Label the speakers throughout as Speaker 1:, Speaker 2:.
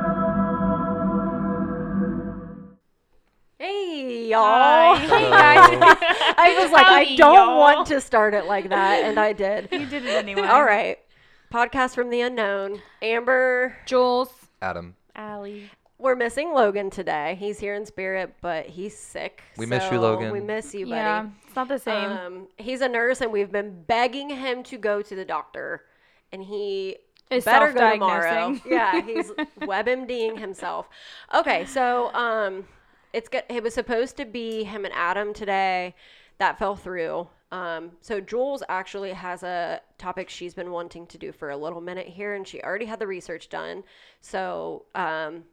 Speaker 1: was like, I
Speaker 2: Howdy,
Speaker 1: don't
Speaker 2: y'all.
Speaker 1: want to start it like that, and I did.
Speaker 2: You did it anyway.
Speaker 1: All right. Podcast from the unknown. Amber,
Speaker 2: Jules,
Speaker 3: Adam,
Speaker 2: Allie.
Speaker 1: we're missing Logan today. He's here in spirit, but he's sick.
Speaker 3: We miss you,
Speaker 1: so
Speaker 3: Logan.
Speaker 1: We miss you, buddy.
Speaker 2: Yeah, it's not the same.
Speaker 1: Um, he's a nurse, and we've been begging him to go to the doctor, and he
Speaker 2: Is
Speaker 1: better go tomorrow.
Speaker 2: self-diagnosing.
Speaker 1: yeah, he's WebMDing himself. Okay, so um, it's good. It was supposed to be him and Adam today, that fell through. Um, so Jules actually has a topic she's been wanting to do for a little minute here, and she already had the research done. So um,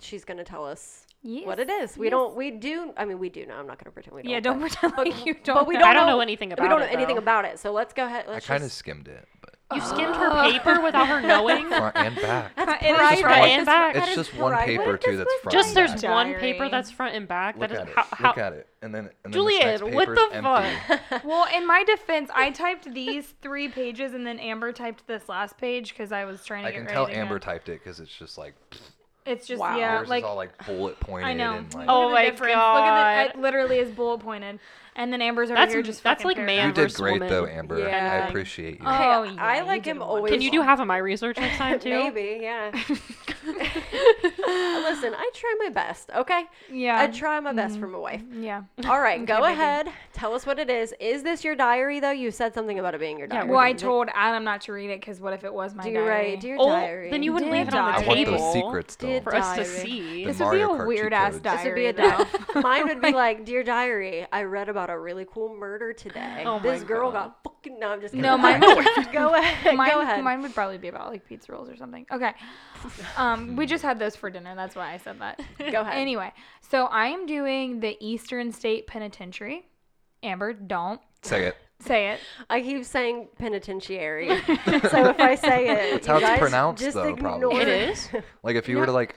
Speaker 1: she's gonna tell us. What it is. We
Speaker 2: yes.
Speaker 1: don't, we do, I mean, we do know. I'm not going to pretend we don't.
Speaker 2: Yeah,
Speaker 1: but-
Speaker 2: don't pretend like you don't.
Speaker 1: but we
Speaker 2: know.
Speaker 1: don't,
Speaker 4: I don't know anything about
Speaker 1: we don't know
Speaker 4: it,
Speaker 1: anything
Speaker 4: though.
Speaker 1: about it. So let's go ahead. Let's
Speaker 3: I kind of
Speaker 1: just-
Speaker 3: skimmed it, but
Speaker 4: You skimmed her paper without her knowing.
Speaker 3: front and back.
Speaker 2: It is
Speaker 3: It's just
Speaker 4: Front
Speaker 3: one-
Speaker 4: and back.
Speaker 3: It's just one
Speaker 1: right.
Speaker 3: paper too. That's front.
Speaker 4: Just
Speaker 3: and
Speaker 4: there's
Speaker 3: back.
Speaker 4: one
Speaker 2: Diary.
Speaker 4: paper that's front and back.
Speaker 3: Look
Speaker 4: that is
Speaker 3: at it.
Speaker 4: how, how
Speaker 3: Look at it, and then and then this
Speaker 4: Julian,
Speaker 3: next
Speaker 4: what
Speaker 3: paper's
Speaker 4: the
Speaker 3: empty.
Speaker 4: fuck?
Speaker 2: Well, in my defense, I typed these three pages and then Amber typed this last page because I was trying to
Speaker 3: I
Speaker 2: get
Speaker 3: can
Speaker 2: ready
Speaker 3: tell
Speaker 2: to go.
Speaker 3: Amber typed it because it's just like pfft,
Speaker 2: It's just
Speaker 1: Wow.
Speaker 2: yeah,
Speaker 3: yours
Speaker 2: Oh, like
Speaker 3: is all like bullet pointed
Speaker 2: I know.
Speaker 3: and like
Speaker 4: Oh
Speaker 2: Look at the
Speaker 4: my
Speaker 2: difference. Look at the,
Speaker 4: God.
Speaker 2: it literally is bullet pointed, and then Amber's over
Speaker 4: That's-
Speaker 2: here just
Speaker 4: that's
Speaker 2: fucking
Speaker 4: like
Speaker 2: paragraph.
Speaker 4: man-
Speaker 3: you did
Speaker 4: Amber's
Speaker 3: great
Speaker 4: woman.
Speaker 3: though, Amber.
Speaker 1: Yeah.
Speaker 3: I appreciate you.
Speaker 2: Oh,
Speaker 1: Okay,
Speaker 2: yeah,
Speaker 1: I
Speaker 2: you
Speaker 1: like
Speaker 2: did
Speaker 1: him
Speaker 2: one.
Speaker 1: always.
Speaker 4: Can you do half of my research next time too?
Speaker 1: Maybe, yeah. Listen, I try my best, okay?
Speaker 2: Yeah.
Speaker 1: I try my best for my wife.
Speaker 2: Yeah.
Speaker 1: All right, go
Speaker 2: baby.
Speaker 1: ahead. Tell us what it is. Is this your diary, though? You said something about it being your diary.
Speaker 2: Well, I told Adam not to read it because what if it was my
Speaker 1: Do you
Speaker 2: diary?
Speaker 1: write? Do your
Speaker 4: Oh,
Speaker 1: diary.
Speaker 4: then you wouldn't
Speaker 2: Dear
Speaker 4: leave it on
Speaker 3: I
Speaker 4: the
Speaker 2: diary.
Speaker 3: want
Speaker 4: table
Speaker 3: those secrets though.
Speaker 1: Did
Speaker 4: for us to
Speaker 1: diary.
Speaker 4: see.
Speaker 3: The
Speaker 2: This would be
Speaker 3: Mario
Speaker 2: a
Speaker 3: Kart cheat
Speaker 2: weird ass
Speaker 3: codes.
Speaker 1: This would be
Speaker 2: diary,
Speaker 1: a diary. Mine would be like, dear diary, I read about a really cool murder today.
Speaker 4: Oh my
Speaker 1: this girl
Speaker 4: God.
Speaker 1: got fucking. No, I'm just kidding.
Speaker 2: No, mine. would-
Speaker 1: go ahead.
Speaker 2: mine,
Speaker 1: go ahead.
Speaker 2: mine would probably be about like pizza rolls or something. Okay. Um, we just had those for dinner. That's why I said that.
Speaker 1: Go ahead.
Speaker 2: Anyway, so I am doing the Eastern State Penitentiary. Amber, don't
Speaker 3: Say it.
Speaker 2: say it.
Speaker 1: I keep saying penitentiary. so if I say it,
Speaker 3: That's how
Speaker 1: you
Speaker 3: it's
Speaker 1: guys
Speaker 3: pronounced,
Speaker 1: just
Speaker 3: though,
Speaker 1: ignore
Speaker 3: probably.
Speaker 4: It is.
Speaker 3: Like if you were to like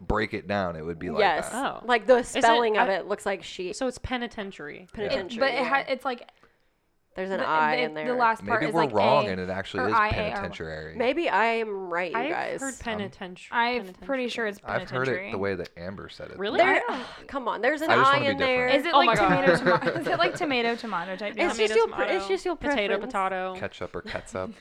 Speaker 3: break it down, it would be like
Speaker 1: yes.
Speaker 3: that.
Speaker 4: Oh.
Speaker 1: Like the spelling of
Speaker 4: I-
Speaker 1: it looks like she
Speaker 4: So it's penitentiary.
Speaker 1: penitentiary.
Speaker 2: but it ha-
Speaker 1: yeah.
Speaker 2: it's like
Speaker 1: there's an
Speaker 2: the,
Speaker 1: I
Speaker 2: the-
Speaker 1: in there.
Speaker 2: the last part
Speaker 3: Maybe
Speaker 2: is
Speaker 3: we're
Speaker 2: like
Speaker 3: wrong
Speaker 2: A.
Speaker 3: and it actually
Speaker 2: or
Speaker 3: is
Speaker 2: I A R-
Speaker 3: penitentiary.
Speaker 1: Maybe I am right, you
Speaker 4: I've
Speaker 1: guys.
Speaker 3: Um,
Speaker 4: heard penitentiary.
Speaker 2: I'm pretty sure it's
Speaker 3: I've heard
Speaker 2: penitentiary.
Speaker 3: it the way that Amber said it.
Speaker 4: Really?
Speaker 1: There, come on. There's an
Speaker 3: I just
Speaker 1: I
Speaker 3: wanna be
Speaker 1: in there.
Speaker 3: different.
Speaker 2: Is it
Speaker 4: Oh
Speaker 2: like
Speaker 4: my God.
Speaker 2: tomato tomato? Is it like tomato tomato type?
Speaker 1: It's
Speaker 2: deal?
Speaker 1: just your pre- it's just your
Speaker 4: potato
Speaker 1: preference.
Speaker 4: potato.
Speaker 3: Ketchup or ketchup?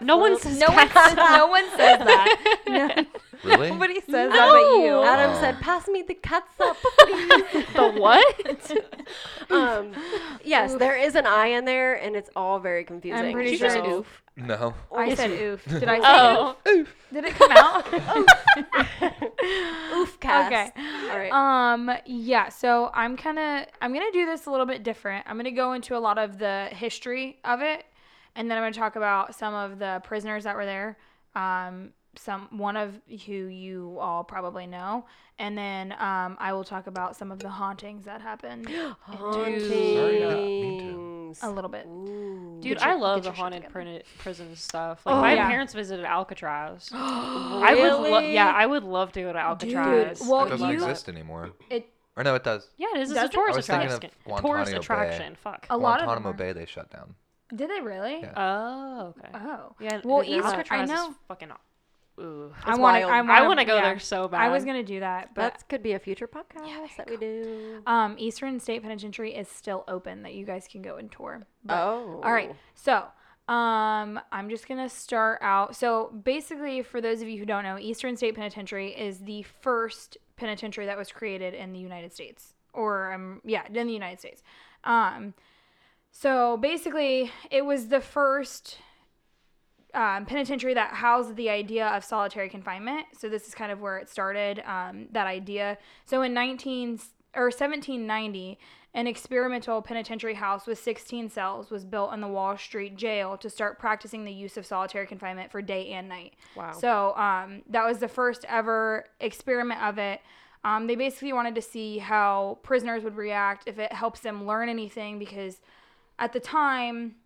Speaker 4: No one says
Speaker 2: no one says, no one says that.
Speaker 3: really?
Speaker 2: Nobody says that but you.
Speaker 4: No.
Speaker 1: Adam
Speaker 3: Oh.
Speaker 1: said, "Pass me the cuts up."
Speaker 4: the what?
Speaker 1: um, yes, there is an I in there, and it's all very confusing.
Speaker 2: pretty
Speaker 4: She
Speaker 2: sure-
Speaker 4: just
Speaker 2: Sure.
Speaker 4: oof.
Speaker 3: No.
Speaker 2: I said oof. Did I say
Speaker 4: Oh,
Speaker 2: oof? Did it come out?
Speaker 1: Oof, cast.
Speaker 2: Okay.
Speaker 1: All right.
Speaker 2: um yeah, so I'm kind of I'm going to do this a little bit different. I'm going to go into a lot of the history of it and then I'm going to talk about some of the prisoners that were there. Um some one of who you all probably know and then um I will talk about some of the hauntings that happened
Speaker 3: Sorry, I didn't mean to.
Speaker 1: Hauntings.
Speaker 2: a little bit.
Speaker 4: dude,
Speaker 2: Get your-
Speaker 4: I
Speaker 2: get
Speaker 4: love the
Speaker 2: your shit
Speaker 4: haunted
Speaker 2: together.
Speaker 4: prison prison stuff. Like
Speaker 1: Oh,
Speaker 4: my
Speaker 2: yeah.
Speaker 4: parents visited Alcatraz. I would, lo- yeah, I would love to go to Alcatraz.
Speaker 2: well,
Speaker 3: It doesn't
Speaker 2: Oh, you-
Speaker 3: exist anymore.
Speaker 2: It
Speaker 3: or no, it does.
Speaker 4: yeah, it is. It's
Speaker 2: Does it?
Speaker 4: a tourist
Speaker 3: I was thinking of
Speaker 4: attraction. Tourist
Speaker 3: Guantanamo Bay.
Speaker 4: attraction. Fuck.
Speaker 2: a lot of them
Speaker 3: Guantanamo
Speaker 2: are-
Speaker 3: Bay they shut down.
Speaker 2: Did they really?
Speaker 3: Yeah.
Speaker 4: Oh, okay.
Speaker 2: Oh.
Speaker 4: Yeah.
Speaker 2: Well,
Speaker 4: dude,
Speaker 2: East I
Speaker 4: Alcatraz is
Speaker 2: know.
Speaker 4: fucking. Ooh.
Speaker 2: I
Speaker 1: It's
Speaker 2: want to
Speaker 1: wild.
Speaker 2: I
Speaker 1: I
Speaker 2: want
Speaker 4: I want to go there so bad.
Speaker 2: I was going to do that, but
Speaker 1: That could be a future podcast that we do.
Speaker 2: Um, Eastern State Penitentiary is still open that you guys can go and tour. But,
Speaker 1: oh.
Speaker 2: All right. So, um, I'm just going to start out. So, basically, for those of you who don't know, Eastern State Penitentiary is the first penitentiary that was created in the United States. Or, um, yeah, in the United States. Um, so, basically, it was the first um, penitentiary that housed the idea of solitary confinement. So this is kind of where it started. Um, that idea. So in 19 or 1790, an experimental penitentiary house with 16 cells was built in the Wall Street Jail to start practicing the use of solitary confinement for day and night.
Speaker 1: Wow.
Speaker 2: So um, that was the first ever experiment of it. Um, they basically wanted to see how prisoners would react if it helps them learn anything because at the time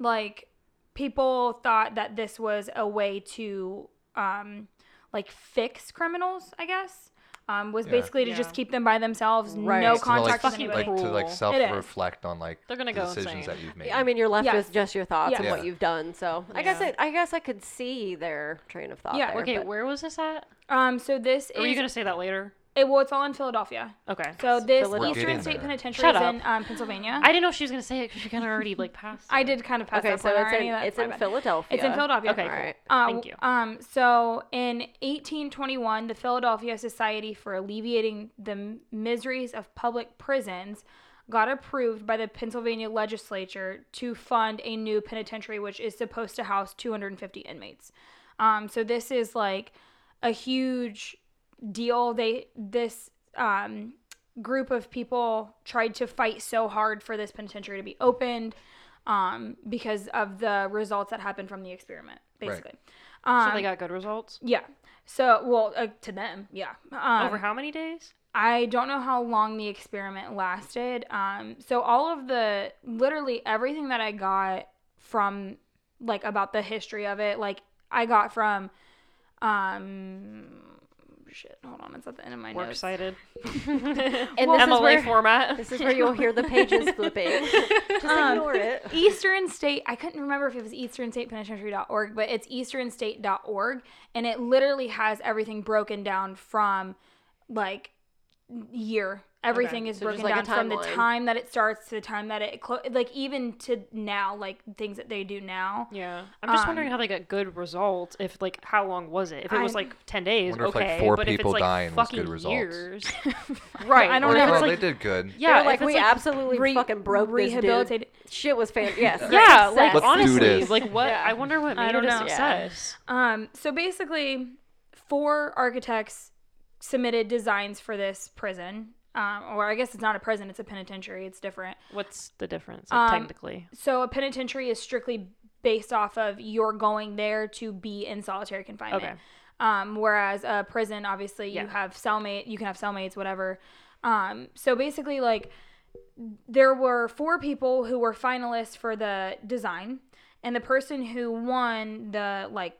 Speaker 2: like people thought that this was a way to um like fix criminals i guess um was
Speaker 3: Yeah.
Speaker 2: basically to
Speaker 4: Yeah.
Speaker 2: just keep them by themselves no
Speaker 1: Right.
Speaker 3: To, like,
Speaker 2: contact with
Speaker 4: fucking
Speaker 2: anybody
Speaker 3: like to like
Speaker 4: It is.
Speaker 3: self reflect on like
Speaker 4: They're gonna
Speaker 3: the
Speaker 4: go
Speaker 3: decisions
Speaker 4: insane.
Speaker 3: that you've made.
Speaker 1: I mean, you're left
Speaker 2: Yes.
Speaker 1: with just your thoughts and
Speaker 3: Yes.
Speaker 1: what
Speaker 3: Yeah.
Speaker 1: you've done. So I guess
Speaker 4: Yeah.
Speaker 1: it, I guess I could see their train of thought.
Speaker 2: Yeah,
Speaker 1: there,
Speaker 4: Okay,
Speaker 1: but-
Speaker 4: where was this at?
Speaker 2: um so this
Speaker 4: Are you
Speaker 2: is
Speaker 4: gonna say that later?
Speaker 2: It, well, it's all in Philadelphia.
Speaker 4: Okay.
Speaker 2: So this
Speaker 4: Philadelphia.
Speaker 3: We're
Speaker 2: Eastern
Speaker 3: getting
Speaker 2: State
Speaker 3: there.
Speaker 2: Penitentiary
Speaker 4: Shut
Speaker 2: is
Speaker 4: up.
Speaker 2: in um, Pennsylvania.
Speaker 4: I didn't know if she was gonna say it because you kind of already like passed.
Speaker 2: I did kind of pass
Speaker 1: Okay,
Speaker 2: that
Speaker 1: so
Speaker 2: point
Speaker 1: it's
Speaker 2: already.
Speaker 1: in,
Speaker 2: That's
Speaker 1: it's
Speaker 2: my
Speaker 1: in
Speaker 2: bad.
Speaker 1: Philadelphia.
Speaker 2: It's in Philadelphia.
Speaker 4: Okay,
Speaker 1: All right.
Speaker 2: Uh,
Speaker 4: Thank you.
Speaker 2: Um, so in 1821, the Philadelphia Society for Alleviating the M- Miseries of Public Prisons got approved by the Pennsylvania legislature to fund a new penitentiary, which is supposed to house 250 inmates. Um, so this is like a huge deal. They this um, group of people tried to fight so hard for this penitentiary to be opened um, because of the results that happened from the experiment, basically.
Speaker 4: So
Speaker 2: Um,
Speaker 4: they got good results.
Speaker 2: yeah. So, well, uh, to them, yeah. Um,
Speaker 4: Over how many days?
Speaker 2: I don't know how long the experiment lasted. Um, so all of the literally everything that I got from like about the history of it, like I got from um shit, hold on, it's at the end of my
Speaker 4: We're
Speaker 2: notes.
Speaker 4: excited.
Speaker 1: And
Speaker 4: Well,
Speaker 1: this
Speaker 4: MLA
Speaker 1: is where
Speaker 4: format.
Speaker 1: this is where you'll hear the pages flipping. Just
Speaker 2: Um,
Speaker 1: ignore it.
Speaker 2: Eastern State, I couldn't remember if it was easternstatepenitentiary.org, but it's easternstate.org. And it literally has everything broken down from like year. Everything is
Speaker 1: so just
Speaker 2: broken
Speaker 1: like a
Speaker 2: down from the
Speaker 1: timeline.
Speaker 2: time that it starts to the time that it, clo- like even to now, like things that they do now.
Speaker 4: Yeah, I'm just
Speaker 2: Um,
Speaker 4: wondering how they got good results. If like, how long was it? If it was
Speaker 2: I-
Speaker 4: like ten days,
Speaker 3: Wonder if, like,
Speaker 4: okay.
Speaker 3: four
Speaker 4: but
Speaker 3: people
Speaker 4: if it's like
Speaker 3: dying was
Speaker 4: fucking
Speaker 3: good results.
Speaker 4: years,
Speaker 1: Right.
Speaker 2: I don't
Speaker 3: Or
Speaker 4: Or if
Speaker 2: know.
Speaker 4: it's
Speaker 3: no,
Speaker 4: like-
Speaker 3: they did good.
Speaker 4: yeah,
Speaker 1: They're like
Speaker 4: if it's,
Speaker 1: we
Speaker 4: like,
Speaker 1: absolutely
Speaker 2: Re-
Speaker 1: fucking broke this
Speaker 2: rehabilitated.
Speaker 1: dude. Shit was fantastic. Yes.
Speaker 4: yeah, like
Speaker 1: success.
Speaker 3: Let's do
Speaker 4: honestly,
Speaker 3: this.
Speaker 4: like what?
Speaker 1: Yeah.
Speaker 4: I wonder what made
Speaker 2: I don't
Speaker 4: it a
Speaker 2: know.
Speaker 1: Yeah.
Speaker 4: success.
Speaker 2: Um, so basically, four architects submitted designs for this prison. Um, or I guess it's not a prison, it's a penitentiary, it's different.
Speaker 4: What's the difference? Like,
Speaker 2: Um,
Speaker 4: technically,
Speaker 2: So a penitentiary is strictly based off of you're going there to be in solitary confinement.
Speaker 4: Okay.
Speaker 2: Um, whereas a prison, obviously,
Speaker 4: Yeah.
Speaker 2: you have cellmate, you can have cellmates, whatever. Um, so basically, like there were four people who were finalists for the design, and the person who won the like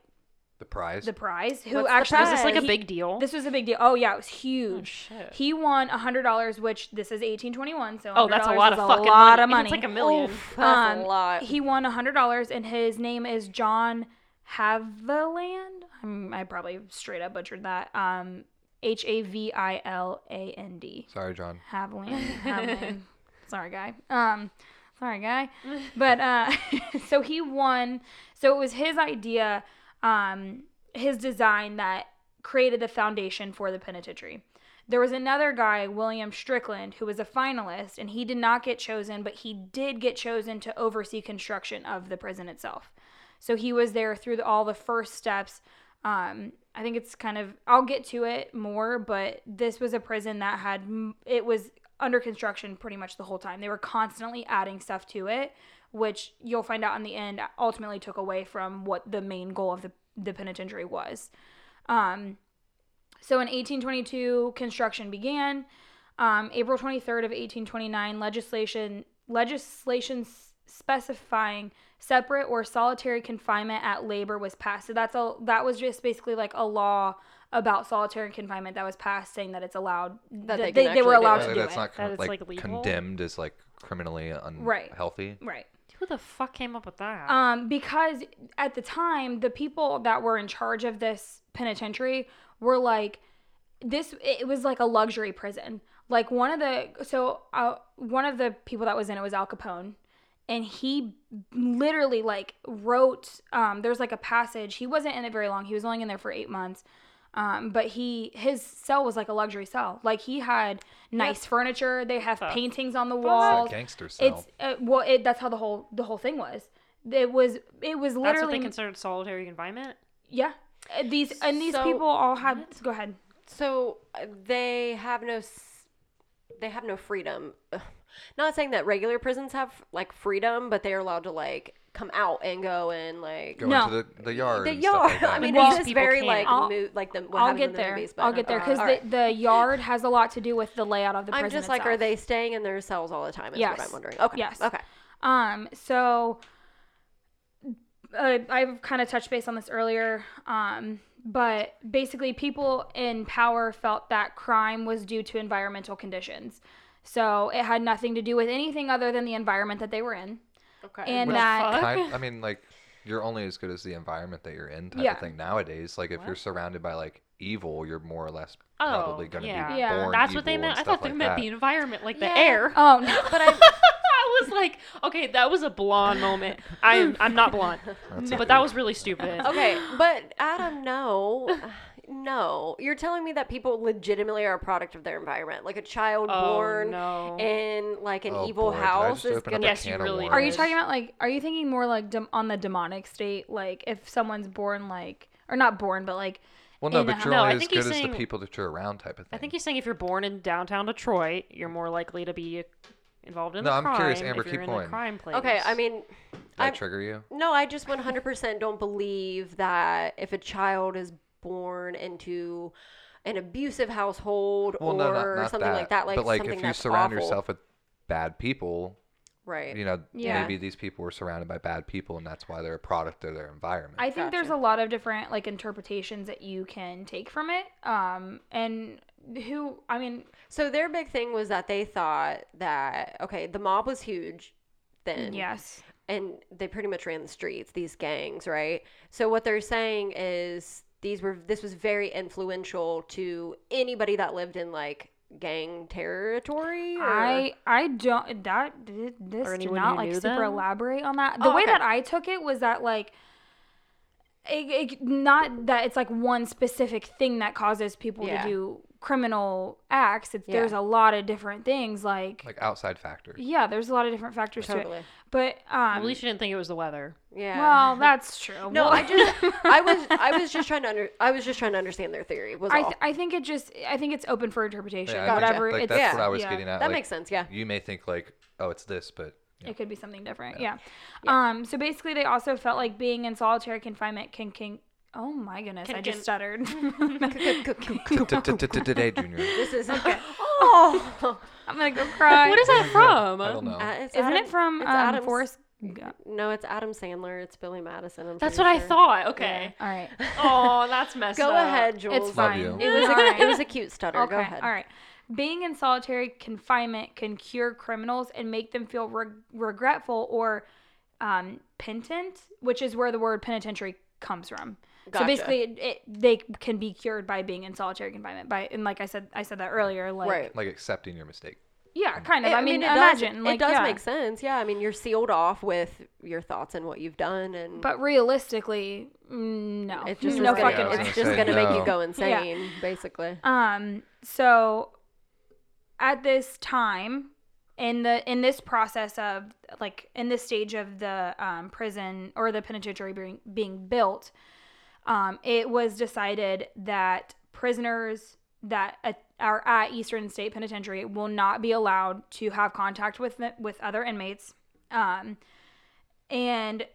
Speaker 3: The prize.
Speaker 2: the prize, who
Speaker 1: What's the
Speaker 2: actually
Speaker 4: was this like a
Speaker 2: he-
Speaker 4: big deal? Oh,
Speaker 2: This was a big deal. Oh yeah, it was huge.
Speaker 4: shit.
Speaker 2: He won a hundred dollars, which this is eighteen twenty one. So
Speaker 4: Oh, that's a
Speaker 2: $100
Speaker 4: lot
Speaker 2: is
Speaker 4: of fucking
Speaker 2: a lot
Speaker 4: money.
Speaker 2: of money.
Speaker 4: It's like a million.
Speaker 1: Oof, that's a
Speaker 2: Um,
Speaker 1: lot.
Speaker 2: He won hundred dollars, and his name is John Haviland. I'm, I probably straight up butchered that. Um, H A V I L A N D.
Speaker 3: Sorry, John.
Speaker 2: Haviland. Haviland. sorry, guy. Um, sorry, guy. But uh, so he won. So it was his idea, um, his design that created the foundation for the penitentiary. There was another guy, William Strickland, who was a finalist, and he did not get chosen, but he did get chosen to oversee construction of the prison itself. So he was there through the, all the first steps. Um, I think it's kind of, I'll get to it more, but this was a prison that had, m- it was under construction pretty much the whole time. They were constantly adding stuff to it, which you'll find out in the end ultimately took away from what the main goal of the, the penitentiary was. Um, so in 1822, construction began. Um, April 23rd of 1829, legislation legislation s- specifying separate or solitary confinement at labor was passed. So that's a that was just basically like a law about solitary confinement that was passed, saying that it's allowed
Speaker 1: That
Speaker 2: th-
Speaker 1: they
Speaker 2: they,
Speaker 1: can
Speaker 2: they were
Speaker 1: actually do
Speaker 2: allowed
Speaker 1: it.
Speaker 2: to
Speaker 3: Like,
Speaker 2: do
Speaker 3: that's
Speaker 2: it.
Speaker 3: not con-
Speaker 4: That it's,
Speaker 3: like,
Speaker 4: like, legal?
Speaker 3: condemned as like criminally
Speaker 2: Right.
Speaker 3: unhealthy.
Speaker 2: right.
Speaker 4: Who the fuck came up with that?
Speaker 2: Um, because at the time, the people that were in charge of this penitentiary were like, this. It was like a luxury prison. Like one of the so uh, one of the people that was in it was Al Capone, and he literally like wrote. Um, there's like a passage. He wasn't in it very long. He was only in there for eight months. Um, but he his cell was like a luxury cell. Like he had nice furniture. They have
Speaker 4: Tough.
Speaker 2: paintings on the
Speaker 3: It's like
Speaker 2: walls.
Speaker 3: gangster cell.
Speaker 2: It's uh, well, it, that's how the whole the whole thing was. It was it was
Speaker 4: That's what they
Speaker 2: literally
Speaker 4: considered solitary confinement.
Speaker 2: yeah. Uh, These and these
Speaker 1: So-
Speaker 2: people all had go ahead.
Speaker 1: So uh, they have no, s- they have no freedom. Ugh. Not saying that regular prisons have like freedom, but they are allowed to like come out and go and like
Speaker 3: Go
Speaker 2: no.
Speaker 3: into the, the yard.
Speaker 1: the
Speaker 3: and stuff
Speaker 1: yard.
Speaker 3: like
Speaker 1: I
Speaker 3: that.
Speaker 1: mean,
Speaker 2: Well,
Speaker 1: it's just
Speaker 4: people
Speaker 1: very
Speaker 4: can't.
Speaker 1: like
Speaker 2: I'll-
Speaker 1: mo- like the what
Speaker 2: I'll
Speaker 1: happens in
Speaker 2: get
Speaker 1: the
Speaker 2: there.
Speaker 1: movies, but-
Speaker 2: I'll get there because
Speaker 1: All right.
Speaker 2: the, the yard has a lot to do with the layout of the prison.
Speaker 1: I'm just like, are
Speaker 2: itself.
Speaker 1: they staying in their cells all the time? Is what
Speaker 2: Yes.
Speaker 1: I'm wondering. Okay.
Speaker 2: Yes.
Speaker 1: Okay.
Speaker 2: Um, so uh, I've kind of touched base on this earlier, um, but basically, people in power felt that crime was due to environmental conditions. So it had nothing to do with anything other than the environment that they were in.
Speaker 1: Okay.
Speaker 2: And
Speaker 3: Which
Speaker 2: that
Speaker 4: fuck?
Speaker 3: Kind- I mean, like you're only as good as the environment that you're in type
Speaker 2: Yeah.
Speaker 3: of thing nowadays. Like if you're
Speaker 4: What?
Speaker 3: surrounded by like evil, you're more or less
Speaker 4: Oh,
Speaker 3: probably gonna
Speaker 4: yeah.
Speaker 3: be
Speaker 2: Yeah.
Speaker 3: born
Speaker 4: That's what they
Speaker 3: evil
Speaker 4: meant.
Speaker 3: and
Speaker 4: I thought
Speaker 3: stuff
Speaker 4: they
Speaker 3: like
Speaker 4: meant
Speaker 3: that.
Speaker 4: the environment, like
Speaker 1: Yeah.
Speaker 4: the air.
Speaker 2: Oh no,
Speaker 1: But I'm
Speaker 4: I was like, okay, that was a blonde moment. I'm I'm not blonde,
Speaker 3: That's
Speaker 4: but
Speaker 3: it.
Speaker 4: that was really stupid.
Speaker 1: okay, but Adam, no, no, you're telling me that people legitimately are a product of their environment, like a child
Speaker 4: Oh,
Speaker 1: born
Speaker 4: no.
Speaker 1: in like an
Speaker 3: Oh,
Speaker 1: evil
Speaker 3: boy, did I
Speaker 1: house
Speaker 3: just
Speaker 1: is
Speaker 3: open up
Speaker 1: gonna.
Speaker 3: a
Speaker 4: Yes, you
Speaker 3: can of
Speaker 4: really
Speaker 3: worms?
Speaker 2: Are you
Speaker 4: Yes.
Speaker 2: talking about like? Are you thinking more like dem- on the demonic state? Like if someone's born like, or not born, but like,
Speaker 3: Well, no,
Speaker 2: in a
Speaker 3: but you're
Speaker 4: house? No, I
Speaker 3: only as
Speaker 4: think he's
Speaker 3: good as
Speaker 4: saying-
Speaker 3: the people that you're around, type of thing.
Speaker 4: I think you're saying if you're born in downtown Detroit, you're more likely to be involved in
Speaker 3: No,
Speaker 4: the
Speaker 3: I'm
Speaker 4: crime.
Speaker 3: curious, Amber,
Speaker 4: if you're
Speaker 3: keep
Speaker 4: in
Speaker 3: going.
Speaker 4: The crime place.
Speaker 1: Okay, I mean,
Speaker 3: Did I
Speaker 1: I'm-
Speaker 3: trigger you.
Speaker 1: no, I just 100% don't believe that if a child is born into an abusive household
Speaker 3: Well,
Speaker 1: or
Speaker 3: no, not, not
Speaker 1: something
Speaker 3: that.
Speaker 1: like that, like
Speaker 3: but like
Speaker 1: something
Speaker 3: if you
Speaker 1: that's
Speaker 3: surround
Speaker 1: awful.
Speaker 3: yourself with bad people,
Speaker 1: right?
Speaker 3: you know,
Speaker 2: Yeah.
Speaker 3: maybe these people were surrounded by bad people, and that's why they're a product of their environment.
Speaker 2: I think there's a
Speaker 1: Gotcha.
Speaker 2: lot of different like interpretations that you can take from it. Um, and who? I mean,
Speaker 1: So their big thing was that they thought that okay, the mob was huge then.
Speaker 2: yes,
Speaker 1: And they pretty much ran the streets, these gangs, right? So what they're saying is these were this was very influential to anybody that lived in like gang territory. Or...
Speaker 2: I I don't that this
Speaker 4: Or
Speaker 2: did
Speaker 4: anyone
Speaker 2: not
Speaker 4: who
Speaker 2: like
Speaker 4: knew
Speaker 2: super
Speaker 4: them?
Speaker 2: elaborate on that. The
Speaker 1: Oh,
Speaker 2: way
Speaker 1: okay.
Speaker 2: that I took it was that like it, it, not that it's like one specific thing that causes people
Speaker 1: Yeah.
Speaker 2: to do criminal acts. It's
Speaker 1: Yeah.
Speaker 2: there's a lot of different things like,
Speaker 3: like outside factors.
Speaker 2: yeah, there's a lot of different factors to
Speaker 1: totally.
Speaker 2: it. But um
Speaker 4: At least you didn't think it was the weather.
Speaker 1: Yeah.
Speaker 2: well, that's true.
Speaker 1: no,
Speaker 2: Well,
Speaker 1: I just I was I was just trying to under I was just trying to understand their theory. Was
Speaker 2: I,
Speaker 1: all.
Speaker 2: th- I think it just I think it's open for interpretation.
Speaker 3: Yeah, I think
Speaker 2: Whatever
Speaker 3: like,
Speaker 2: it's
Speaker 3: that's
Speaker 1: yeah.
Speaker 3: what I was
Speaker 2: yeah.
Speaker 3: getting at.
Speaker 1: that
Speaker 3: like,
Speaker 1: makes sense, yeah.
Speaker 3: You may think like, oh, it's this, but yeah.
Speaker 2: it could be something different. Yeah. Um. So basically, they also felt like being in solitary confinement can can. Oh my goodness! I
Speaker 4: can-
Speaker 2: just stuttered.
Speaker 3: today, Junior.
Speaker 1: This is Oh
Speaker 2: I'm gonna go cry.
Speaker 4: What is that from?
Speaker 3: I don't know.
Speaker 1: Uh, it's
Speaker 2: Isn't
Speaker 1: Adam-
Speaker 2: it from
Speaker 1: it's
Speaker 2: um,
Speaker 1: Adam's-
Speaker 2: Forrest? Gump?
Speaker 1: No, it's Adam Sandler. It's Billy Madison. I'm
Speaker 4: That's what
Speaker 1: pretty
Speaker 4: I
Speaker 1: sure.
Speaker 4: thought. Okay.
Speaker 2: All right.
Speaker 4: Oh, that's messed
Speaker 1: Go
Speaker 4: up.
Speaker 1: ahead, Jules.
Speaker 2: It's
Speaker 3: Love
Speaker 2: fine.
Speaker 3: you.
Speaker 1: It was,
Speaker 2: All right.
Speaker 1: a, it was a cute stutter.
Speaker 2: Okay.
Speaker 1: Go ahead.
Speaker 2: All right. Being in solitary confinement can cure criminals and make them feel reg- regretful or um, penitent, which is where the word penitentiary comes from.
Speaker 1: Gotcha.
Speaker 2: So basically, it, it, they can be cured by being in solitary conconfinement. By and like I said, I said that earlier. Like,
Speaker 1: Right.
Speaker 3: like accepting your mistake.
Speaker 2: Yeah, kind
Speaker 1: It-
Speaker 2: of. I, mean,
Speaker 1: it
Speaker 2: imagine.
Speaker 1: Does,
Speaker 2: like,
Speaker 1: it does
Speaker 2: yeah.
Speaker 1: make sense. Yeah. I mean, you're sealed off with your thoughts and what you've done, and
Speaker 2: But realistically, mm, no.
Speaker 1: it just
Speaker 2: no
Speaker 1: is
Speaker 3: Yeah, I
Speaker 2: fucking
Speaker 1: gonna,
Speaker 3: was
Speaker 2: way.
Speaker 1: it's
Speaker 3: gonna
Speaker 1: just
Speaker 3: say,
Speaker 1: gonna make you
Speaker 3: no.
Speaker 1: go insane, basically.
Speaker 2: Um, so at this time in the in this process of like in this stage of the um, prison or the penitentiary being being built, um, it was decided that prisoners that a- are at Eastern State Penitentiary will not be allowed to have contact with the- with other inmates, um, and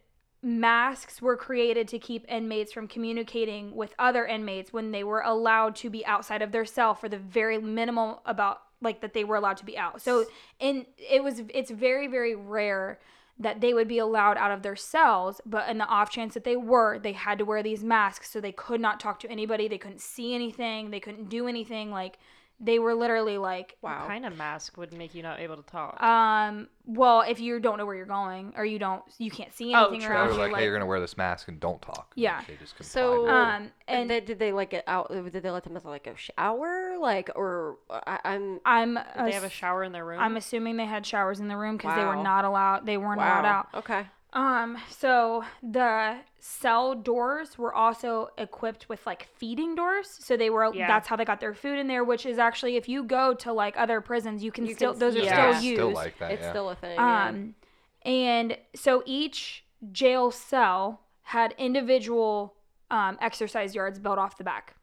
Speaker 2: masks were created to keep inmates from communicating with other inmates when they were allowed to be outside of their cell for the very minimal about like that they were allowed to be out. So in it was it's very very rare that they would be allowed out of their cells, but in the off chance that they were, they had to wear these masks so they could not talk to anybody, they couldn't see anything, they couldn't do anything like they were literally like
Speaker 1: Wow.
Speaker 4: What kind of mask would make you not able to talk?
Speaker 2: um well if you don't know where you're going or you don't you can't see
Speaker 4: Oh,
Speaker 2: anything
Speaker 4: true.
Speaker 3: They
Speaker 2: around
Speaker 3: were
Speaker 2: you
Speaker 3: like, hey,
Speaker 2: like-
Speaker 3: you're gonna wear this mask and don't talk. And
Speaker 2: Yeah.
Speaker 3: They just complied
Speaker 1: So,
Speaker 3: with it.
Speaker 1: um,
Speaker 2: um
Speaker 1: And
Speaker 2: and
Speaker 1: then, did they like get out? Did they let them have like a shower? Like, or uh, I, I'm
Speaker 2: I'm
Speaker 4: Did they have a
Speaker 2: ass-
Speaker 4: shower in their room?
Speaker 2: I'm assuming they had showers in the room because they
Speaker 1: Wow.
Speaker 2: were not allowed. They weren't allowed
Speaker 1: wow.
Speaker 2: out.
Speaker 1: Okay.
Speaker 2: Um, so the cell doors were also equipped with like feeding doors, so they were.
Speaker 4: Yeah.
Speaker 2: That's how they got their food in there, which is actually if you go to like other prisons, you can
Speaker 1: You
Speaker 2: still
Speaker 1: can
Speaker 2: those
Speaker 1: see
Speaker 2: are
Speaker 4: it.
Speaker 2: still
Speaker 4: Yeah.
Speaker 3: it's
Speaker 2: used.
Speaker 3: still like that.
Speaker 1: It's
Speaker 3: yeah.
Speaker 1: still a thing. yeah.
Speaker 2: Um, and so each jail cell had individual um, exercise yards built off the back.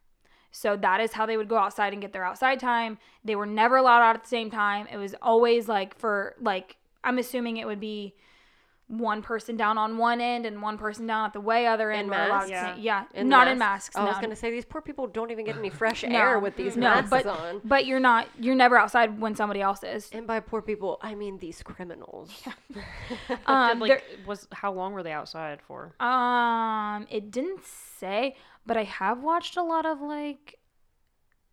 Speaker 2: So that is how they would go outside and get their outside time. They were never allowed out at the same time. It was always like for like I'm assuming it would be one person down on one end and one person down at the way other end.
Speaker 1: In
Speaker 2: were allowed
Speaker 1: masks?
Speaker 2: to say- yeah,
Speaker 1: And Oh,
Speaker 2: not in masks.
Speaker 1: I was
Speaker 2: no.
Speaker 1: gonna say these poor people don't even get any fresh
Speaker 2: No.
Speaker 1: air with these
Speaker 2: No,
Speaker 1: masks
Speaker 2: but-
Speaker 1: on.
Speaker 2: But you're not. You're never outside when somebody else is.
Speaker 1: And by poor people, I mean these criminals.
Speaker 2: Um,
Speaker 4: Did, like,
Speaker 2: there-
Speaker 4: was how long were they outside for?
Speaker 2: Um, it didn't say, but I have watched a lot of like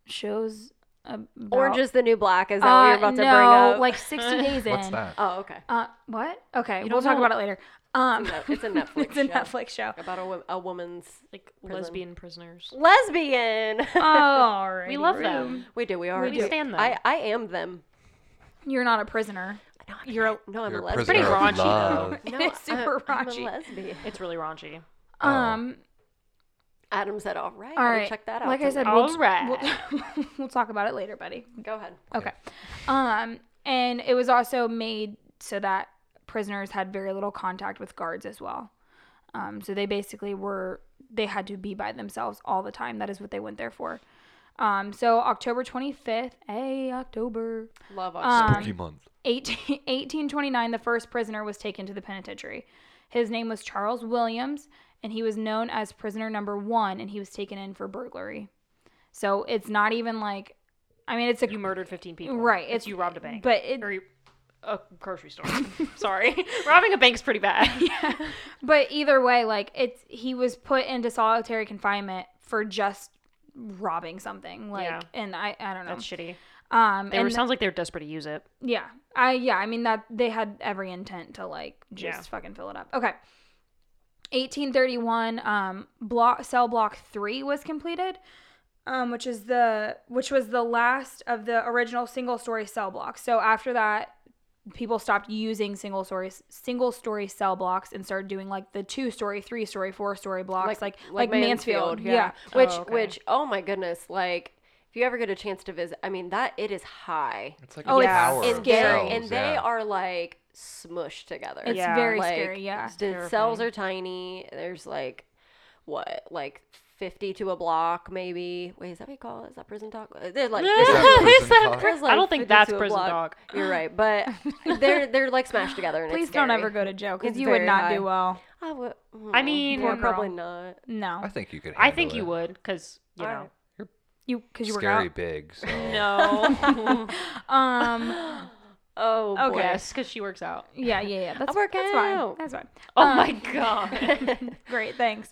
Speaker 2: shows about-
Speaker 1: Orange is the new black. Is that what you're
Speaker 2: Uh,
Speaker 1: about to
Speaker 2: no,
Speaker 1: bring up?
Speaker 2: like 60 days in.
Speaker 3: What's that?
Speaker 1: oh, okay.
Speaker 2: Uh, what? Okay,
Speaker 4: You
Speaker 2: we'll
Speaker 4: don't
Speaker 2: talk
Speaker 4: know.
Speaker 2: about it later. Um,
Speaker 1: It's a Netflix
Speaker 2: it's a
Speaker 1: show.
Speaker 2: Netflix show.
Speaker 1: About a, wo- a woman's
Speaker 4: Like
Speaker 1: Prison.
Speaker 4: lesbian prisoners.
Speaker 1: lesbian.
Speaker 2: Oh,
Speaker 4: We love them.
Speaker 1: we do. We are.
Speaker 4: We stand them.
Speaker 1: I, I am them.
Speaker 2: You're not a prisoner.
Speaker 1: No, I'm You're a, no, I'm
Speaker 3: You're
Speaker 1: a
Speaker 3: a
Speaker 1: lesbian.
Speaker 3: prisoner
Speaker 4: Pretty
Speaker 3: of
Speaker 4: raunchy, though.
Speaker 3: love.
Speaker 1: No,
Speaker 2: It's super
Speaker 1: I'm,
Speaker 2: raunchy.
Speaker 1: I'm a lesbian.
Speaker 4: It's really raunchy.
Speaker 3: Oh.
Speaker 2: Um,
Speaker 1: Adam said, "All right,
Speaker 2: all
Speaker 1: gotta
Speaker 2: right.
Speaker 1: check that out."
Speaker 2: Like I said,
Speaker 1: tonight."
Speaker 2: we'll,
Speaker 4: All right.
Speaker 2: we'll, we'll talk about it later, buddy.
Speaker 1: go ahead.
Speaker 2: Okay. Um, and it was also made so that prisoners had very little contact with guards as well. Um, so they basically were they had to be by themselves all the time. That is what they went there for. Um, so October 25th, hey October,
Speaker 1: Love
Speaker 2: Um,
Speaker 1: Oxford.
Speaker 3: Spooky month.
Speaker 2: 18, 1829, the first prisoner was taken to the penitentiary. His name was Charles Williams, and he was known as prisoner number one, and he was taken in for burglary. So it's not even like, I mean, it's a
Speaker 4: You murdered 15 people.
Speaker 2: Right,
Speaker 4: It's,
Speaker 2: it's-
Speaker 4: you robbed a bank.
Speaker 2: but it
Speaker 4: or you, a grocery store. Sorry. Robbing a bank's pretty bad.
Speaker 2: But either way, like it's he was put into solitary confinement for just robbing something. Like
Speaker 4: Yeah.
Speaker 2: and I I don't know.
Speaker 4: That's shitty.
Speaker 2: um
Speaker 4: They
Speaker 2: and
Speaker 4: were sounds like they're desperate to use it.
Speaker 2: yeah. I yeah, I mean that they had every intent to like just
Speaker 4: Yeah.
Speaker 2: fucking fill it up. Okay. 1831 um block cell block 3 was completed. Um, which is the which was the last of the original single story cell blocks. So after that, people stopped using single story single story cell blocks and started doing like the two story, three story, four story blocks, like like, Mansfield. Yeah.
Speaker 1: Which
Speaker 4: Oh, okay.
Speaker 1: which oh my goodness, like if you ever get a chance to visit, I mean that it is high.
Speaker 3: It's like
Speaker 2: Oh,
Speaker 3: a
Speaker 2: it's
Speaker 3: tower
Speaker 1: and
Speaker 3: of
Speaker 1: they
Speaker 2: scary.
Speaker 3: cells,
Speaker 1: and they
Speaker 3: yeah.
Speaker 1: are like smushed together.
Speaker 2: It's
Speaker 4: Yeah,
Speaker 2: very
Speaker 1: Oh, like,
Speaker 2: scary. Yeah.
Speaker 1: The
Speaker 4: terrifying.
Speaker 1: cells are tiny. There's like what like. 50 to a block, maybe. Wait, is that what you call it? Is that prison talk? Uh, They're like,
Speaker 3: Is that prison
Speaker 4: Is that
Speaker 3: talk?
Speaker 4: pri-
Speaker 1: There's,
Speaker 4: I don't
Speaker 1: like,
Speaker 4: think
Speaker 1: 50
Speaker 4: that's
Speaker 1: to a
Speaker 4: prison
Speaker 1: block.
Speaker 4: dog.
Speaker 1: you're right, but they're they're like smashed together. And
Speaker 2: Please
Speaker 1: it's
Speaker 2: don't
Speaker 1: scary.
Speaker 2: ever go to jail because
Speaker 1: It's
Speaker 2: you would
Speaker 1: very
Speaker 2: not
Speaker 1: high.
Speaker 2: do well.
Speaker 1: I would.
Speaker 4: I mean,
Speaker 2: Poor
Speaker 1: or
Speaker 2: girl.
Speaker 1: probably not.
Speaker 3: I
Speaker 2: No,
Speaker 3: think you could.
Speaker 4: I think
Speaker 3: handle
Speaker 4: you
Speaker 3: it.
Speaker 4: would, because you know.
Speaker 1: Alright.
Speaker 2: you because you were
Speaker 3: Scary
Speaker 2: out.
Speaker 3: big. So.
Speaker 4: No.
Speaker 2: Um.
Speaker 1: Oh boy.
Speaker 2: Oh. Okay.
Speaker 4: yes, because she works out.
Speaker 2: Yeah. Yeah. Yeah. That's
Speaker 1: work
Speaker 2: that's fine.
Speaker 1: out.
Speaker 2: That's fine.
Speaker 4: Oh
Speaker 2: Um,
Speaker 4: my god.
Speaker 2: Great. Thanks.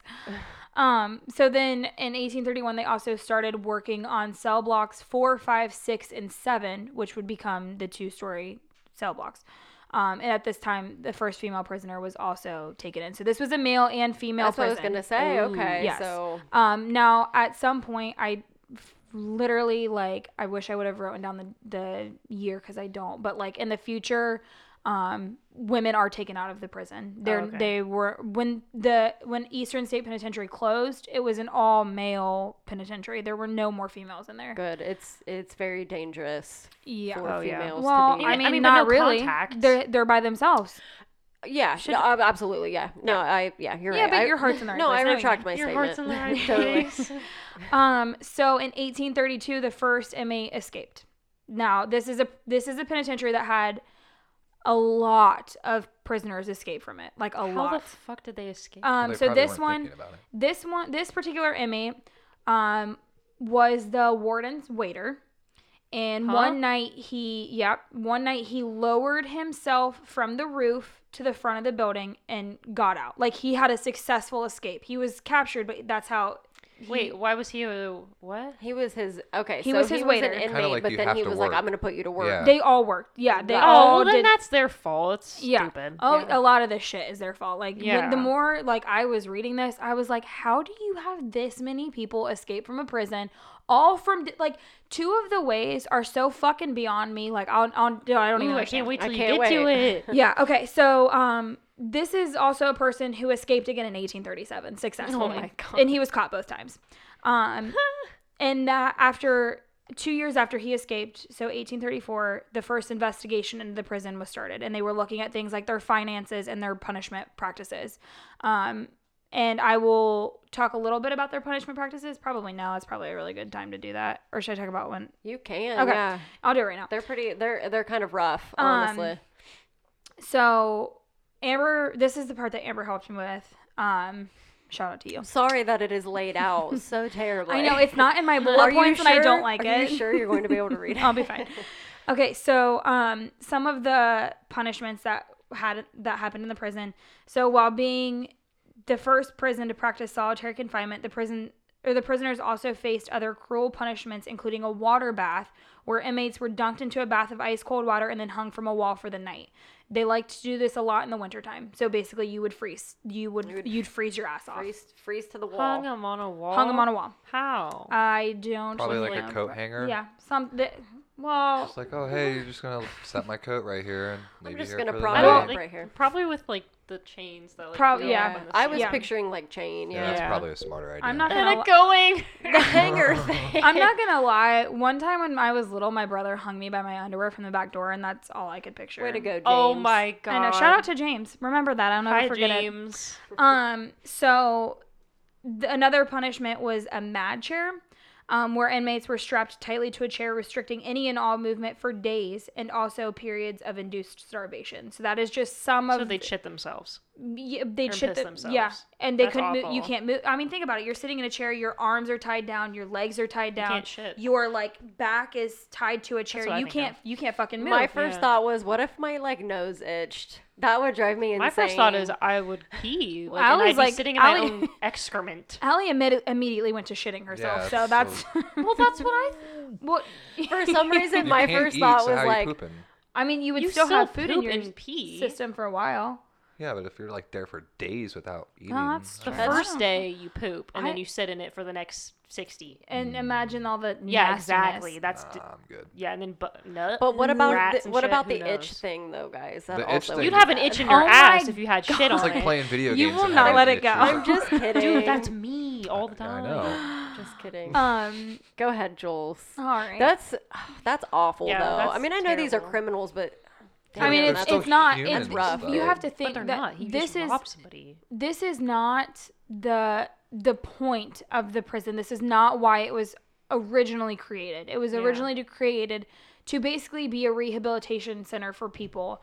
Speaker 2: Um. So then, in 1831, they also started working on cell blocks four, five, six, and seven, which would become the two-story cell blocks. Um, and at this time, the first female prisoner was also taken in. So this was a male and female.
Speaker 1: That's what I was
Speaker 2: prison.
Speaker 1: gonna say. okay,
Speaker 2: yes.
Speaker 1: so
Speaker 2: Um, now, at some point, I f- literally like I wish I would have written down the the year because I don't. But like in the future, um, women are taken out of the prison. They're
Speaker 4: okay.
Speaker 2: they were when the when Eastern State Penitentiary closed, it was an all male penitentiary. There were no more females in there.
Speaker 1: good. It's it's very dangerous
Speaker 2: Yeah.
Speaker 1: for
Speaker 4: Oh, yeah.
Speaker 1: females
Speaker 2: well,
Speaker 1: to be.
Speaker 2: I mean,
Speaker 4: I mean, but
Speaker 2: not
Speaker 4: no
Speaker 2: really.
Speaker 4: contact.
Speaker 2: They're they're by themselves.
Speaker 1: yeah, no, ab- absolutely, yeah. No, I yeah, you're
Speaker 2: Yeah,
Speaker 1: right.
Speaker 2: but
Speaker 1: I,
Speaker 2: your heart's in the right
Speaker 1: No,
Speaker 2: place.
Speaker 1: I
Speaker 2: No,
Speaker 1: retract my
Speaker 4: Your
Speaker 1: statement.
Speaker 4: heart's in the right
Speaker 1: Totally.
Speaker 4: place.
Speaker 2: Um, so in 1832, the first inmate escaped. Now, this is a this is a penitentiary that had a lot of prisoners escape from it, like a
Speaker 4: How
Speaker 2: lot.
Speaker 4: the fuck did they escape?
Speaker 2: um,
Speaker 3: They
Speaker 2: so
Speaker 3: probably
Speaker 2: this
Speaker 3: weren't
Speaker 2: one,
Speaker 3: thinking about it.
Speaker 2: this one, this particular inmate, um, was the warden's waiter, and
Speaker 4: Huh?
Speaker 2: one night he, yep, one night he lowered himself from the roof to the front of the building and got out. Like he had a successful escape. He was captured, but that's how. he-
Speaker 4: Wait, why was he a what?
Speaker 1: He was his okay.
Speaker 2: He
Speaker 1: so
Speaker 2: was
Speaker 1: he
Speaker 2: his
Speaker 1: was
Speaker 2: waiter.
Speaker 1: an
Speaker 2: Kinda
Speaker 1: inmate,
Speaker 3: like
Speaker 1: but
Speaker 3: you
Speaker 1: then
Speaker 3: have
Speaker 1: he
Speaker 3: to
Speaker 1: was like,
Speaker 3: work.
Speaker 1: "I'm going to put you to work."
Speaker 3: Yeah.
Speaker 2: They all worked. Yeah, they
Speaker 1: Oh,
Speaker 2: all
Speaker 4: Oh, well, then
Speaker 2: did.
Speaker 4: that's their fault. It's
Speaker 2: yeah.
Speaker 4: stupid.
Speaker 2: Oh,
Speaker 1: Yeah.
Speaker 2: a lot of this shit is their fault. Like, when-
Speaker 4: Yeah.
Speaker 2: the more like I was reading this, I was like, how do you have this many people escape from a prison? All from di- like two of the ways are so fucking beyond me. Like, I'll, I'll no, I don't even.
Speaker 4: Ooh, I
Speaker 2: understand.
Speaker 4: can't wait
Speaker 1: I
Speaker 4: till you
Speaker 1: can't
Speaker 4: get to it.
Speaker 2: Yeah. Okay. So, um, this is also a person who escaped again in 1837 successfully.
Speaker 4: Oh my God.
Speaker 2: And he was caught both times. Um, and that after two years after he escaped, so 1834, the first investigation into the prison was started, and they were looking at things like their finances and their punishment practices. Um, and I will talk a little bit about their punishment practices. Probably now. It's probably a really good time to do that. Or should I talk about when?
Speaker 1: You can.
Speaker 2: Okay.
Speaker 1: Yeah,
Speaker 2: I'll do it right now.
Speaker 1: they're pretty. They're they're kind of rough,
Speaker 2: Um,
Speaker 1: honestly.
Speaker 2: So Amber, this is the part that Amber helped me with. Um, shout out to you.
Speaker 1: Sorry that it is laid out so terribly.
Speaker 2: I know it's not in my
Speaker 1: Are
Speaker 2: bullet
Speaker 1: you
Speaker 2: points, and I
Speaker 1: sure-
Speaker 2: don't like
Speaker 1: Are
Speaker 2: it. Um,
Speaker 1: you sure you're going to be able to read it?
Speaker 2: I'll be fine. Okay, so um, some of the punishments that had that happened in the prison. So while being the first prison to practice solitary confinement, the prison or the prisoners also faced other cruel punishments, including a water bath, where inmates were dunked into a bath of ice cold water and then hung from a wall for the night. They liked to do this a lot in the wintertime. So basically, you would freeze. You would,
Speaker 1: would
Speaker 2: you'd freeze your ass off.
Speaker 1: Freeze, freeze to the wall.
Speaker 4: Hung him on a wall.
Speaker 2: Hung them on a wall.
Speaker 4: How?
Speaker 2: I don't.
Speaker 3: Probably
Speaker 4: With
Speaker 3: like a
Speaker 4: like-
Speaker 3: coat hanger.
Speaker 2: Yeah, some. The, well,
Speaker 3: It's like, oh hey, you're just gonna set my coat right here and leave
Speaker 1: I'm just
Speaker 3: it here
Speaker 1: gonna
Speaker 3: for the
Speaker 1: prop
Speaker 4: I
Speaker 1: it
Speaker 3: night.
Speaker 4: don't
Speaker 1: up
Speaker 4: like,
Speaker 1: right here.
Speaker 4: Probably with like the chains that like
Speaker 2: Prob-
Speaker 4: go
Speaker 2: yeah.
Speaker 4: on the
Speaker 1: I was
Speaker 4: ceiling.
Speaker 2: Yeah.
Speaker 1: picturing like chain.
Speaker 3: Yeah,
Speaker 1: Yeah.
Speaker 3: that's
Speaker 4: Yeah.
Speaker 3: probably a smarter idea.
Speaker 2: I'm not
Speaker 4: And
Speaker 2: gonna.
Speaker 4: it going.
Speaker 1: The hanger thing.
Speaker 2: I'm not gonna lie. One time when I was little, my brother hung me by my underwear from the back door, and that's all I could picture.
Speaker 1: Way to go, James.
Speaker 4: Oh my god.
Speaker 2: I know. Shout out to James. Remember that. I'll never
Speaker 4: Hi,
Speaker 2: forget it.
Speaker 4: James.
Speaker 2: Um, so th- another punishment was a mad chair, um, where inmates were strapped tightly to a chair, restricting any and all movement for days, and also periods of induced starvation. So that is just some
Speaker 4: So
Speaker 2: of
Speaker 4: they shit themselves.
Speaker 2: yeah, they
Speaker 4: or
Speaker 2: shit
Speaker 4: piss
Speaker 2: the, yeah,
Speaker 4: themselves.
Speaker 2: and they
Speaker 4: That's
Speaker 2: couldn't. move You
Speaker 4: awful.
Speaker 2: can't move. I mean, think about it. You're sitting in a chair. Your arms are tied down. Your legs are tied down.
Speaker 4: can't shit.
Speaker 2: Your like back is tied to a chair.
Speaker 4: what I
Speaker 2: You
Speaker 4: think of.
Speaker 2: can't. You can't fucking move.
Speaker 1: My first
Speaker 4: Yeah.
Speaker 1: thought was, what if my like nose itched? That would drive me insane.
Speaker 4: My first thought is I would pee. Like,
Speaker 2: I
Speaker 4: and
Speaker 2: was
Speaker 4: I'd
Speaker 2: like-
Speaker 4: be sitting in
Speaker 2: I
Speaker 4: my
Speaker 2: was-
Speaker 4: own excrement.
Speaker 2: Allie immedi- immediately went to shitting herself.
Speaker 3: Yeah,
Speaker 2: so that's.
Speaker 4: Well, that's what I.
Speaker 2: Well,
Speaker 1: for some reason
Speaker 3: You
Speaker 1: my
Speaker 3: can't
Speaker 1: first
Speaker 3: eat,
Speaker 1: thought
Speaker 3: so
Speaker 1: was
Speaker 3: how you
Speaker 1: like,
Speaker 3: pooping?
Speaker 2: I mean, you would
Speaker 4: You
Speaker 2: still,
Speaker 4: still
Speaker 2: have food in
Speaker 4: poop
Speaker 2: your
Speaker 4: and pee.
Speaker 2: system for a while.
Speaker 3: Yeah, but if you're like there for days without eating,
Speaker 2: that's
Speaker 3: I
Speaker 4: The
Speaker 3: don't
Speaker 2: true.
Speaker 3: know.
Speaker 4: first day you poop, and
Speaker 2: I-
Speaker 4: then you sit in it for the next sixty.
Speaker 2: And imagine all the
Speaker 4: Yeah,
Speaker 2: nastiness.
Speaker 4: exactly. That's d-
Speaker 3: Nah, I'm good.
Speaker 4: yeah, and then bu- nut.
Speaker 1: but what about
Speaker 4: rats
Speaker 1: the,
Speaker 4: and
Speaker 1: what
Speaker 4: shit,
Speaker 1: about
Speaker 4: who
Speaker 1: the itch
Speaker 4: knows?
Speaker 1: thing though, guys? That
Speaker 3: The itch
Speaker 1: also
Speaker 3: thing.
Speaker 1: would
Speaker 4: You'd
Speaker 1: be
Speaker 4: have an
Speaker 1: bad.
Speaker 4: itch in your
Speaker 2: Oh my
Speaker 4: ass if you had shit on
Speaker 3: It's like
Speaker 4: it.
Speaker 3: playing video
Speaker 2: You
Speaker 3: games.
Speaker 2: will
Speaker 3: and
Speaker 2: not
Speaker 3: having
Speaker 2: let
Speaker 3: to
Speaker 2: it
Speaker 3: itch
Speaker 2: go.
Speaker 3: yourself.
Speaker 1: I'm just kidding.
Speaker 4: Dude, that's me all the
Speaker 3: Yeah, I
Speaker 4: time.
Speaker 3: know.
Speaker 1: just kidding.
Speaker 2: Um.
Speaker 1: Go ahead, Jules.
Speaker 2: All Oh, right.
Speaker 1: That's that's awful
Speaker 4: Yeah,
Speaker 1: though. I
Speaker 4: that's
Speaker 1: mean, I know these are
Speaker 4: terrible.
Speaker 1: criminals, but
Speaker 2: I mean,
Speaker 3: They're
Speaker 2: it's,
Speaker 3: still
Speaker 2: it's not. It's
Speaker 3: humans,
Speaker 1: That's rough.
Speaker 3: though.
Speaker 2: You have to
Speaker 4: But
Speaker 2: think
Speaker 4: they're
Speaker 2: that
Speaker 4: not. He
Speaker 2: this
Speaker 4: just
Speaker 2: is
Speaker 4: robbed somebody.
Speaker 2: this is not the the point of the prison. This is not why it was originally created. It was originally to, created to basically be a rehabilitation center for people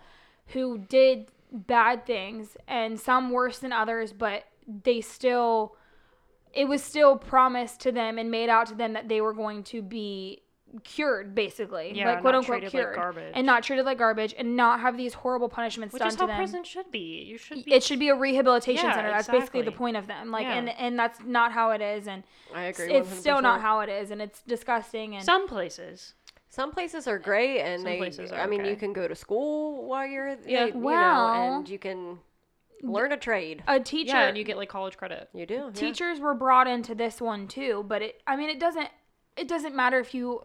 Speaker 2: who did bad things and some worse than others, but they still it was still promised to them and made out to them that they were going to be cured basically
Speaker 4: Yeah,
Speaker 2: like quote
Speaker 4: not
Speaker 2: unquote
Speaker 4: treated like
Speaker 2: cured
Speaker 4: garbage.
Speaker 2: and not treated like garbage and not have these horrible punishments
Speaker 4: Which
Speaker 2: done
Speaker 4: is
Speaker 2: to
Speaker 4: how
Speaker 2: them
Speaker 4: prison should be. You should be.
Speaker 2: it should be a rehabilitation
Speaker 4: Yeah,
Speaker 2: center. That's basically the
Speaker 4: exactly.
Speaker 2: point of them. Like,
Speaker 4: Yeah.
Speaker 2: and and that's not how it is, and
Speaker 1: I agree.
Speaker 2: it's still not
Speaker 1: 100%.
Speaker 2: how it is, and it's disgusting. And
Speaker 4: Some places.
Speaker 1: Some places are great, and
Speaker 4: Some
Speaker 1: they.
Speaker 4: places are
Speaker 1: I mean, you
Speaker 4: okay.
Speaker 1: can go to school while you're
Speaker 4: Yeah.
Speaker 1: yeah. you
Speaker 2: Well-
Speaker 1: know, and you can learn a trade.
Speaker 2: a teacher,
Speaker 4: Yeah, and you get like college credit.
Speaker 1: You do. yeah.
Speaker 2: teachers were brought into this one too. But it, I mean, it doesn't it doesn't matter if you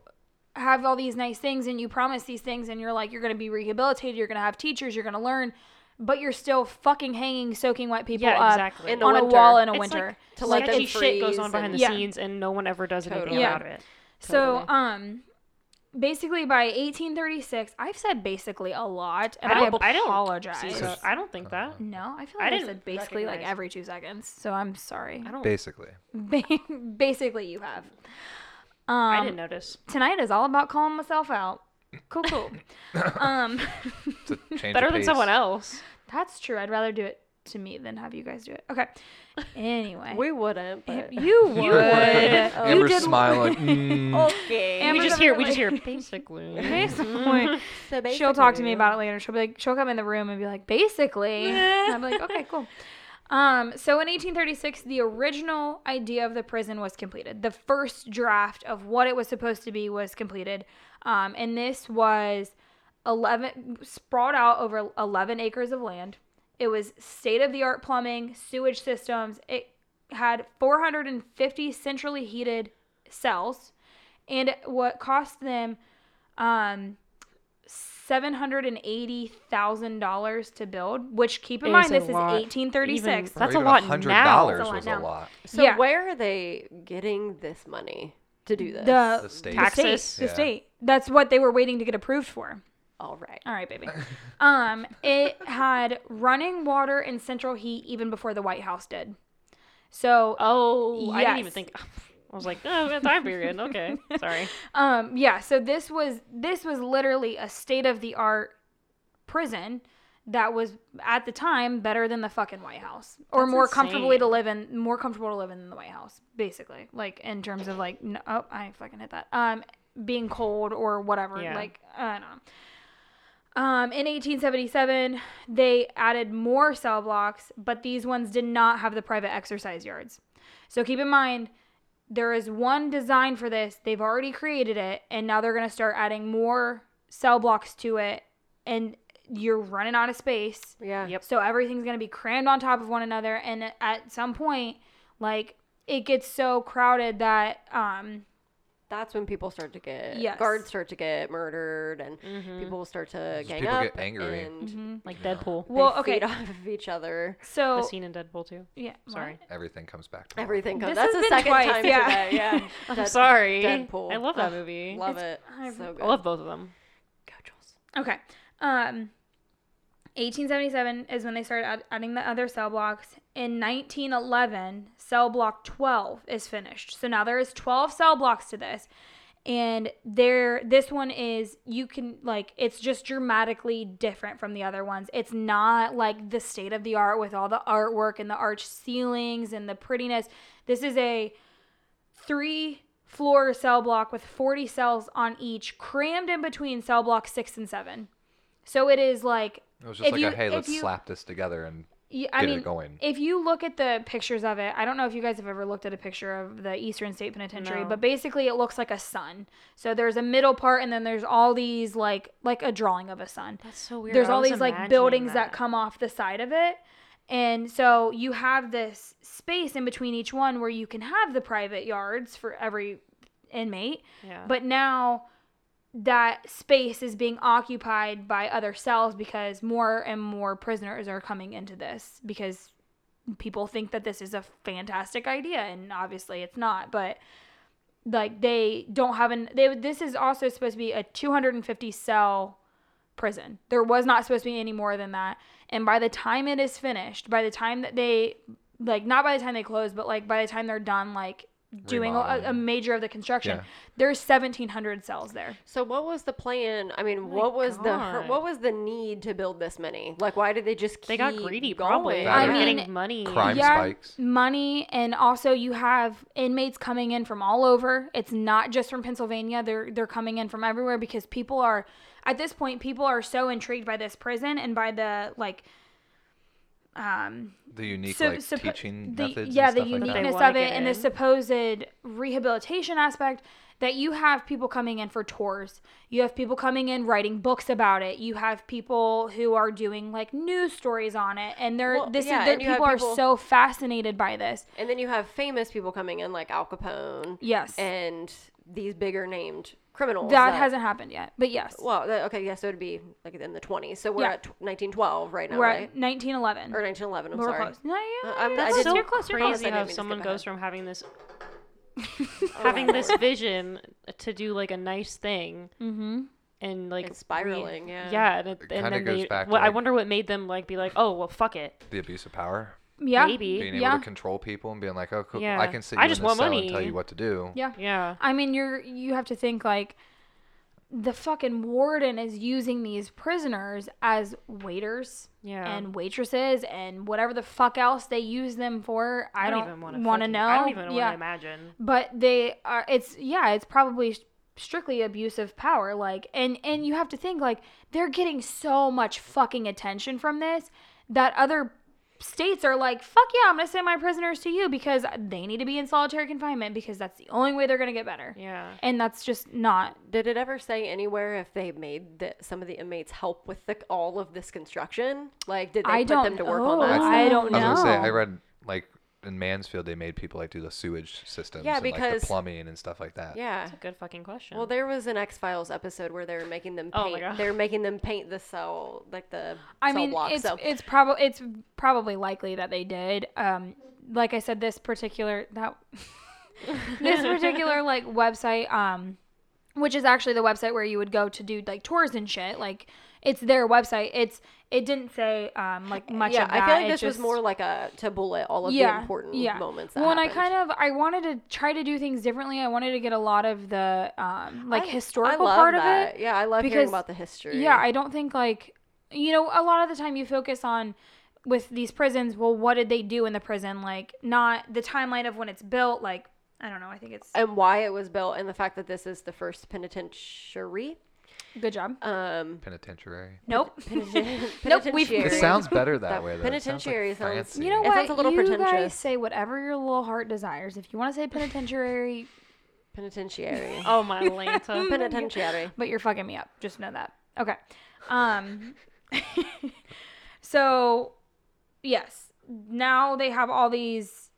Speaker 2: have all these nice things and you promise these things, and you're like you're gonna be rehabilitated, you're gonna have teachers, you're gonna learn, but you're still fucking hanging, soaking wet people
Speaker 4: Yeah,
Speaker 2: up
Speaker 4: exactly.
Speaker 1: In the
Speaker 2: on a
Speaker 1: winter.
Speaker 2: wall in a
Speaker 4: It's
Speaker 2: winter.
Speaker 4: like
Speaker 1: To let
Speaker 4: sketchy
Speaker 1: them
Speaker 4: shit goes on
Speaker 1: freeze
Speaker 4: behind the
Speaker 2: and- Yeah.
Speaker 4: scenes, and no one ever does anything
Speaker 1: Totally.
Speaker 2: Yeah.
Speaker 4: about it.
Speaker 2: So,
Speaker 1: Totally.
Speaker 2: um, basically by 1836, I've said basically a lot, and I,
Speaker 4: don't- I don't
Speaker 2: apologize.
Speaker 4: See, so I don't think that.
Speaker 1: um,
Speaker 2: no, I feel like I,
Speaker 4: I didn't
Speaker 2: said basically like
Speaker 4: recognize-
Speaker 2: every two seconds, so I'm sorry.
Speaker 4: I don't.
Speaker 3: Basically,
Speaker 2: Ba- basically, you have. Um,
Speaker 4: I didn't notice.
Speaker 2: tonight is all about calling myself out. Cool, cool. um,
Speaker 3: it's a change of
Speaker 4: Better than
Speaker 3: pace.
Speaker 4: someone else.
Speaker 2: that's true. I'd rather do it to me than have you guys do it. Okay. Anyway,
Speaker 1: We wouldn't. But...
Speaker 2: you would.
Speaker 3: Amber
Speaker 2: did- Oh,
Speaker 3: smile like, mm.
Speaker 1: okay.
Speaker 2: Amber-
Speaker 4: We
Speaker 2: Amber's
Speaker 4: just
Speaker 2: over
Speaker 4: hear.
Speaker 2: there
Speaker 4: We
Speaker 2: like-
Speaker 4: just hear. Basically.
Speaker 2: Basically.
Speaker 1: So
Speaker 2: she'll talk to
Speaker 1: basically-
Speaker 2: me about it later. She'll be like, she'll come in the room and be like, basically. and I'm like, okay, cool. Um, so in 1836, the original idea of the prison was completed. The first draft of what it was supposed to be was completed, um, and this was 11 sprawled out over 11 acres of land. It was state of the art plumbing, sewage systems. It had 450 centrally heated cells, and what cost them um seven hundred and eighty thousand dollars to build. Which keep in
Speaker 4: It
Speaker 2: mind
Speaker 4: is a
Speaker 2: this is
Speaker 4: lot.
Speaker 2: eighteen thirty six.
Speaker 3: Or
Speaker 4: That's a
Speaker 3: even
Speaker 4: lot
Speaker 3: $100
Speaker 4: now.
Speaker 2: That's a lot
Speaker 3: was
Speaker 2: now.
Speaker 3: a lot.
Speaker 1: So
Speaker 2: Yeah.
Speaker 1: where are they getting this money to do this?
Speaker 2: The,
Speaker 3: The state.
Speaker 2: The
Speaker 4: Taxes.
Speaker 2: state. The
Speaker 3: Yeah.
Speaker 2: state. That's what they were waiting to get approved for.
Speaker 1: All right.
Speaker 2: All right, baby. Um, it had running water and central heat even before the White House did. So
Speaker 4: Oh, I didn't even
Speaker 2: Yes.
Speaker 4: think. I was like, oh, a time period. Okay, sorry.
Speaker 2: um yeah so this was this was literally a state of the art prison that was at the time better than the fucking white house or
Speaker 4: That's
Speaker 2: more comfortably
Speaker 4: insane.
Speaker 2: to live in more comfortable to live in than the white house basically like in terms of like no, oh i fucking hit that um being cold or whatever
Speaker 4: Yeah.
Speaker 2: like i don't know um, in 1877, they added more cell blocks, but these ones did not have the private exercise yards. So keep in mind, there is one design for this. They've already created it, and now they're going to start adding more cell blocks to it, and you're running out of space.
Speaker 1: Yeah.
Speaker 4: Yep.
Speaker 2: So everything's going to be crammed on top of one another, and at some point, like it gets so crowded that um
Speaker 1: That's when people start to get
Speaker 2: Yes.
Speaker 1: guards start to get murdered and
Speaker 4: Mm-hmm.
Speaker 1: people start to
Speaker 3: Just
Speaker 1: gang
Speaker 3: people
Speaker 1: up
Speaker 3: get angry.
Speaker 1: and
Speaker 4: Like Deadpool.
Speaker 1: they
Speaker 2: well okay
Speaker 1: feed off of each other.
Speaker 2: so
Speaker 4: The scene in Deadpool too.
Speaker 2: yeah
Speaker 4: Sorry.
Speaker 3: Everything comes back to life.
Speaker 1: Everything comes.
Speaker 2: This
Speaker 1: That's
Speaker 2: has
Speaker 1: the
Speaker 2: been
Speaker 1: second
Speaker 2: twice,
Speaker 1: time
Speaker 2: yeah.
Speaker 1: today. Yeah. Dead-
Speaker 4: Sorry.
Speaker 1: Deadpool.
Speaker 4: I love that
Speaker 1: Ugh,
Speaker 4: movie.
Speaker 1: Love it.
Speaker 2: I-
Speaker 1: so good.
Speaker 4: I love both of them.
Speaker 1: Go, Jules.
Speaker 2: Okay. Um, 1877 is when they started add- adding the other cell blocks. In 1911, cell block 12 is finished. So now there is 12 cell blocks to this. And there this one is you can like it's just dramatically different from the other ones. It's not like the state of the art with all the artwork and the arch ceilings and the prettiness. This is a three floor cell block with 40 cells on each, crammed in between cell block six and seven. So it is like,
Speaker 3: It was just
Speaker 2: If
Speaker 3: like,
Speaker 2: you-
Speaker 3: a, hey,
Speaker 2: if
Speaker 3: let's
Speaker 2: you-
Speaker 3: slap this together and
Speaker 2: y- I
Speaker 3: Get it
Speaker 2: mean,
Speaker 3: going.
Speaker 2: if you look at the pictures of it, I don't know if you guys have ever looked at a picture of the Eastern State Penitentiary,
Speaker 4: No.
Speaker 2: but basically it looks like a sun. So there's a middle part, and then there's all these like like a drawing of a sun.
Speaker 4: That's so weird.
Speaker 2: There's all these like buildings that. come off the side of it. And so you have this space in between each one where you can have the private yards for every inmate.
Speaker 4: Yeah.
Speaker 2: But now that space is being occupied by other cells because more and more prisoners are coming into this because people think that this is a fantastic idea and obviously it's not, but like they don't have an they this is also supposed to be a 250 cell prison. There was not supposed to be any more than that. And by the time it is finished, by the time that they like not by the time they close, but like by the time they're done like doing a, a
Speaker 3: Remodeling.
Speaker 2: major of the construction,
Speaker 3: Yeah.
Speaker 2: there's 1700 cells there.
Speaker 1: So what was the plan? I mean, what was the her-
Speaker 4: Oh God.
Speaker 1: what was the need to build this many? Like, why did they just keep
Speaker 4: They got greedy,
Speaker 1: going?
Speaker 4: probably.
Speaker 3: I
Speaker 4: I mean,
Speaker 2: mean,
Speaker 4: getting money.
Speaker 3: crime
Speaker 2: Yeah.
Speaker 3: spikes.
Speaker 2: Money and also you have inmates coming in from all over. It's not just from Pennsylvania. They're they're coming in from everywhere because people are at this point people are so intrigued by this prison and by the like um
Speaker 3: The unique
Speaker 2: So-
Speaker 3: like
Speaker 2: suppo-
Speaker 3: teaching
Speaker 2: the-
Speaker 3: methods.
Speaker 2: Yeah,
Speaker 3: and stuff
Speaker 2: the
Speaker 3: like that.
Speaker 2: uniqueness
Speaker 4: wanna
Speaker 2: of it
Speaker 4: get
Speaker 2: and
Speaker 4: in.
Speaker 2: the supposed rehabilitation aspect that you have people coming in for tours. You have people coming in writing books about it. You have people who are doing like news stories on it, and they're
Speaker 1: Well,
Speaker 2: this
Speaker 1: yeah,
Speaker 2: is they're,
Speaker 1: and you have
Speaker 2: people,
Speaker 1: people-
Speaker 2: are so fascinated by this.
Speaker 1: And then you have famous people coming in, like Al Capone.
Speaker 2: Yes,
Speaker 1: And these bigger named criminals.
Speaker 2: that, hasn't happened yet, but yes,
Speaker 1: Well, that, okay, yeah, so it'd be like in the 20s. So we're
Speaker 2: Yeah.
Speaker 1: at t- 1912 right now,
Speaker 2: we're
Speaker 1: right?
Speaker 2: at 1911.
Speaker 1: Or 1911, I'm
Speaker 2: We're
Speaker 1: sorry.
Speaker 2: close. No, yeah,
Speaker 1: Uh, I'm- I
Speaker 4: That's
Speaker 1: did-
Speaker 4: so
Speaker 1: you're
Speaker 2: close, you're
Speaker 1: close. I
Speaker 4: crazy
Speaker 1: didn't
Speaker 4: how
Speaker 1: mean to
Speaker 4: someone
Speaker 1: skip ahead.
Speaker 4: goes from having this
Speaker 1: Oh,
Speaker 4: having
Speaker 1: wow.
Speaker 4: this vision to do like a nice thing
Speaker 2: mm-hmm.
Speaker 4: and like
Speaker 1: It's spiraling, yeah.
Speaker 4: Yeah, and, it,
Speaker 3: It
Speaker 4: and
Speaker 3: kinda
Speaker 4: then
Speaker 3: goes
Speaker 4: they.
Speaker 3: back to,
Speaker 4: well, I
Speaker 3: like-
Speaker 4: wonder what made them like be like, oh well, fuck it.
Speaker 3: The abuse of power.
Speaker 2: yeah,
Speaker 4: Maybe.
Speaker 3: Being able
Speaker 2: Yeah.
Speaker 3: to control people and being like, oh, cool.
Speaker 4: Yeah.
Speaker 3: I can sit
Speaker 4: I
Speaker 3: you
Speaker 4: just
Speaker 3: in this
Speaker 4: want
Speaker 3: cell and tell
Speaker 4: money.
Speaker 3: you what to do.
Speaker 2: yeah.
Speaker 4: Yeah.
Speaker 2: I mean, you're you have to think like the fucking warden is using these prisoners as waiters
Speaker 4: Yeah.
Speaker 2: and waitresses and whatever the fuck else they use them for. I, don't,
Speaker 4: wanna
Speaker 2: want to
Speaker 4: fucking-
Speaker 2: know.
Speaker 4: I don't even want
Speaker 2: yeah,
Speaker 4: to imagine.
Speaker 2: but they are. It's yeah. It's probably strictly abuse of power. Like, and and you have to think like they're getting so much fucking attention from this that other states are like fuck yeah i'm gonna send my prisoners to you because they need to be in solitary confinement because that's the only way they're gonna get better
Speaker 4: Yeah.
Speaker 2: and that's just not
Speaker 1: Did it ever say anywhere if they made the, some of the inmates help with the, all of this construction? Like, did they
Speaker 2: I
Speaker 1: put
Speaker 2: don't
Speaker 1: them to work
Speaker 2: know.
Speaker 1: on that?
Speaker 2: I don't
Speaker 3: I was gonna say,
Speaker 2: No.
Speaker 3: I read like in Mansfield, they made people like do the sewage systems
Speaker 1: Yeah,
Speaker 3: and like
Speaker 1: because-
Speaker 3: the plumbing and stuff like that.
Speaker 1: Yeah.
Speaker 4: That's a good fucking question.
Speaker 1: Well, there was an X Files episode where they were making them
Speaker 4: Oh my
Speaker 1: paint.
Speaker 4: God.
Speaker 1: they were making them paint the cell, like the
Speaker 2: I
Speaker 1: cell
Speaker 2: mean,
Speaker 1: block.
Speaker 2: it's
Speaker 1: so
Speaker 2: it's probably it's probably likely that they did. Um, like I said, this particular that this particular like website, um, which is actually the website where you would go to do like tours and shit. Like it's their website. It's it didn't say um like much
Speaker 1: yeah,
Speaker 2: of that.
Speaker 1: I feel like
Speaker 2: It
Speaker 1: this was
Speaker 2: just-
Speaker 1: more like a to bullet all of the important moments. That
Speaker 2: well, and I
Speaker 1: happened.
Speaker 2: kind of I wanted to try to do things differently. I wanted to get a lot of the um like
Speaker 1: I-
Speaker 2: historical
Speaker 1: I love
Speaker 2: part of it.
Speaker 1: that. Yeah, I love hearing
Speaker 2: because-
Speaker 1: about the history.
Speaker 2: Yeah, I don't think like you know a lot of the time you focus on with these prisons. Well, what did they do in the prison? Like not the timeline of when it's built. Like I don't know. I think it's
Speaker 1: and why it was built, and the fact that this is the first penitentiary.
Speaker 2: Good job.
Speaker 1: Um,
Speaker 3: Penitentiary.
Speaker 2: Nope.
Speaker 1: peniten-
Speaker 2: Nope, we've-
Speaker 3: It
Speaker 1: penitentiary.
Speaker 3: sounds better that,
Speaker 1: That-
Speaker 3: way. Though.
Speaker 1: penitentiary
Speaker 3: it sounds, like
Speaker 1: sounds-
Speaker 3: fancy.
Speaker 2: You know
Speaker 1: It
Speaker 2: what?
Speaker 1: sounds a little
Speaker 2: you guys
Speaker 1: pretentious.
Speaker 2: say whatever your little heart desires. If you want to say penitentiary,
Speaker 1: penitentiary.
Speaker 4: Oh my Lanta.
Speaker 1: penitentiary.
Speaker 2: but you're fucking me up. Just know that. Okay. Um. so, yes. Now they have all these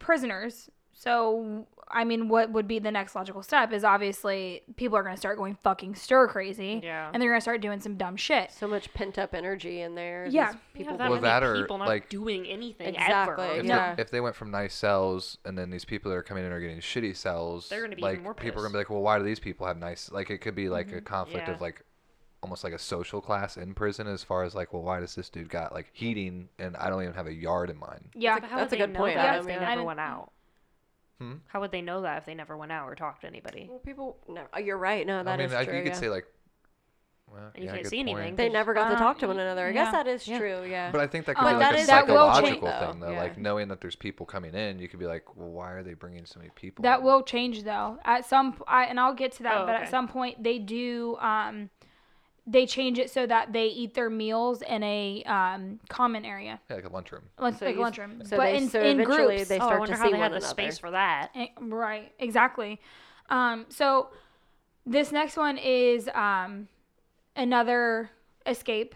Speaker 2: prisoners. So, I mean, what would be the next logical step is obviously people are going to start going fucking stir crazy.
Speaker 4: Yeah.
Speaker 2: And they're going to start doing some dumb shit.
Speaker 1: So much pent up energy in there.
Speaker 2: Yeah.
Speaker 1: These People.
Speaker 4: that
Speaker 3: Well,
Speaker 4: well,
Speaker 3: that or,
Speaker 4: people not
Speaker 3: like-
Speaker 4: doing anything
Speaker 1: Exactly,
Speaker 4: ever.
Speaker 3: If,
Speaker 1: Yeah.
Speaker 3: they, if they went from nice cells and then these people that are coming in are getting shitty cells,
Speaker 4: They're gonna be
Speaker 3: like
Speaker 4: even more
Speaker 3: people are
Speaker 4: pissed. Mm-hmm.
Speaker 3: gonna be like, well, why do these people have nice? Like it could be like a conflict
Speaker 4: Yeah.
Speaker 3: of like almost like a social class in prison as far as like, well, why does this dude got like heating and I don't even have a yard in mine?
Speaker 2: Yeah.
Speaker 4: But how
Speaker 1: That's a
Speaker 4: would they
Speaker 1: good
Speaker 4: know
Speaker 1: point,
Speaker 4: That
Speaker 2: Adam,
Speaker 4: if they
Speaker 2: yeah. I
Speaker 4: never
Speaker 2: didn't-
Speaker 4: went out.
Speaker 3: Hmm?
Speaker 4: How would they know that if they never went out or talked to anybody?
Speaker 1: Well, people. No, oh, you're right. No,
Speaker 3: I
Speaker 1: that
Speaker 3: mean,
Speaker 1: is
Speaker 3: like,
Speaker 1: true.
Speaker 3: you could
Speaker 1: yeah.
Speaker 3: say like, well,
Speaker 4: And you
Speaker 3: yeah,
Speaker 4: can't
Speaker 3: good
Speaker 4: see anything.
Speaker 3: point.
Speaker 1: they never got to
Speaker 2: Uh,
Speaker 1: talk to one another. I
Speaker 2: yeah.
Speaker 1: guess that is
Speaker 4: Yeah.
Speaker 1: true. Yeah.
Speaker 3: But I think that could
Speaker 2: Um,
Speaker 3: be
Speaker 2: But
Speaker 3: like
Speaker 2: that
Speaker 3: a
Speaker 2: is- that will change,
Speaker 3: psychological
Speaker 1: though.
Speaker 3: thing, though.
Speaker 1: Yeah.
Speaker 3: Like knowing that there's people coming in, you could be like, well, why are they bringing so many people?
Speaker 2: That
Speaker 3: in?
Speaker 2: will change though. At some p- I, and I'll get to that,
Speaker 4: Oh,
Speaker 2: but
Speaker 4: okay.
Speaker 2: at some point they do um they change it so that they eat their meals in a um common area.
Speaker 3: Yeah, like a lunchroom.
Speaker 2: Lunch,
Speaker 4: So
Speaker 2: like
Speaker 4: you-
Speaker 2: lunchroom.
Speaker 1: so
Speaker 2: but
Speaker 1: they-
Speaker 2: in,
Speaker 1: so
Speaker 2: in
Speaker 1: eventually
Speaker 2: groups.
Speaker 1: they
Speaker 4: Oh, I
Speaker 1: start
Speaker 4: wonder
Speaker 1: to
Speaker 4: how
Speaker 1: see
Speaker 4: they had
Speaker 1: one
Speaker 4: the
Speaker 1: another.
Speaker 4: space for that.
Speaker 2: Eh, Right, exactly. Um, so this next one is um, another escape.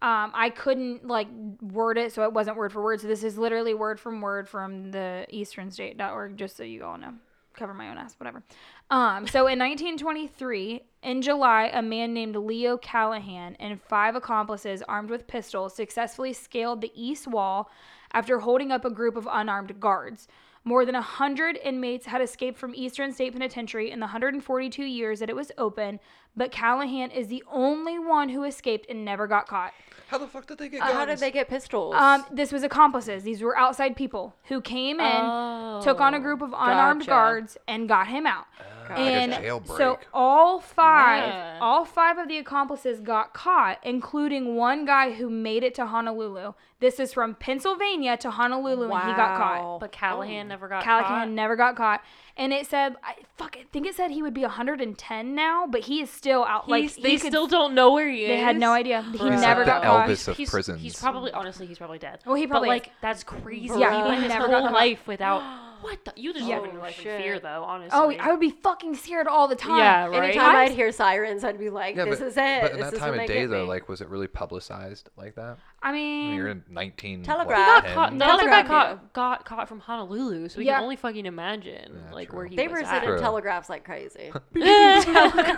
Speaker 2: Um, I couldn't like word it, so it wasn't word for word. So this is literally word from word from the easternstate.org, just so you all know. Cover my own ass, whatever. Um, so in 1923, in July, a man named Leo Callahan and five accomplices armed with pistols successfully scaled the east wall after holding up a group of unarmed guards. More than 100 inmates had escaped from Eastern State Penitentiary in the 142 years that it was open, but Callahan is the only one who escaped and never got caught.
Speaker 3: How the fuck did they get?
Speaker 1: Uh, how did
Speaker 3: guns?
Speaker 1: they get pistols?
Speaker 2: Um, this was accomplices. These were outside people who came in, took on a group
Speaker 4: Oh,
Speaker 2: of unarmed
Speaker 1: gotcha.
Speaker 2: guards, and got him out.
Speaker 3: Oh, a
Speaker 2: and so
Speaker 3: jailbreak.
Speaker 2: all five,
Speaker 4: Yeah.
Speaker 2: all five of the accomplices got caught, including one guy who made it to Honolulu. This is from Pennsylvania to Honolulu, and he got caught.
Speaker 1: Wow.
Speaker 4: But Callahan
Speaker 1: Oh.
Speaker 4: never got
Speaker 2: Callahan never got caught. And it said, I fuck, I think it said he would be 110 now, but he is still out.
Speaker 4: caught.
Speaker 2: like
Speaker 4: He's-
Speaker 2: he
Speaker 4: they
Speaker 2: could-
Speaker 4: still don't know where he is.
Speaker 2: They had no idea. He
Speaker 1: He's
Speaker 3: He's
Speaker 2: never
Speaker 3: like
Speaker 2: got
Speaker 3: the
Speaker 2: caught.
Speaker 3: Elvis of
Speaker 4: he's,
Speaker 3: prisons.
Speaker 4: He's probably honestly, he's probably dead.
Speaker 2: Well, Oh, he probably
Speaker 4: but,
Speaker 2: is.
Speaker 4: like that's crazy.
Speaker 2: Yeah,
Speaker 4: he
Speaker 2: he
Speaker 4: went his
Speaker 2: never
Speaker 4: whole
Speaker 2: got-
Speaker 4: life without what the, you just
Speaker 1: Yeah.
Speaker 4: living your life
Speaker 1: Oh,
Speaker 4: in fear
Speaker 1: shit.
Speaker 4: though. Honestly.
Speaker 2: Oh, I would be fucking scared all the time.
Speaker 4: Yeah, right.
Speaker 1: Anytime
Speaker 2: I-
Speaker 1: I'd hear sirens, I'd be like,
Speaker 3: Yeah,
Speaker 1: "This
Speaker 3: but,
Speaker 1: is it."
Speaker 3: But in
Speaker 1: this
Speaker 3: that
Speaker 1: is
Speaker 3: time
Speaker 1: when
Speaker 3: of
Speaker 1: they
Speaker 3: day,
Speaker 1: get
Speaker 3: though,
Speaker 1: me.
Speaker 3: like, was it really publicized like that?
Speaker 2: I
Speaker 3: I mean,
Speaker 2: mean,
Speaker 3: Oh, you're in 19.
Speaker 1: Mm. Telegraph.
Speaker 3: What,
Speaker 1: Got
Speaker 3: 10?
Speaker 4: Caught,
Speaker 1: No,
Speaker 4: not that
Speaker 1: Telegraph
Speaker 4: guy caught, got caught from Honolulu, so we
Speaker 2: Yeah.
Speaker 4: can only fucking imagine
Speaker 3: Yeah,
Speaker 4: like
Speaker 3: true.
Speaker 4: where he
Speaker 1: they
Speaker 4: was
Speaker 1: visited
Speaker 4: at.
Speaker 3: True.
Speaker 1: telegraphs like crazy.
Speaker 4: Morse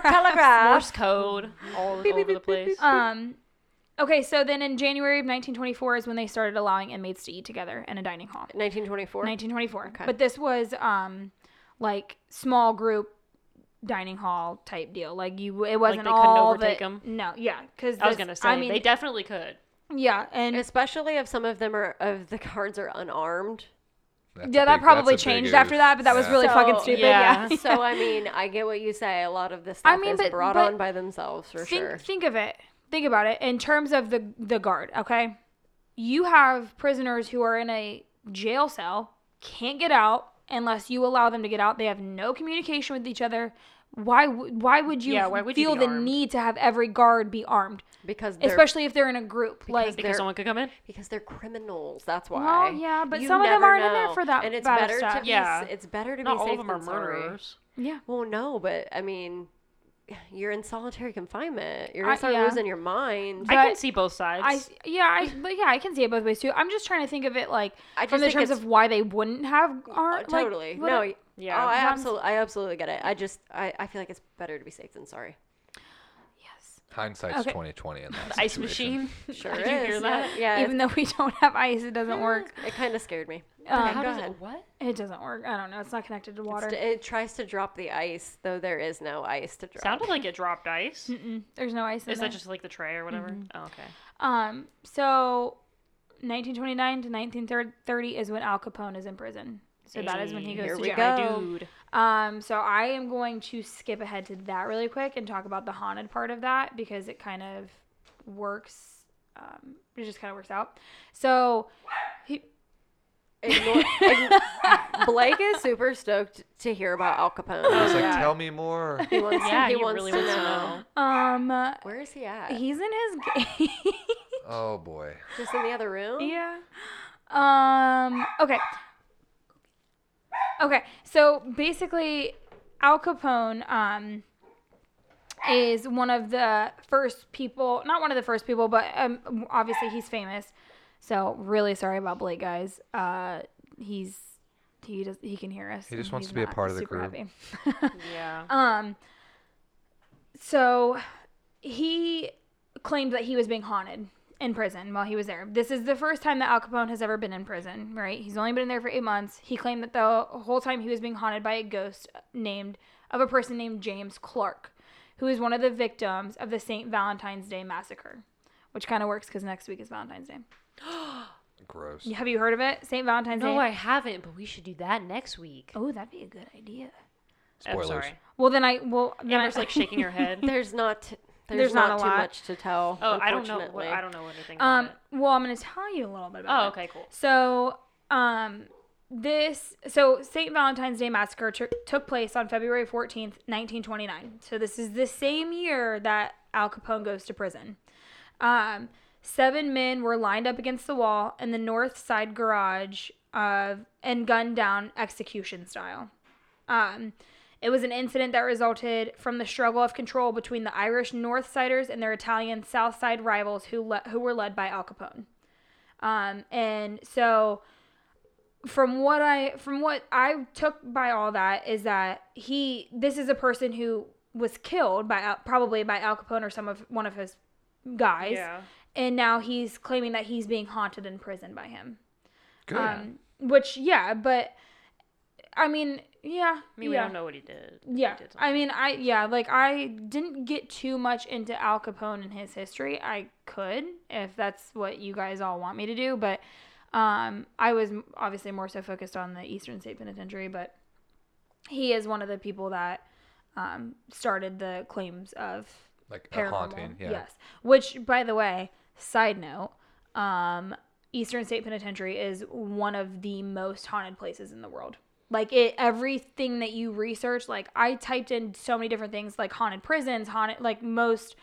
Speaker 1: telegraphs.
Speaker 4: code all over the place.
Speaker 2: um, okay, so then in January of 1924 is when they started allowing inmates to eat together in a dining hall.
Speaker 1: 1924.
Speaker 2: 1924. But this was um, like small group dining hall type deal. Like you, it wasn't
Speaker 4: they couldn't
Speaker 2: all
Speaker 4: overtake
Speaker 2: the-
Speaker 4: 'em?
Speaker 2: No, yeah, because
Speaker 4: I was gonna say
Speaker 2: I mean,
Speaker 4: they definitely could.
Speaker 2: yeah, and
Speaker 1: Especially if some of them are of the guards are unarmed.
Speaker 3: That's a
Speaker 2: yeah, that
Speaker 3: big-
Speaker 2: probably
Speaker 3: that's a big
Speaker 2: changed
Speaker 3: oof.
Speaker 2: after that, but that was
Speaker 3: Yeah.
Speaker 2: really
Speaker 1: So,
Speaker 2: fucking stupid. Yeah.
Speaker 4: yeah.
Speaker 1: so I mean, I get what you say. A lot of this stuff
Speaker 2: I mean,
Speaker 1: is
Speaker 2: but-
Speaker 1: brought
Speaker 2: but
Speaker 1: on by themselves for
Speaker 2: think
Speaker 1: sure.
Speaker 2: think of it. Think about it in terms of the the guard. Okay, you have prisoners who are in a jail cell, can't get out unless you allow them to get out. They have no communication with each other. Why w- why would you
Speaker 4: Yeah, why would you
Speaker 2: feel
Speaker 4: be
Speaker 2: the
Speaker 4: armed?
Speaker 2: need to have every guard be armed,
Speaker 1: Because they're
Speaker 2: especially if they're in a group? like
Speaker 4: Because someone could come in.
Speaker 1: because they're criminals. That's why.
Speaker 2: Well, yeah, but
Speaker 1: You
Speaker 2: some of them
Speaker 1: never
Speaker 2: aren't in there
Speaker 1: know.
Speaker 2: for that
Speaker 1: And it's
Speaker 2: bad
Speaker 1: better
Speaker 2: stuff.
Speaker 1: to be.
Speaker 4: Yeah.
Speaker 1: It's better to
Speaker 4: Not
Speaker 1: be safe
Speaker 4: all of them are
Speaker 1: than sorry.
Speaker 4: murderers.
Speaker 2: yeah,
Speaker 1: Well, no, but I mean, you're in solitary confinement. You're gonna
Speaker 2: I-
Speaker 1: start
Speaker 2: yeah.
Speaker 1: losing your mind.
Speaker 4: I
Speaker 2: But
Speaker 4: can see both sides.
Speaker 2: I yeah, I but yeah, I can see it both ways too. I'm just trying to think of it like
Speaker 1: I just
Speaker 2: from the
Speaker 1: think
Speaker 2: terms
Speaker 1: it's-
Speaker 2: of uh, why they wouldn't have armed.
Speaker 1: Oh, totally. no. y-
Speaker 4: Yeah.
Speaker 1: Oh, I
Speaker 2: Sometimes-
Speaker 1: absolutely, I absolutely get it. I just, I, I feel like it's better to be safe than sorry.
Speaker 3: Hindsight's
Speaker 2: Okay.
Speaker 3: 2020 in that
Speaker 4: The ice
Speaker 3: situation.
Speaker 4: machine.
Speaker 1: Sure
Speaker 4: Did
Speaker 1: is.
Speaker 4: you hear that?
Speaker 1: Yeah. yeah
Speaker 2: even though we don't have ice, it doesn't work.
Speaker 1: it kind of scared me.
Speaker 2: Uh,
Speaker 4: How
Speaker 1: go
Speaker 4: does
Speaker 1: ahead.
Speaker 4: it, what?
Speaker 2: It doesn't work. I don't know. It's not connected to water.
Speaker 1: St- It tries to drop the ice, though there is no ice to drop.
Speaker 4: Sounded like it dropped ice.
Speaker 2: Mm-mm. There's no ice in
Speaker 4: Is that
Speaker 2: it.
Speaker 4: just like the tray or whatever?
Speaker 2: Mm-hmm.
Speaker 4: Oh, okay.
Speaker 2: um, so 1929 to 1930 is when Al Capone is in prison. So that is when he
Speaker 4: Hey,
Speaker 2: goes
Speaker 1: here
Speaker 2: to
Speaker 1: we
Speaker 2: jail.
Speaker 1: go.
Speaker 4: Dude.
Speaker 2: Um, so I am going to skip ahead to that really quick and talk about the haunted part of that because it kind of works. Um, it just kind of works out. So, he,
Speaker 1: Ignore- ign- Blake is super stoked to hear about Al
Speaker 3: I was
Speaker 1: Capone.
Speaker 3: like,
Speaker 4: Yeah.
Speaker 3: tell me more.
Speaker 1: He wants,
Speaker 4: Yeah,
Speaker 1: he
Speaker 4: he
Speaker 1: wants
Speaker 4: really
Speaker 1: to
Speaker 4: wants to
Speaker 1: know.
Speaker 4: know.
Speaker 2: Um, uh,
Speaker 1: Where is he at?
Speaker 2: he's in his. Ga-
Speaker 3: Oh boy.
Speaker 1: Just in the other room?
Speaker 2: yeah. Um. Okay. Okay. So basically, Al Capone um is one of the first people, not one of the first people, but um, obviously he's famous. So really sorry about Blake, guys. Uh, he's he does he can hear us.
Speaker 3: He just
Speaker 2: and
Speaker 3: wants
Speaker 2: he's
Speaker 3: to be a
Speaker 2: not
Speaker 3: part of the
Speaker 2: super
Speaker 3: group.
Speaker 2: happy.
Speaker 4: Yeah.
Speaker 2: Um, so he claimed that he was being haunted in prison while he was there. This is the first time that Al Capone has ever been in prison, right? He's only been in there for eight months. He claimed that the whole time he was being haunted by a ghost named of a person named James Clark, who is one of the victims of the St. Valentine's Day massacre, which kind of works because next week is Valentine's Day.
Speaker 3: Gross.
Speaker 2: Have you heard of it? St. Valentine's
Speaker 4: No,
Speaker 2: Day.
Speaker 4: I haven't, but we should do that next week.
Speaker 2: oh, that'd be a good idea.
Speaker 3: Spoilers.
Speaker 4: I'm sorry.
Speaker 2: Well, then I well then
Speaker 4: Amber's
Speaker 2: I-
Speaker 4: like shaking her head.
Speaker 1: There's not. T- there's,
Speaker 2: There's
Speaker 1: not,
Speaker 2: not a
Speaker 1: too
Speaker 2: lot.
Speaker 1: much to tell.
Speaker 4: oh, I don't know. What,
Speaker 1: unfortunately.
Speaker 4: I don't know anything. About
Speaker 2: Um,
Speaker 4: it.
Speaker 2: well, I'm going to tell you a little bit about it.
Speaker 4: Oh, okay, cool.
Speaker 2: So, um, this so St. Valentine's Day massacre took took place on February 14th, 1929. So this is the same year that Al Capone goes to prison. Um, seven men were lined up against the wall in the north side garage of and gunned down execution style. Um, it was an incident that resulted from the struggle of control between the Irish North Siders and their Italian South Side rivals, who le- who were led by Al Capone. Um, and so, from what I from what I took by all that is that he this is a person who was killed by Al, probably by Al Capone or some of one of his guys,
Speaker 4: Yeah.
Speaker 2: and now he's claiming that he's being haunted in prison by him.
Speaker 3: Good.
Speaker 2: Um, which yeah, but I mean yeah,
Speaker 4: I mean, we
Speaker 2: yeah.
Speaker 4: don't know what he did.
Speaker 2: Yeah.
Speaker 4: He did something.
Speaker 2: I mean, I, yeah, like I didn't get too much into Al Capone and his history. I could, if that's what you guys all want me to do, but um, I was m- obviously more so focused on the Eastern State Penitentiary, but he is one of the people that um, started the claims of
Speaker 3: like a
Speaker 2: paranormal.
Speaker 3: haunting. Yeah.
Speaker 2: Yes. Which, by the way, side note, um, Eastern State Penitentiary is one of the most haunted places in the world. Like it, everything that you research, like I typed in so many different things, like haunted prisons, haunted, like most.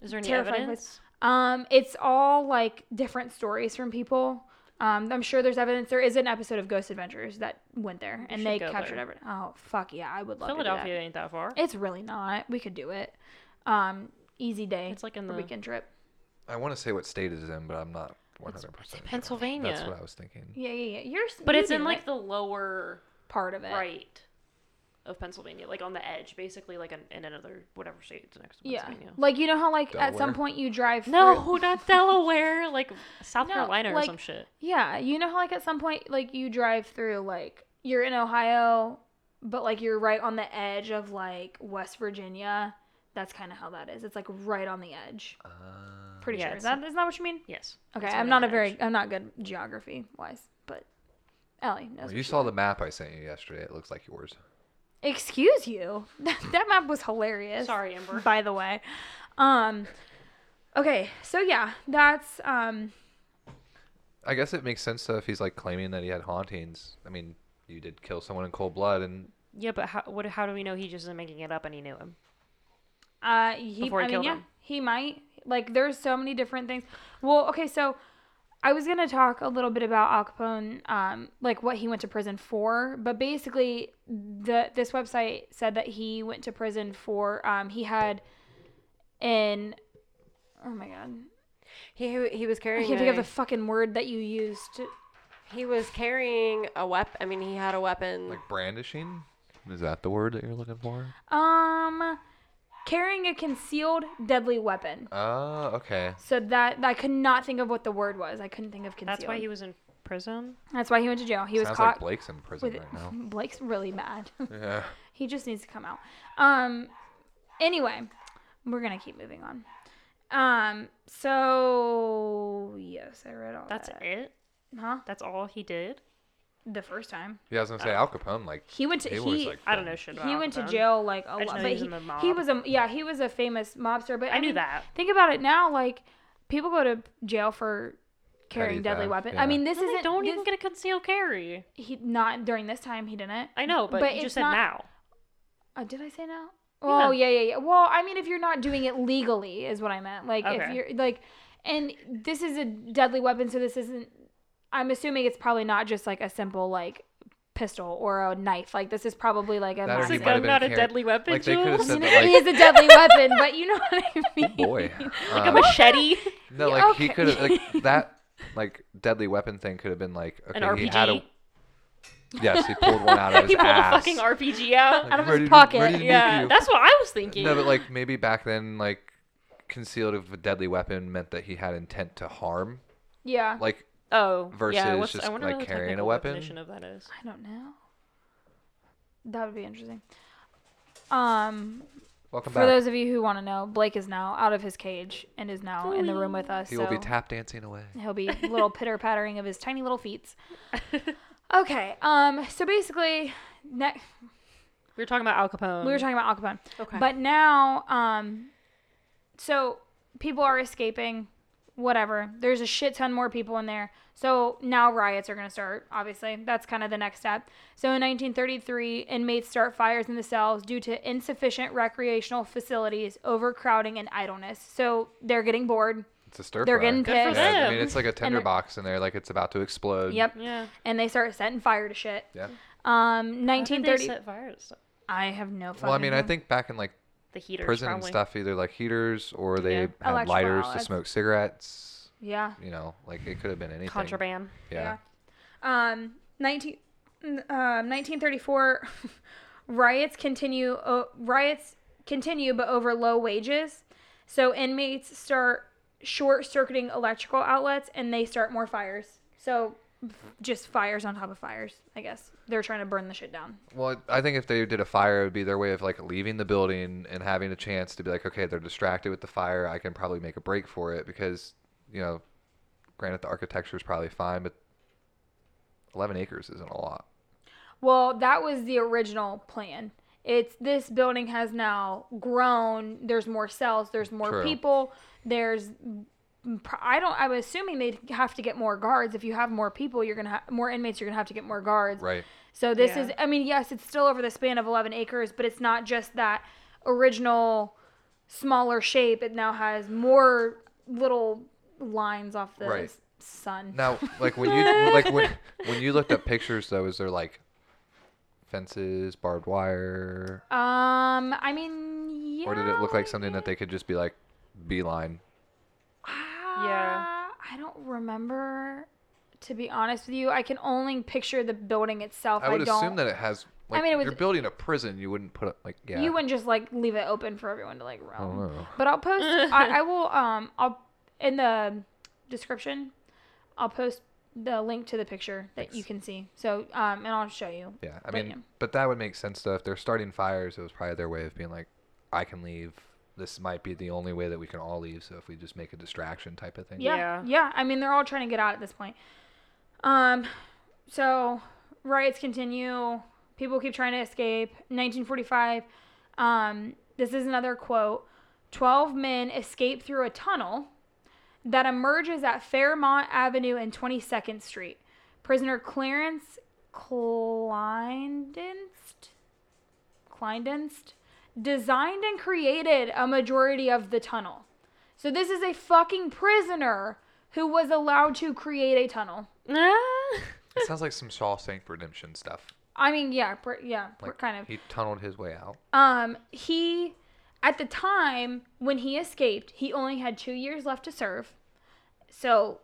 Speaker 4: is there any
Speaker 2: terrifying
Speaker 4: evidence?
Speaker 2: Um, it's all like different stories from people. Um, I'm sure there's evidence. There is an episode of Ghost Adventures that went there, and
Speaker 4: should
Speaker 2: they
Speaker 4: go
Speaker 2: captured
Speaker 4: there.
Speaker 2: everything. Oh fuck yeah, I would love To do that.
Speaker 4: Philadelphia ain't that far.
Speaker 2: It's really not. We could do it. Um, easy day.
Speaker 4: It's like in
Speaker 2: a
Speaker 4: the
Speaker 2: weekend trip.
Speaker 3: I want to say what state it's in, but I'm not 100. percent
Speaker 4: Pennsylvania.
Speaker 3: That's what I was thinking.
Speaker 2: Yeah, yeah, yeah. You're, s-
Speaker 4: but
Speaker 2: you
Speaker 4: it's in
Speaker 2: do
Speaker 4: like
Speaker 2: it.
Speaker 4: the lower
Speaker 2: part of it,
Speaker 4: right of Pennsylvania, like on the edge, basically, like in, in another whatever state is next to
Speaker 2: Yeah,
Speaker 4: Pennsylvania.
Speaker 2: like you know how like at
Speaker 3: Delaware?
Speaker 2: some point you drive. through-
Speaker 4: No, not Delaware, like South
Speaker 2: No,
Speaker 4: Carolina or
Speaker 2: like-
Speaker 4: some shit.
Speaker 2: Yeah, you know how like at some point like you drive through like you're in Ohio, but like you're right on the edge of like West Virginia. That's kind of how that is. It's like right on the edge.
Speaker 3: Uh,
Speaker 2: Pretty
Speaker 4: Yeah,
Speaker 2: sure. Is
Speaker 4: it's-
Speaker 2: that is that what you mean?
Speaker 4: Yes.
Speaker 2: Okay,
Speaker 4: it's
Speaker 2: I'm
Speaker 4: right on
Speaker 2: not a
Speaker 4: the
Speaker 2: very
Speaker 4: edge.
Speaker 2: I'm not good geography wise, but Ellie knows.
Speaker 3: well,
Speaker 2: what
Speaker 3: you
Speaker 2: she-
Speaker 3: saw the map I sent you yesterday. It looks like yours.
Speaker 2: Excuse you. That, that map was hilarious.
Speaker 4: Sorry, Amber.
Speaker 2: by the way. Um okay, so yeah, that's um
Speaker 3: I guess it makes sense though if he's like claiming that he had hauntings. I mean, you did kill someone in cold blood, and
Speaker 4: Yeah, but how what? How do we know he just isn't making it up and he knew him?
Speaker 2: uh he
Speaker 4: Before he
Speaker 2: I mean
Speaker 4: killed
Speaker 2: yeah,
Speaker 4: him.
Speaker 2: he might like there's so many different things. Well, okay, so I was going to talk a little bit about Al Capone um like what he went to prison for, but basically the this website said that he went to prison for um he had an Oh my god.
Speaker 1: He he was
Speaker 2: I
Speaker 1: carrying.
Speaker 2: can't think of
Speaker 1: a-
Speaker 2: the fucking word that you used. to-
Speaker 1: He was carrying a weapon. I mean, he had a weapon.
Speaker 3: like brandishing. Is that the word that you're looking for?
Speaker 2: Um, carrying a concealed deadly weapon.
Speaker 3: Oh, okay.
Speaker 2: So that I could not think of what the word was. I couldn't think of concealed.
Speaker 4: That's why he was in prison.
Speaker 2: That's why he went to jail. He was
Speaker 3: Sounds
Speaker 2: caught
Speaker 3: like Blake's in prison
Speaker 2: with.
Speaker 3: right now.
Speaker 2: Blake's really mad.
Speaker 3: Yeah.
Speaker 2: he just needs to come out. Um, anyway, we're gonna keep moving on. Um, so yes, I read all
Speaker 4: That's
Speaker 2: that.
Speaker 4: it.
Speaker 2: Huh?
Speaker 4: That's all he did.
Speaker 2: The first time
Speaker 3: Yeah, I was
Speaker 2: Uh,
Speaker 3: gonna say Al Capone. Like
Speaker 2: he went to
Speaker 3: he
Speaker 2: he.
Speaker 3: was like.
Speaker 4: I don't know shit. About
Speaker 2: he went to
Speaker 4: Al Capone.
Speaker 2: jail like a
Speaker 4: just
Speaker 2: lot,
Speaker 4: know
Speaker 2: but
Speaker 4: he was
Speaker 2: he,
Speaker 4: in the mob.
Speaker 2: he was a yeah he was a famous mobster. But I,
Speaker 4: I knew
Speaker 2: mean,
Speaker 4: that.
Speaker 2: Think about it now, like people go to jail for carrying
Speaker 3: Petty
Speaker 2: deadly
Speaker 3: theft,
Speaker 2: weapon.
Speaker 3: yeah.
Speaker 2: I mean, this
Speaker 4: This
Speaker 2: isn't.
Speaker 4: don't
Speaker 2: this-
Speaker 4: even get a concealed carry.
Speaker 2: He not during this time. He didn't.
Speaker 4: I know, but,
Speaker 2: But
Speaker 4: you
Speaker 2: it's
Speaker 4: just said
Speaker 2: not-
Speaker 4: now.
Speaker 2: Uh, did I say no? Oh yeah, yeah, yeah. Well, I mean, if you're not doing it legally, is what I meant. Like if
Speaker 4: Okay.
Speaker 2: you're like, and this is a deadly weapon, so this isn't. I'm assuming it's probably not just like a simple like pistol or a knife. Like this is probably like a.
Speaker 3: That or
Speaker 4: It's
Speaker 3: he
Speaker 2: massive-
Speaker 4: like
Speaker 3: might have
Speaker 4: I'm
Speaker 3: been
Speaker 4: not a
Speaker 3: carry-
Speaker 4: deadly weapon,
Speaker 3: like, they could've
Speaker 4: Jules.
Speaker 3: said
Speaker 2: It
Speaker 3: that, like-
Speaker 2: is a deadly weapon, but you know what I mean.
Speaker 3: boy.
Speaker 4: Like a
Speaker 3: Um,
Speaker 4: machete.
Speaker 3: No,
Speaker 2: Yeah,
Speaker 3: like he
Speaker 2: okay.
Speaker 3: could have like that like deadly weapon thing could have been like okay,
Speaker 4: An
Speaker 3: he had a
Speaker 4: RPG.
Speaker 3: Yes, he pulled one out of his
Speaker 4: he pulled
Speaker 3: ass.
Speaker 4: a fucking RPG out.
Speaker 3: Like,
Speaker 2: out of his
Speaker 3: ready to-
Speaker 2: pocket.
Speaker 3: ready to nuke
Speaker 4: yeah,
Speaker 3: you.
Speaker 4: that's what I was thinking.
Speaker 3: No, but like maybe back then like concealed of a deadly weapon meant that he had intent to harm.
Speaker 2: Yeah.
Speaker 3: Like
Speaker 4: oh, yeah,
Speaker 3: versus
Speaker 4: what's, I
Speaker 3: just,
Speaker 4: wonder
Speaker 3: like,
Speaker 4: what the
Speaker 3: carrying a
Speaker 4: technical
Speaker 3: weapon.
Speaker 4: Definition of that is.
Speaker 2: I don't know. That would be interesting. Um,
Speaker 3: welcome
Speaker 2: for
Speaker 3: back.
Speaker 2: those of you who want to know, Blake is now out of his cage and is now in the room with us.
Speaker 3: he will be
Speaker 2: so-
Speaker 3: tap dancing away.
Speaker 2: He'll be little pitter pattering of his tiny little feet. okay. Um. So basically, ne-
Speaker 4: We were talking about Al Capone.
Speaker 2: we were talking about Al Capone,
Speaker 1: Okay.
Speaker 2: but now, um, so people are escaping. Whatever. There's a shit ton more people in there. So now riots are going to start, obviously. That's kind of the next step. So in 1933, inmates start fires in the cells due to insufficient recreational facilities, overcrowding, and idleness. So they're getting bored.
Speaker 3: It's a stir
Speaker 2: They're
Speaker 3: fry.
Speaker 2: getting
Speaker 4: Good for
Speaker 2: pissed.
Speaker 4: them.
Speaker 3: Yeah, I
Speaker 4: Damn.
Speaker 3: mean it's like a tinderbox in there, like it's about to explode.
Speaker 2: Yep.
Speaker 4: Yeah.
Speaker 2: and they start setting fire to shit.
Speaker 3: Yeah.
Speaker 2: Um,
Speaker 4: How did
Speaker 2: 1930.
Speaker 4: They set fire to stuff.
Speaker 2: I have no.
Speaker 3: Well, I mean, I
Speaker 2: fucking
Speaker 3: think back in like
Speaker 4: The heaters,
Speaker 3: prison and
Speaker 4: probably.
Speaker 3: stuff, either like heaters or they
Speaker 4: Yeah.
Speaker 3: had
Speaker 2: Electrical
Speaker 3: lighters to
Speaker 2: outlets.
Speaker 3: smoke cigarettes.
Speaker 2: clue. Yeah.
Speaker 3: You know, like it could have been anything.
Speaker 4: Contraband.
Speaker 3: Yeah.
Speaker 2: Um, 19, um, 1934. riots continue. Uh, riots continue, but over low wages. So inmates start short circuiting electrical outlets, and they start more fires. So just fires on top of fires. I guess they're trying to burn the shit down.
Speaker 3: Well, I think if they did a fire, it would be their way of like leaving the building and having a chance to be like, okay, they're distracted with the fire. I can probably make a break for it because, you know, granted, the architecture is probably fine, but 11 acres isn't a lot.
Speaker 2: Well, that was the original plan. It's this building has now grown. There's more cells. There's more
Speaker 3: True.
Speaker 2: people. There's I don't. I'm assuming they would have to get more guards. If you have more people, you're gonna have more inmates. You're gonna have to get more guards.
Speaker 3: Right.
Speaker 2: So this
Speaker 4: Yeah.
Speaker 2: is. I mean, yes, it's still over the span of 11 acres, but it's not just that original smaller shape. It now has more little lines off the
Speaker 3: Right.
Speaker 2: s- sun.
Speaker 3: Now, like when you like when, when you looked up pictures, though, is there like fences, barbed wire,
Speaker 2: Um. I mean, yeah.
Speaker 3: or did it look like something that they could just be like beeline?
Speaker 4: Yeah.
Speaker 2: Uh, I don't remember. To be honest with you, I can only picture the building itself.
Speaker 3: I would
Speaker 2: don't,
Speaker 3: assume that it has. Like,
Speaker 2: mean, it was-
Speaker 3: you're building a prison. You wouldn't put it like yeah.
Speaker 2: you wouldn't just like leave it open for everyone to like roam.
Speaker 3: know.
Speaker 2: But I'll post. I, I will. Um. I'll in the description. I'll post the link to the picture that you
Speaker 3: Thanks.
Speaker 2: can see. So um, and I'll show you.
Speaker 3: Yeah, I
Speaker 2: But,
Speaker 3: mean,
Speaker 2: yeah.
Speaker 3: but that would make sense though. If they're starting fires, it was probably their way of being like, "I can leave. This might be the only way that we can all leave. So if we just make a distraction type of thing."
Speaker 2: Yeah, yeah.
Speaker 4: Yeah.
Speaker 2: I mean, they're all trying to get out at this point. Um, so riots continue. People keep trying to escape. 1945. Um, this is another quote. Twelve men escape through a tunnel that emerges at Fairmont Avenue and 22nd Street. Prisoner Clarence Kleindienst, Kleindienst designed and created a majority of the tunnel. So this is a fucking prisoner who was allowed to create a tunnel.
Speaker 4: Ah!
Speaker 3: it sounds like some Shawshank Redemption stuff.
Speaker 2: I mean, yeah, pr- yeah, pr-
Speaker 3: Like
Speaker 2: kind of.
Speaker 3: He tunneled his way out.
Speaker 2: Um, he at the time when he escaped, he only had two years left to serve. So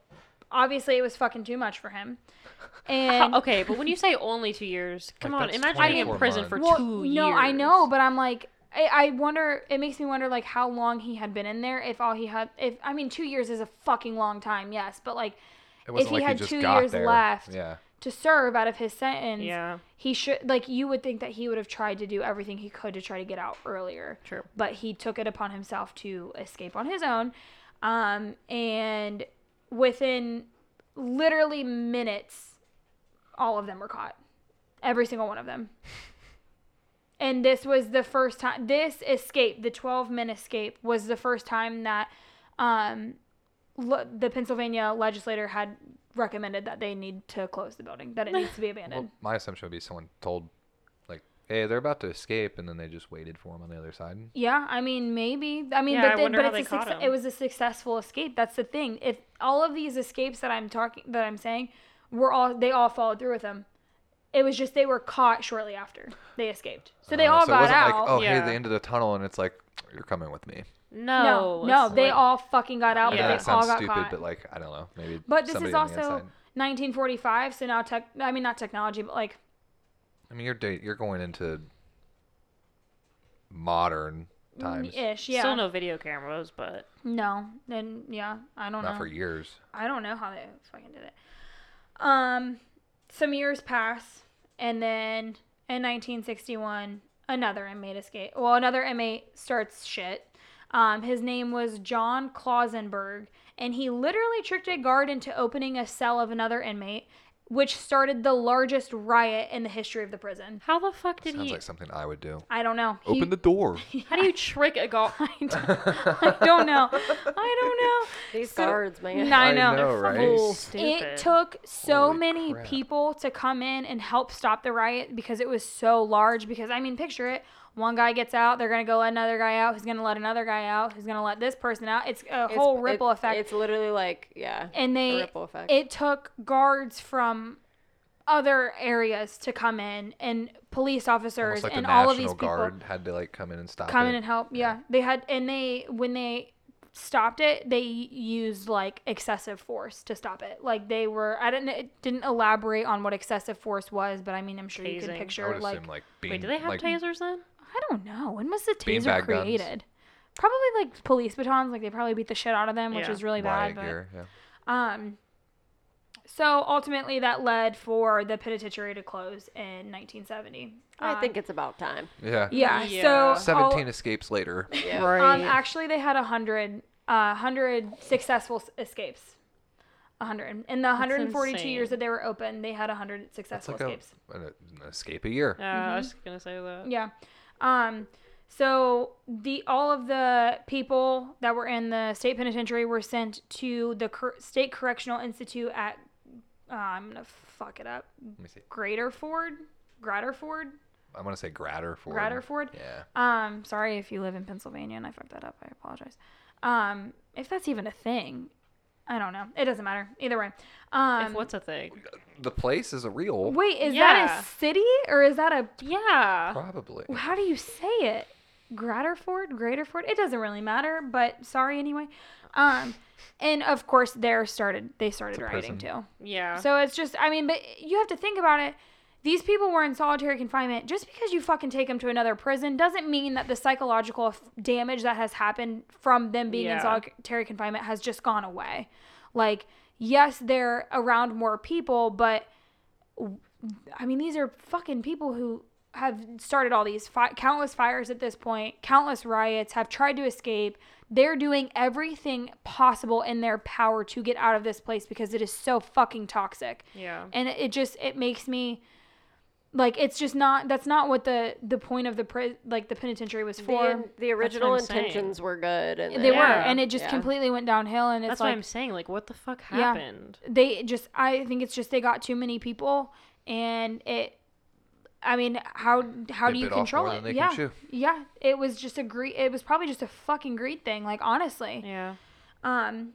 Speaker 2: obviously, it was fucking too much for him. And
Speaker 4: okay, but when you say only two years, come
Speaker 3: Like,
Speaker 4: on,
Speaker 3: that's
Speaker 4: imagine being in
Speaker 3: 24
Speaker 4: prison for
Speaker 3: months.
Speaker 4: two years.
Speaker 2: no, I know, but I'm like, I, I wonder. It makes me wonder, like, how long he had been in there. If all he had, if I mean, two years is a fucking long time, yes, but like,
Speaker 3: It
Speaker 2: if he had two years left,
Speaker 3: Yeah.
Speaker 2: to serve out of his sentence,
Speaker 4: Yeah.
Speaker 2: he should like you would think that he would have tried to do everything he could to try to get out earlier.
Speaker 4: True.
Speaker 2: But he took it upon himself to escape on his own. Um and within literally minutes all of them were caught. Every single one of them. And this was the first time this escape, the 12 men escape was the first time that um le- the Pennsylvania legislator had recommended that they need to close the building, that it needs to be abandoned.
Speaker 3: Well, my assumption would be someone told, like, hey, they're about to escape, and then they just waited for them on the other side.
Speaker 2: yeah, I mean, maybe. I mean,
Speaker 4: Yeah, I
Speaker 2: but, then
Speaker 4: wonder
Speaker 2: but
Speaker 4: how
Speaker 2: it's
Speaker 4: they
Speaker 2: a
Speaker 4: caught
Speaker 2: success-
Speaker 4: 'em.
Speaker 2: it was a successful escape. That's the thing. If all of these escapes that I'm talking, that I'm saying, were all they all followed through with them. It was just they were caught shortly after they escaped, so they
Speaker 3: Uh,
Speaker 2: all
Speaker 3: so it
Speaker 2: got
Speaker 3: wasn't
Speaker 2: out.
Speaker 3: Like, oh,
Speaker 4: Yeah.
Speaker 3: hey, the end of the tunnel, and it's like you're coming with me. Oh,
Speaker 4: No,
Speaker 2: no,
Speaker 4: it's
Speaker 2: they
Speaker 4: like-
Speaker 2: all fucking got out,
Speaker 3: I
Speaker 4: Yeah.
Speaker 3: know
Speaker 2: but
Speaker 3: that
Speaker 2: Oh, they all
Speaker 3: sounds
Speaker 2: got
Speaker 3: stupid,
Speaker 2: caught.
Speaker 3: but like I don't know, maybe.
Speaker 2: But this
Speaker 3: somebody
Speaker 2: is
Speaker 3: on the
Speaker 2: also
Speaker 3: inside.
Speaker 2: 1945, so now tech. I mean, not technology, but like
Speaker 3: I mean, you're date. You're going into modern times,
Speaker 2: ish. Yeah.
Speaker 4: Still no video cameras, but
Speaker 2: No. Then yeah, I don't
Speaker 3: not
Speaker 2: know.
Speaker 3: for years.
Speaker 2: I don't know how they fucking did it. Um, some years pass, and then in 1961, another inmate escape. Well, another inmate starts shit. Um, his name was John Clausenberg, and he literally tricked a guard into opening a cell of another inmate, which started the largest riot in the history of the prison.
Speaker 4: how the fuck did
Speaker 3: Sounds
Speaker 4: he?
Speaker 3: like something I would do.
Speaker 2: I don't know. He-
Speaker 3: Open the door.
Speaker 4: How do you trick a guard?
Speaker 2: I don't, I don't know. I don't know.
Speaker 1: These
Speaker 2: So-
Speaker 1: guards, man.
Speaker 2: I
Speaker 3: I
Speaker 2: know.
Speaker 3: know,
Speaker 4: They're
Speaker 3: right?
Speaker 4: fucking
Speaker 1: Ooh.
Speaker 4: stupid.
Speaker 2: It took so
Speaker 3: Holy
Speaker 2: many
Speaker 3: crap.
Speaker 2: people to come in and help stop the riot because it was so large. Because I mean, picture it: one guy gets out, they're gonna go let another guy out, who's gonna let another guy out, who's gonna let this person out. It's a
Speaker 1: It's-
Speaker 2: whole
Speaker 1: it-
Speaker 2: ripple effect.
Speaker 1: It's literally like, yeah.
Speaker 2: and
Speaker 1: a
Speaker 2: they,
Speaker 1: ripple effect.
Speaker 2: it took guards from other areas to come in and police officers
Speaker 3: Almost like
Speaker 2: and
Speaker 3: the
Speaker 2: all
Speaker 3: National
Speaker 2: of these people
Speaker 3: Guard had to like come in and stop
Speaker 2: come
Speaker 3: it.
Speaker 2: in and help. Yeah. They had and they when they stopped it, they used like excessive force to stop it. Like they were I didn't it didn't elaborate on what excessive force was, but I mean I'm sure you can
Speaker 4: Tasing.
Speaker 2: picture
Speaker 3: I would
Speaker 2: like
Speaker 3: assume like bean,
Speaker 4: Wait, do they have
Speaker 3: like,
Speaker 4: tasers then?
Speaker 2: I don't know. When was the taser
Speaker 3: Beanbag guns.
Speaker 2: created? Probably like police batons, like they probably beat the shit out of them, which
Speaker 4: Yeah.
Speaker 2: is really bad.
Speaker 3: riot
Speaker 2: But
Speaker 3: gear? Yeah.
Speaker 2: um so ultimately that led for the penitentiary to close in 1970.
Speaker 1: I
Speaker 2: Um,
Speaker 1: think it's about time.
Speaker 3: Yeah.
Speaker 2: yeah,
Speaker 4: Yeah.
Speaker 2: so all-
Speaker 3: 17 escapes later.
Speaker 1: Yeah.
Speaker 2: Um, actually, they had a hundred, uh, hundred successful s- escapes. A hundred in the 142 years
Speaker 4: insane.
Speaker 2: that they were open, they had a hundred
Speaker 3: That's
Speaker 2: successful
Speaker 3: like a, an,
Speaker 2: escapes.
Speaker 3: an escape a year.
Speaker 2: Mm-hmm.
Speaker 4: yeah, Oh, I was just gonna say that.
Speaker 2: Yeah. Um. So the all of the people that were in the state penitentiary were sent to the cor- state correctional institute at. Uh, I'm gonna fuck it up.
Speaker 3: Let me see.
Speaker 2: Greater Ford. Gratter Ford.
Speaker 3: I want to say Gratter for
Speaker 2: Gratter Ford.
Speaker 3: Yeah.
Speaker 2: Um, sorry if you live in Pennsylvania and I fucked that up. I apologize. Um, if that's even a thing, I don't know. It doesn't matter. Either way. Um,
Speaker 4: if what's a thing?
Speaker 3: The place is a real.
Speaker 2: wait, is
Speaker 4: Yeah.
Speaker 2: that a city or is that a?
Speaker 4: Yeah.
Speaker 3: Probably.
Speaker 2: How do you say it? Gratterford, Greaterford. It doesn't really matter, but sorry anyway. Um, and of course, there started. They started
Speaker 3: It's a
Speaker 2: writing
Speaker 3: prison.
Speaker 2: too.
Speaker 4: Yeah.
Speaker 2: So it's just, I mean, but you have to think about it. These people were in solitary confinement. Just because you fucking take them to another prison doesn't mean that the psychological f- damage that has happened from them being in
Speaker 4: Yeah.
Speaker 2: solitary confinement has just gone away. Like, yes, they're around more people, but w- I mean, these are fucking people who have started all these fi- countless fires at this point, countless riots, have tried to escape. They're doing everything possible in their power to get out of this place because it is so fucking toxic.
Speaker 4: yeah.
Speaker 2: And it just it makes me like it's just not that's not what the the point of the pri- like the penitentiary was
Speaker 1: The,
Speaker 2: for.
Speaker 1: in, the original
Speaker 4: I'm saying.
Speaker 1: intentions were good, and
Speaker 2: they
Speaker 1: then-
Speaker 2: were
Speaker 4: Yeah.
Speaker 2: and it just
Speaker 1: Yeah.
Speaker 2: completely went downhill and it's
Speaker 4: That's
Speaker 2: like
Speaker 4: what I'm saying. Like, what the fuck
Speaker 2: Yeah.
Speaker 4: happened?
Speaker 2: they just i think it's just they got too many people and it i mean how how
Speaker 3: They
Speaker 2: do you
Speaker 3: bit off
Speaker 2: control
Speaker 3: more
Speaker 2: it
Speaker 3: than they can
Speaker 2: yeah
Speaker 3: chew.
Speaker 2: yeah it was just a greed it was probably just a fucking greed thing like honestly
Speaker 4: Yeah.
Speaker 2: um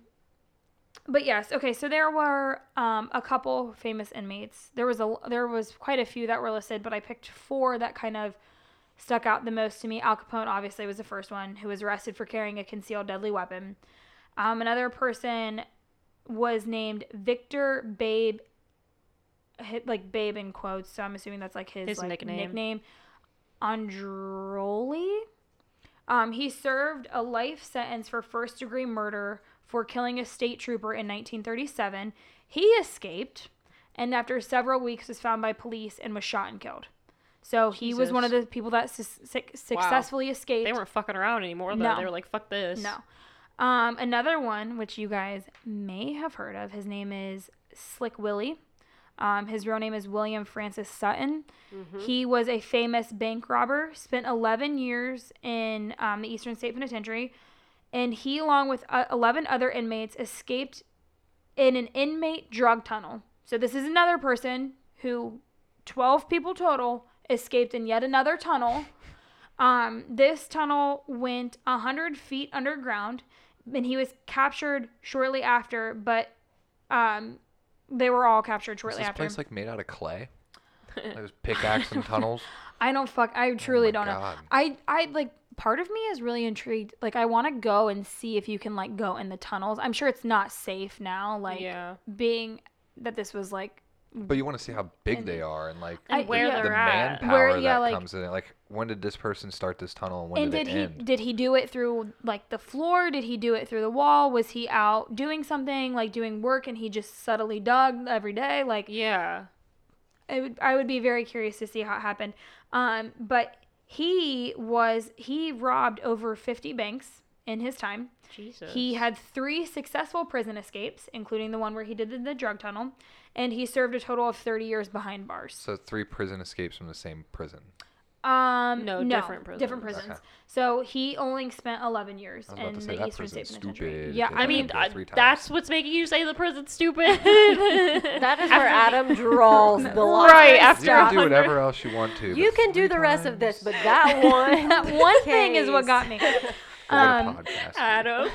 Speaker 2: but yes okay so there were um a couple famous inmates there was a there was quite a few that were listed but i picked four that kind of stuck out the most to me al capone obviously was the first one who was arrested for carrying a concealed deadly weapon um another person was named Victor Babe, hi- like Babe in quotes. So I'm assuming that's like his,
Speaker 4: His
Speaker 2: like,
Speaker 4: nickname.
Speaker 2: nickname. Androli. Um, he served a life sentence for first degree murder for killing a state trooper in 1937. He escaped, and after several weeks, was found by police and was shot and killed. So he was one of the people that su- suc- successfully escaped.
Speaker 4: They weren't fucking around anymore. Though.
Speaker 2: No.
Speaker 4: They were like, fuck this.
Speaker 2: No. Um, another one, which you guys may have heard of, his name is Slick Willie. Um, his real name is William Francis Sutton. He was a famous bank robber, spent 11 years in um, the Eastern State Penitentiary, and he, along with uh, 11 other inmates, escaped in an inmate drug tunnel. So this is another person who, 12 people total, escaped in yet another tunnel. Um, this tunnel went 100 feet underground, and he was captured shortly after, but um, they were all captured
Speaker 3: Is
Speaker 2: shortly
Speaker 3: this
Speaker 2: after.
Speaker 3: place like made out of clay? Like There's pickaxe and tunnels.
Speaker 2: I don't fuck. I truly
Speaker 3: Oh my
Speaker 2: don't
Speaker 3: God.
Speaker 2: know. I I like part of me is really intrigued. Like I want to go and see if you can like go in the tunnels. I'm sure it's not safe now. Like
Speaker 4: Yeah.
Speaker 2: being that this was like
Speaker 3: But you want to see how big they are and like
Speaker 2: I-
Speaker 4: And where
Speaker 2: yeah.
Speaker 3: the
Speaker 4: they're at.
Speaker 3: manpower
Speaker 2: Where- yeah,
Speaker 3: that
Speaker 2: like-
Speaker 3: comes in. Like when did this person start this tunnel and when
Speaker 2: and
Speaker 3: did,
Speaker 2: did
Speaker 3: it
Speaker 2: he
Speaker 3: end?
Speaker 2: did he do it through like the floor? Did he do it through the wall? Was he out doing something like doing work and he just subtly dug every day? Like
Speaker 4: yeah.
Speaker 2: I would I would be very curious to see how it happened. Um, but he was he robbed over 50 banks in his time.
Speaker 4: Jesus.
Speaker 2: He had three successful prison escapes, including the one where he did the, the drug tunnel, and he served a total of 30 years behind bars.
Speaker 3: So three prison escapes from the same prison.
Speaker 2: Um,
Speaker 4: No,
Speaker 2: no,
Speaker 4: different prisons.
Speaker 2: Different prisons.
Speaker 3: Okay.
Speaker 2: So he only spent 11 years
Speaker 3: I was about
Speaker 2: in
Speaker 3: to say
Speaker 2: the
Speaker 3: that
Speaker 2: Eastern
Speaker 3: prison's
Speaker 2: State Penitentiary.
Speaker 3: stupid.
Speaker 2: Yeah,
Speaker 3: They
Speaker 4: I
Speaker 2: I
Speaker 3: let
Speaker 2: mean,
Speaker 4: mean,
Speaker 3: him go
Speaker 4: I-
Speaker 3: three times.
Speaker 4: that's what's making you say the prison's stupid.
Speaker 1: That is where Adam draws the line.
Speaker 4: right after
Speaker 3: You can do
Speaker 4: 100
Speaker 3: whatever else you want to.
Speaker 1: You
Speaker 3: but
Speaker 1: can do
Speaker 3: three
Speaker 1: the rest of this,
Speaker 3: times?
Speaker 1: but that one
Speaker 2: that one thing is what
Speaker 1: case-
Speaker 2: got me.
Speaker 3: What a
Speaker 2: um,
Speaker 3: podcast.
Speaker 4: Adam.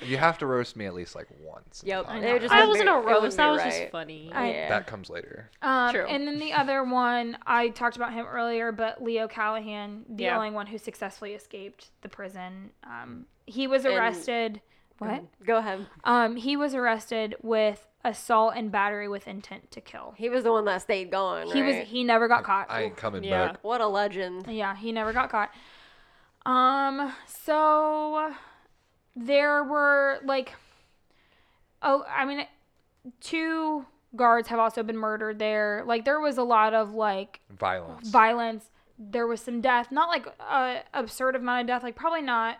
Speaker 3: You have to roast me at least like once. in
Speaker 1: Yep,
Speaker 3: the
Speaker 1: it
Speaker 3: podcast.
Speaker 1: just
Speaker 4: I
Speaker 1: wouldn't
Speaker 4: wasn't
Speaker 1: be-
Speaker 4: a
Speaker 1: it wouldn't
Speaker 4: roast. That
Speaker 1: be
Speaker 4: was
Speaker 1: right. Uh,
Speaker 4: just funny.
Speaker 2: I-
Speaker 1: Yeah.
Speaker 3: that comes later.
Speaker 2: Um,
Speaker 4: True.
Speaker 2: And then the other one, I talked about him earlier, but Leo Callahan, the
Speaker 4: Yeah.
Speaker 2: only one who successfully escaped the prison, um, he was
Speaker 1: And-
Speaker 2: arrested. what?
Speaker 1: Go ahead.
Speaker 2: Um, he was arrested with assault and battery with intent to kill.
Speaker 1: He was the one that stayed gone.
Speaker 2: He was
Speaker 1: right?
Speaker 2: he never got caught.
Speaker 3: I ain't coming
Speaker 4: Yeah.
Speaker 3: back.
Speaker 1: What a legend.
Speaker 2: Yeah, he never got caught. Um, so there were like, oh, I mean, two guards have also been murdered there. Like there was a lot of like
Speaker 3: Violence.
Speaker 2: violence. There was some death, not like a absurd amount of death, like probably not.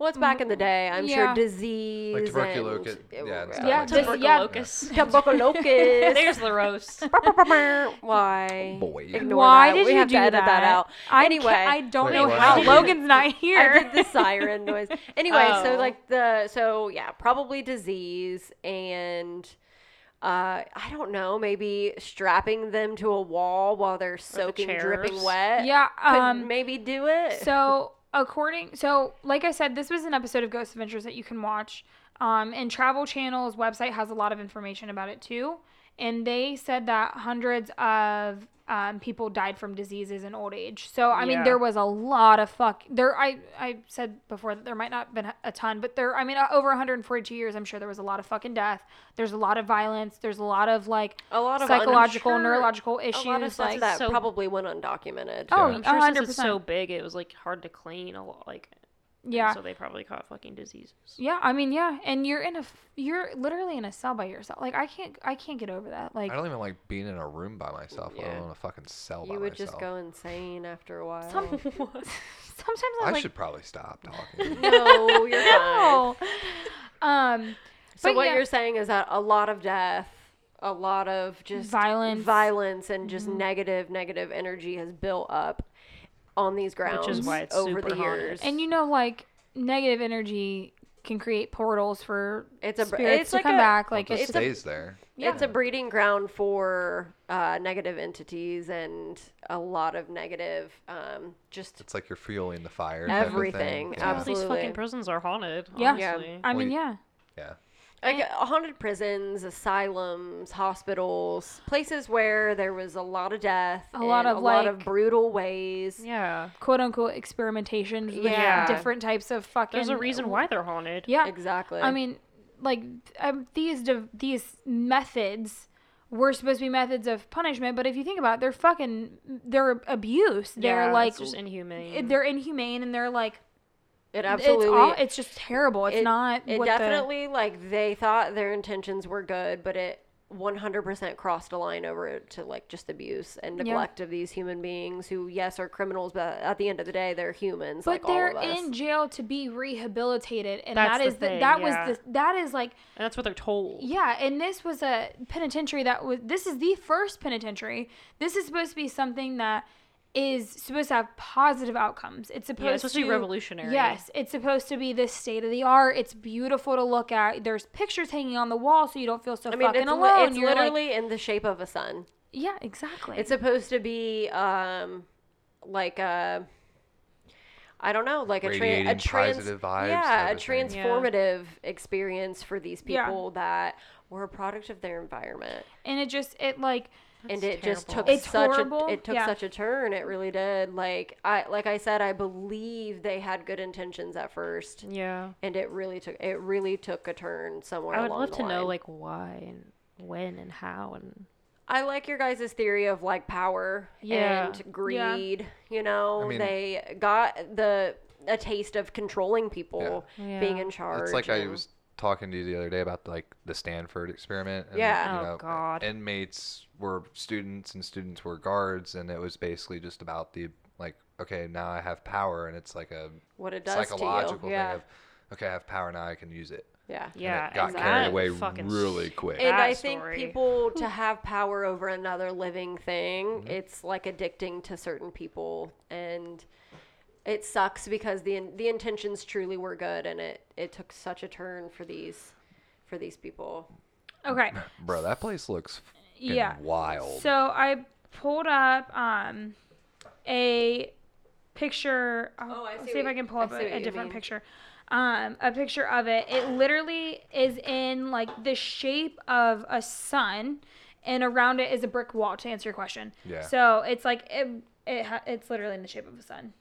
Speaker 1: Well, it's back in the day. I'm
Speaker 2: Mm-hmm. Yeah.
Speaker 1: sure disease.
Speaker 3: Like
Speaker 1: and-
Speaker 3: tuberculosis, yeah, and stuff
Speaker 2: Yeah,
Speaker 3: like
Speaker 2: this-
Speaker 3: that.
Speaker 2: yeah.
Speaker 4: Tuberculosis.
Speaker 1: Tuberculosis.
Speaker 4: There's the roast.
Speaker 1: Why?
Speaker 3: Oh, Boy.
Speaker 1: Ignore
Speaker 2: Why
Speaker 1: that.
Speaker 2: did
Speaker 1: we
Speaker 2: you
Speaker 1: have
Speaker 2: do
Speaker 1: to edit that,
Speaker 2: that?
Speaker 1: out.
Speaker 2: I
Speaker 1: anyway,
Speaker 2: can't- I don't
Speaker 3: Wait,
Speaker 2: know
Speaker 3: what?
Speaker 2: how. Logan's not here.
Speaker 1: I did the siren noise. Anyway, so
Speaker 4: Oh.
Speaker 1: like the so yeah, probably disease and uh I don't know, maybe strapping them to a wall while they're soaking, dripping
Speaker 4: chairs.
Speaker 1: wet.
Speaker 2: yeah.
Speaker 1: could
Speaker 2: Um.
Speaker 1: maybe do it.
Speaker 2: So according, so like I said, this was an episode of Ghost Adventures that you can watch. Um, and Travel Channel's website has a lot of information about it too. And they said that hundreds of um, people died from diseases in old age. So I mean,
Speaker 4: Yeah.
Speaker 2: there was a lot of fuck. There, I I said before that there might not have been a ton, but there, I mean, uh, over 142 years, I'm sure there was a lot of fucking death. There's a lot of violence. There's a lot of like
Speaker 1: a lot of
Speaker 2: psychological,
Speaker 1: unsure-
Speaker 2: neurological
Speaker 1: a
Speaker 2: issues.
Speaker 1: lot of stuff
Speaker 2: like
Speaker 1: that
Speaker 4: so-
Speaker 1: probably went undocumented.
Speaker 2: oh,
Speaker 3: Yeah.
Speaker 4: I'm sure since it's
Speaker 2: 100%.
Speaker 4: so big, it was like hard to clean a lot. Like, and
Speaker 2: yeah.
Speaker 4: So they probably caught fucking diseases.
Speaker 2: Yeah, I mean, yeah, and you're in a f- you're literally in a cell by yourself. Like I can't I can't get over that. Like
Speaker 3: I don't even like being in a room by myself. let
Speaker 1: Yeah.
Speaker 3: alone a fucking cell by
Speaker 1: you would
Speaker 3: myself.
Speaker 1: just go insane after a while.
Speaker 2: some, sometimes
Speaker 3: I
Speaker 2: I'm like
Speaker 3: should probably stop talking.
Speaker 1: no, you're fine.
Speaker 2: no. Um,
Speaker 1: So
Speaker 2: But
Speaker 1: what
Speaker 2: yeah.
Speaker 1: you're saying is that a lot of death, a lot of just
Speaker 2: Violence. Mm-hmm.
Speaker 1: violence, and just negative, negative energy has built up on these grounds
Speaker 4: is why it's
Speaker 1: over
Speaker 4: super
Speaker 1: the
Speaker 4: haunted.
Speaker 1: years.
Speaker 2: and you know, like negative energy can create portals for
Speaker 1: It's a br-
Speaker 2: spirits
Speaker 1: it's
Speaker 2: to
Speaker 1: like
Speaker 2: come
Speaker 1: a-
Speaker 2: back. Like
Speaker 3: Like it
Speaker 2: it's
Speaker 1: it's a-
Speaker 3: stays there.
Speaker 2: yeah.
Speaker 1: it's a breeding ground for uh, negative entities and a lot of negative, um, just
Speaker 3: It's like you're fueling the fire. type of thing.
Speaker 1: Everything,
Speaker 3: Yeah.
Speaker 4: All these
Speaker 1: Absolutely.
Speaker 4: fucking prisons are haunted.
Speaker 2: Yeah.
Speaker 1: Yeah.
Speaker 4: Honestly.
Speaker 2: I mean,
Speaker 3: Wait.
Speaker 2: yeah,
Speaker 3: yeah.
Speaker 1: like uh, haunted prisons, asylums, hospitals, places where there was a lot of death,
Speaker 2: A lot
Speaker 1: in
Speaker 2: of,
Speaker 1: a lot of
Speaker 2: like-
Speaker 1: brutal ways.
Speaker 4: Yeah.
Speaker 2: quote unquote experimentation with
Speaker 1: Yeah.
Speaker 2: different types of fucking.
Speaker 4: There's a reason why they're haunted.
Speaker 2: Yeah,
Speaker 1: Exactly.
Speaker 2: I mean, like um, these div- these methods were supposed to be methods of punishment, but if you think about it, they're fucking they're abuse. They're
Speaker 4: Yeah,
Speaker 2: like
Speaker 4: it's just inhumane.
Speaker 2: they're inhumane and they're like
Speaker 1: it
Speaker 2: absolutely.
Speaker 1: absolutely
Speaker 2: it's all, it's just terrible. It's
Speaker 1: it-
Speaker 2: not
Speaker 1: It
Speaker 2: what the-
Speaker 1: definitely like they thought their intentions were good, but it 100% crossed a line over to like just abuse and
Speaker 2: Yeah.
Speaker 1: neglect of these human beings who yes are criminals, but at the end of the day they're humans
Speaker 2: but
Speaker 1: like
Speaker 2: they're
Speaker 1: all of us.
Speaker 2: in jail to be rehabilitated, and
Speaker 4: That's
Speaker 2: that
Speaker 4: the
Speaker 2: is the,
Speaker 4: thing,
Speaker 2: that
Speaker 4: yeah.
Speaker 2: was the that is like
Speaker 4: and that's what they're told.
Speaker 2: Yeah, and this was a penitentiary that was this is the first penitentiary. This is supposed to be something that is supposed to have positive outcomes. It's supposed
Speaker 4: Yeah, it's supposed to be
Speaker 2: to
Speaker 4: revolutionary.
Speaker 2: Yes, it's supposed to be this state of the art. It's beautiful to look at. There's pictures hanging on the wall, so you don't feel so
Speaker 1: I mean,
Speaker 2: fucking
Speaker 1: it's, li-
Speaker 2: alone.
Speaker 1: it's
Speaker 2: You're like-
Speaker 1: literally in the shape of a sun.
Speaker 2: yeah, exactly.
Speaker 1: It's supposed to be um like a I don't know, like a, tra- a
Speaker 3: Radiating
Speaker 1: trans
Speaker 3: positive vibes
Speaker 1: yeah, a
Speaker 3: type of thing.
Speaker 4: Yeah.
Speaker 1: transformative experience for these
Speaker 2: Yeah.
Speaker 1: people that were a product of their environment.
Speaker 2: and it just it like
Speaker 1: and it just took
Speaker 4: terrible.
Speaker 2: It's
Speaker 1: such
Speaker 2: horrible,
Speaker 1: a it took
Speaker 2: yeah.
Speaker 1: such a turn. It really did. Like I like I said, I believe they had good intentions at first,
Speaker 4: Yeah.
Speaker 1: and it really took it really took a turn somewhere.
Speaker 4: I would
Speaker 1: along
Speaker 4: love
Speaker 1: the
Speaker 4: to know
Speaker 1: line.
Speaker 4: like why and when and how and
Speaker 1: I like your guys' theory of like power
Speaker 4: Yeah.
Speaker 1: and greed. You know,
Speaker 3: I mean-
Speaker 1: they got the a taste of controlling people,
Speaker 4: Yeah.
Speaker 1: being
Speaker 4: Yeah.
Speaker 1: in charge.
Speaker 3: It's like I
Speaker 1: and-
Speaker 3: was talking to you the other day about like the Stanford experiment. And,
Speaker 1: Yeah.
Speaker 3: You
Speaker 4: Oh,
Speaker 3: know,
Speaker 4: God.
Speaker 3: Inmates were students and students were guards, and it was basically just about the like, okay, now I have power, and it's like a
Speaker 1: what it does
Speaker 3: psychological
Speaker 1: to
Speaker 3: thing
Speaker 1: you. Yeah,
Speaker 3: of, okay, I have power now, I can use it.
Speaker 1: yeah.
Speaker 4: yeah.
Speaker 3: and it got
Speaker 4: and
Speaker 3: carried
Speaker 4: that
Speaker 3: away
Speaker 4: fucking
Speaker 3: really
Speaker 4: s-
Speaker 3: quick.
Speaker 1: And
Speaker 4: That
Speaker 1: I think
Speaker 4: story.
Speaker 1: people to have power over another living thing,
Speaker 2: Mm-hmm.
Speaker 1: it's like addicting to certain people, and it sucks because the in- the intentions truly were good, and it it took such a turn for these for these people.
Speaker 2: okay.
Speaker 3: Bro, that place looks fucking
Speaker 2: Yeah.
Speaker 3: wild.
Speaker 2: So I pulled up um a picture. I'll,
Speaker 1: Oh, I
Speaker 2: I'll
Speaker 1: see
Speaker 2: see if
Speaker 1: what-
Speaker 2: I can pull
Speaker 1: I
Speaker 2: up
Speaker 1: see what
Speaker 2: a, a
Speaker 1: you
Speaker 2: different
Speaker 1: mean.
Speaker 2: picture. Um, a picture of it. It literally is in like the shape of a sun, and around it is a brick wall. To answer your question,
Speaker 3: Yeah.
Speaker 2: So it's like it, it ha- it's literally in the shape of a sun.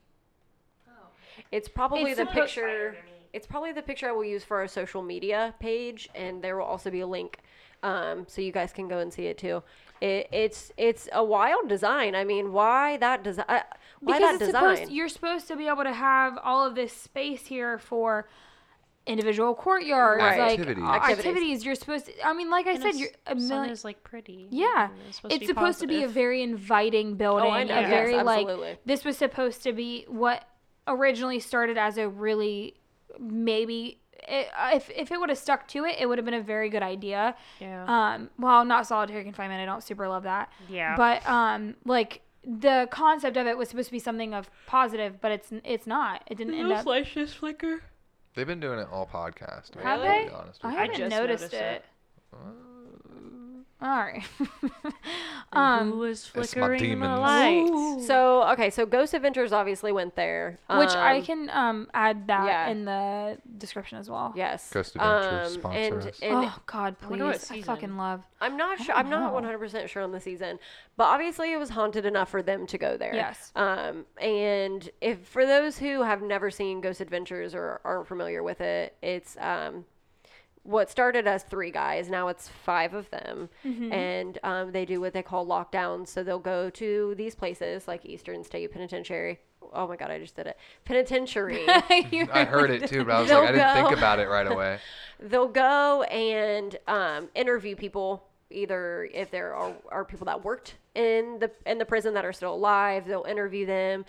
Speaker 1: It's probably
Speaker 2: It's
Speaker 1: the
Speaker 2: supposed-
Speaker 1: picture. It's probably the picture I will use for our social media page, and there will also be a link, um, so you guys can go and see it too. It, it's it's a wild design. I mean, why that design? Why
Speaker 2: because
Speaker 1: that
Speaker 2: it's
Speaker 1: design?
Speaker 2: supposed you're supposed to be able to have all of this space here for individual courtyards,
Speaker 1: Right.
Speaker 2: like
Speaker 3: Activities.
Speaker 2: uh,
Speaker 1: Activities.
Speaker 2: activities. You're supposed to. I mean, like I
Speaker 4: And
Speaker 2: said,
Speaker 4: it's-
Speaker 2: you're a
Speaker 4: sun
Speaker 2: million.
Speaker 4: is like pretty.
Speaker 2: Yeah,
Speaker 4: and
Speaker 2: it's supposed,
Speaker 4: supposed
Speaker 2: to, be a
Speaker 4: positive.
Speaker 2: very inviting building.
Speaker 1: Oh, I know.
Speaker 2: A
Speaker 1: Yes,
Speaker 2: very
Speaker 1: absolutely.
Speaker 2: like this was supposed to be what originally started as a really maybe it, if if it would have stuck to it, it would have been a very good idea.
Speaker 4: yeah.
Speaker 2: Um, well, not solitary confinement. I don't super love that.
Speaker 4: Yeah.
Speaker 2: But um, like the concept of it was supposed to be something of positive, but it's it's not. It didn't end up.
Speaker 4: lights just flicker.
Speaker 3: They've been doing it all podcast. I'm
Speaker 2: Have
Speaker 3: gonna be
Speaker 2: they?
Speaker 3: honest with
Speaker 2: I
Speaker 3: you.
Speaker 2: haven't
Speaker 4: just
Speaker 2: noticed,
Speaker 4: noticed
Speaker 2: it.
Speaker 4: it.
Speaker 2: All right.
Speaker 4: Um,
Speaker 2: um,
Speaker 4: Who is
Speaker 3: my
Speaker 4: flickering the
Speaker 3: demons.
Speaker 4: lights?
Speaker 1: So okay, so Ghost Adventures obviously went there,
Speaker 2: which I
Speaker 1: um,
Speaker 2: can um add that
Speaker 1: yeah.
Speaker 2: in the description as well.
Speaker 1: yes,
Speaker 3: Ghost Adventures,
Speaker 1: um,
Speaker 3: sponsor
Speaker 1: and,
Speaker 3: us.
Speaker 1: and
Speaker 2: oh God,
Speaker 4: I
Speaker 2: please!
Speaker 4: wonder
Speaker 2: I,
Speaker 4: what
Speaker 2: fucking
Speaker 4: season.
Speaker 2: love.
Speaker 1: I'm not sure.
Speaker 2: don't
Speaker 1: I'm not
Speaker 2: know.
Speaker 1: 100 percent sure on the season, but obviously it was haunted enough for them to go there.
Speaker 2: Yes.
Speaker 1: Um, and if for those who have never seen Ghost Adventures or aren't familiar with it, it's um, what started as three guys now it's five of them,
Speaker 2: Mm-hmm.
Speaker 1: and um, they do what they call lockdowns. So they'll go to these places like Eastern State Penitentiary. Oh my God, I just did it. Penitentiary.
Speaker 3: I heard it too, but I was like, I didn't
Speaker 1: They'll go.
Speaker 3: think about it right away.
Speaker 1: they'll go and um, interview people either if there are, are people that worked in the in the prison that are still alive they'll interview them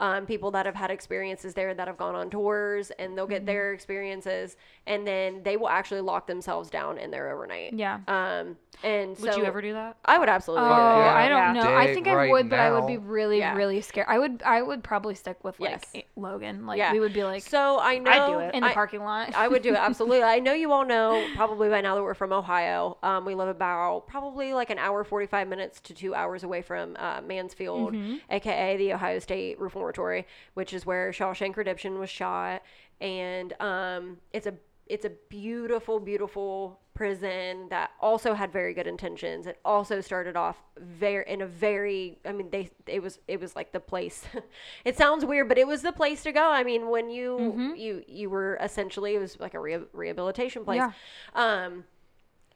Speaker 1: um, people that have had experiences there that have gone on tours and they'll get their experiences and then they will actually lock themselves down in there overnight
Speaker 2: Yeah.
Speaker 1: um and
Speaker 4: Would
Speaker 1: so
Speaker 4: you ever do that?
Speaker 1: i would absolutely
Speaker 2: Oh,
Speaker 1: do that, yeah.
Speaker 2: I
Speaker 4: yeah.
Speaker 2: don't know. I
Speaker 3: Day
Speaker 2: think I
Speaker 3: right
Speaker 2: would, but I would be
Speaker 3: now.
Speaker 2: really,
Speaker 1: Yeah.
Speaker 2: really scared. I would, I would probably stick with like
Speaker 1: Yes.
Speaker 2: Logan. Like
Speaker 1: Yeah.
Speaker 2: we would be like
Speaker 1: so i know
Speaker 4: it.
Speaker 2: in the
Speaker 1: I-
Speaker 2: parking lot.
Speaker 1: I would do it absolutely. I know you all know probably by now that we're from Ohio. Um, we live about probably like an hour, forty-five minutes to two hours away from uh, Mansfield, aka the Ohio State Reformatory, which is where Shawshank Redemption was shot, and um, it's a it's a beautiful, beautiful prison that also had very good intentions. It also started off very in a very I mean they it was it was like the place. it sounds weird, but it was the place to go. I mean, when you
Speaker 2: Mm-hmm.
Speaker 1: you you were essentially it was like a re- rehabilitation place.
Speaker 2: Yeah.
Speaker 1: Um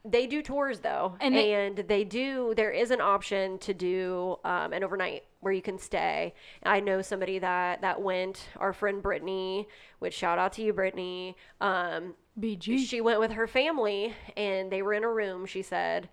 Speaker 1: they do tours though, and
Speaker 2: And
Speaker 1: they,
Speaker 2: they-
Speaker 1: do. There is an option to do um, an overnight where you can stay. I know somebody that that went. Our friend Brittany, which shout out to you, Brittany. Um,
Speaker 2: BG.
Speaker 1: she went with her family and they were in a room, she said.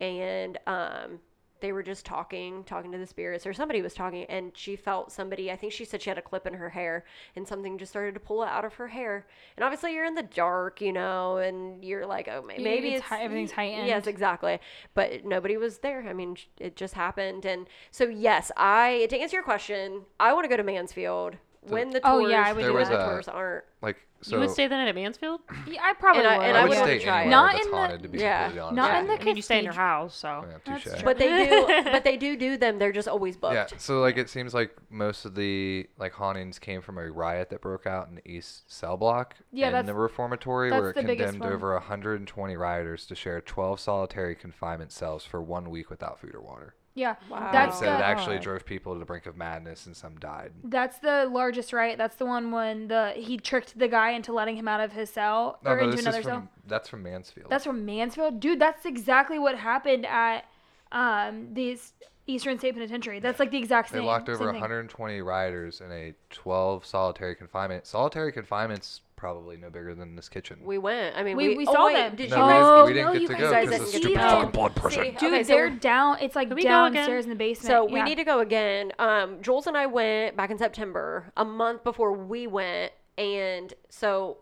Speaker 1: And um, they were just talking, talking to the spirits, or somebody was talking, and she felt somebody. I think she said she had a clip in her hair, and something just started to pull it out of her hair. And obviously, you're in the dark, you know, and you're like, oh, ma-
Speaker 2: You-
Speaker 1: maybe
Speaker 2: it's
Speaker 1: it's
Speaker 2: hei- everything's heightened.
Speaker 1: Yes, exactly. But nobody was there. I mean, sh- it just happened, and so yes, I to answer your question, I want to go to Mansfield when the tours.
Speaker 2: Oh, yeah, I would
Speaker 1: when
Speaker 2: do
Speaker 1: the
Speaker 2: that. There
Speaker 3: was a-
Speaker 1: tours aren't.
Speaker 3: Like so,
Speaker 4: you would stay the night at Mansfield?
Speaker 2: Yeah, I probably
Speaker 1: And I-
Speaker 2: would.
Speaker 1: and
Speaker 3: I,
Speaker 1: I
Speaker 3: would
Speaker 1: would
Speaker 3: stay
Speaker 1: wanna try it.
Speaker 3: anywhere
Speaker 2: Not
Speaker 3: that's
Speaker 2: in the-
Speaker 3: haunted, to be
Speaker 1: yeah,
Speaker 3: completely honest.
Speaker 2: not
Speaker 3: with
Speaker 2: in
Speaker 3: you.
Speaker 2: the
Speaker 4: I mean, you stay in your
Speaker 2: Cathedral-
Speaker 4: house, so.
Speaker 3: Yeah,
Speaker 2: That's
Speaker 3: touche.
Speaker 2: true.
Speaker 1: But they do. but they do do them. They're just always booked.
Speaker 3: Yeah, so like it seems like most of the like hauntings came from a riot that broke out in the East Cell Block
Speaker 2: Yeah,
Speaker 3: and
Speaker 2: that's-
Speaker 3: the Reformatory, where it
Speaker 2: that's the biggest
Speaker 3: condemned
Speaker 2: one.
Speaker 3: over 120 rioters to share 12 solitary confinement cells for one week without food or water.
Speaker 2: yeah,
Speaker 1: Wow.
Speaker 3: And it
Speaker 2: that's
Speaker 3: said it
Speaker 2: the,
Speaker 3: actually
Speaker 4: God.
Speaker 3: drove people to the brink of madness, and some died.
Speaker 2: that's the largest right. That's the one when the he tricked the guy into letting him out of his cell
Speaker 3: No,
Speaker 2: or
Speaker 3: no,
Speaker 2: into
Speaker 3: this
Speaker 2: another
Speaker 3: is
Speaker 2: cell.
Speaker 3: from that's from Mansfield.
Speaker 2: That's from Mansfield, dude. That's exactly what happened at um these Eastern State Penitentiary. That's like the exact
Speaker 3: they
Speaker 2: same.
Speaker 3: locked over
Speaker 2: same thing.
Speaker 3: 120 rioters in a 12 solitary confinement. Solitary confinement's probably no bigger than this kitchen.
Speaker 1: We went. I mean,
Speaker 2: We-
Speaker 1: we,
Speaker 2: we
Speaker 1: oh,
Speaker 2: saw
Speaker 1: wait,
Speaker 2: them.
Speaker 1: Did
Speaker 3: No,
Speaker 1: you
Speaker 3: we
Speaker 1: guys?
Speaker 3: didn't- we didn't
Speaker 2: no,
Speaker 3: get
Speaker 2: you
Speaker 3: to
Speaker 2: guys
Speaker 3: go
Speaker 2: guys
Speaker 3: because
Speaker 1: didn't
Speaker 3: the
Speaker 1: see
Speaker 3: stupid
Speaker 1: them.
Speaker 3: fucking blonde person.
Speaker 1: See,
Speaker 2: Dude,
Speaker 1: okay, so
Speaker 2: they're down. It's like
Speaker 4: Can we go
Speaker 2: downstairs in
Speaker 4: again?
Speaker 2: the basement.
Speaker 1: So we
Speaker 2: yeah.
Speaker 1: need to go again. Um, Jules and I went back in September, a month before we went, and so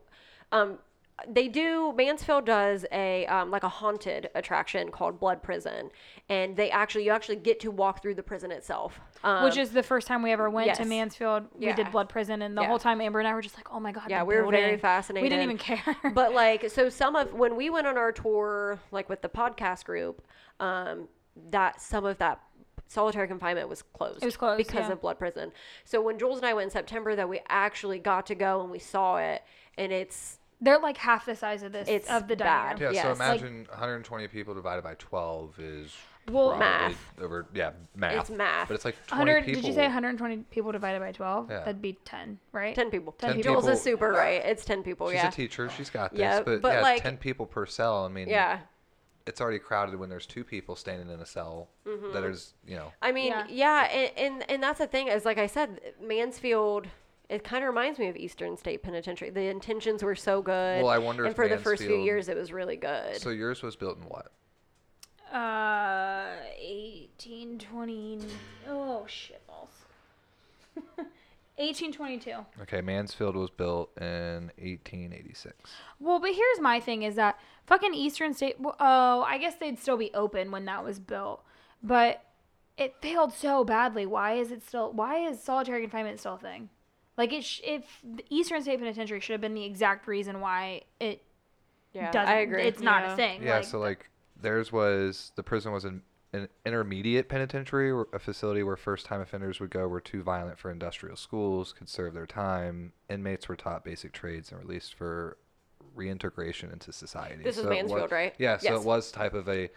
Speaker 1: um, they do. Mansfield does a um, like a haunted attraction called Blood Prison, and they actually you actually get to walk through the prison itself, um,
Speaker 2: Which is the first time we ever went to
Speaker 1: yes.
Speaker 2: Mansfield. We
Speaker 1: Yeah.
Speaker 2: did blood prison, and the
Speaker 1: Yeah.
Speaker 2: whole time Amber and I were just like, "Oh my god!"
Speaker 1: Yeah,
Speaker 2: the
Speaker 1: we were very
Speaker 2: building." We
Speaker 1: fascinated.
Speaker 2: didn't even care.
Speaker 1: but like so some of when we went on our tour like with the podcast group um that some of that solitary confinement was closed
Speaker 2: It was closed,
Speaker 1: because
Speaker 2: yeah.
Speaker 1: of blood prison so when jules and i went in september that we actually got to go and we saw it and it's
Speaker 2: they're like half the size of this
Speaker 1: It's
Speaker 2: of the
Speaker 1: bad.
Speaker 2: dining room.
Speaker 3: Yeah, so
Speaker 1: Yes. Like-
Speaker 3: imagine 120 people divided by 12 is
Speaker 2: Well,
Speaker 3: probably
Speaker 1: math.
Speaker 3: over yeah math.
Speaker 1: It's math.
Speaker 3: but it's like 20
Speaker 2: Hundred?
Speaker 3: people.
Speaker 2: Did you say 120 people divided by 12?
Speaker 3: Yeah.
Speaker 2: That'd be 10, right?
Speaker 1: 10 people
Speaker 2: 10
Speaker 3: 10
Speaker 1: jules
Speaker 3: people.
Speaker 1: is super right it's 10 people
Speaker 3: She's
Speaker 1: yeah
Speaker 3: a teacher. She's got this.
Speaker 1: Yeah,
Speaker 3: but,
Speaker 1: but,
Speaker 3: yeah,
Speaker 1: like-
Speaker 3: 10 people per cell. I mean,
Speaker 1: yeah
Speaker 3: it's already crowded when there's two people standing in a cell. That is, you know,
Speaker 1: I mean,
Speaker 2: Yeah.
Speaker 1: yeah, and, and and that's the thing is, like I said, Mansfield. It kind of reminds me of Eastern State Penitentiary. The intentions were so good.
Speaker 3: Well, I wonder
Speaker 1: And
Speaker 3: if
Speaker 1: for the first few
Speaker 3: Mansfield-
Speaker 1: years, it was really good.
Speaker 3: so yours was built in what?
Speaker 2: Uh, 18, 20. Oh, shit balls. 1822.
Speaker 3: Okay, Mansfield was built in 1886.
Speaker 2: Well, but here's my thing is that fucking Eastern State. well, Oh, I guess they'd still be open when that was built, but it failed so badly. Why is it still? Why is solitary confinement still a thing? Like it, sh- if the Eastern State Penitentiary should have been the exact reason why it
Speaker 1: yeah,
Speaker 2: doesn't.
Speaker 1: I agree.
Speaker 2: It's not a
Speaker 4: Yeah.
Speaker 2: thing.
Speaker 3: Yeah, so like theirs was the prison was an, an intermediate penitentiary, or a facility where first-time offenders would go were too violent for industrial schools, could serve their time. Inmates were taught basic trades and released for reintegration into society.
Speaker 1: This is
Speaker 3: it was-
Speaker 1: Mansfield, right?
Speaker 3: Yeah, so
Speaker 1: Yes.
Speaker 3: it was type of a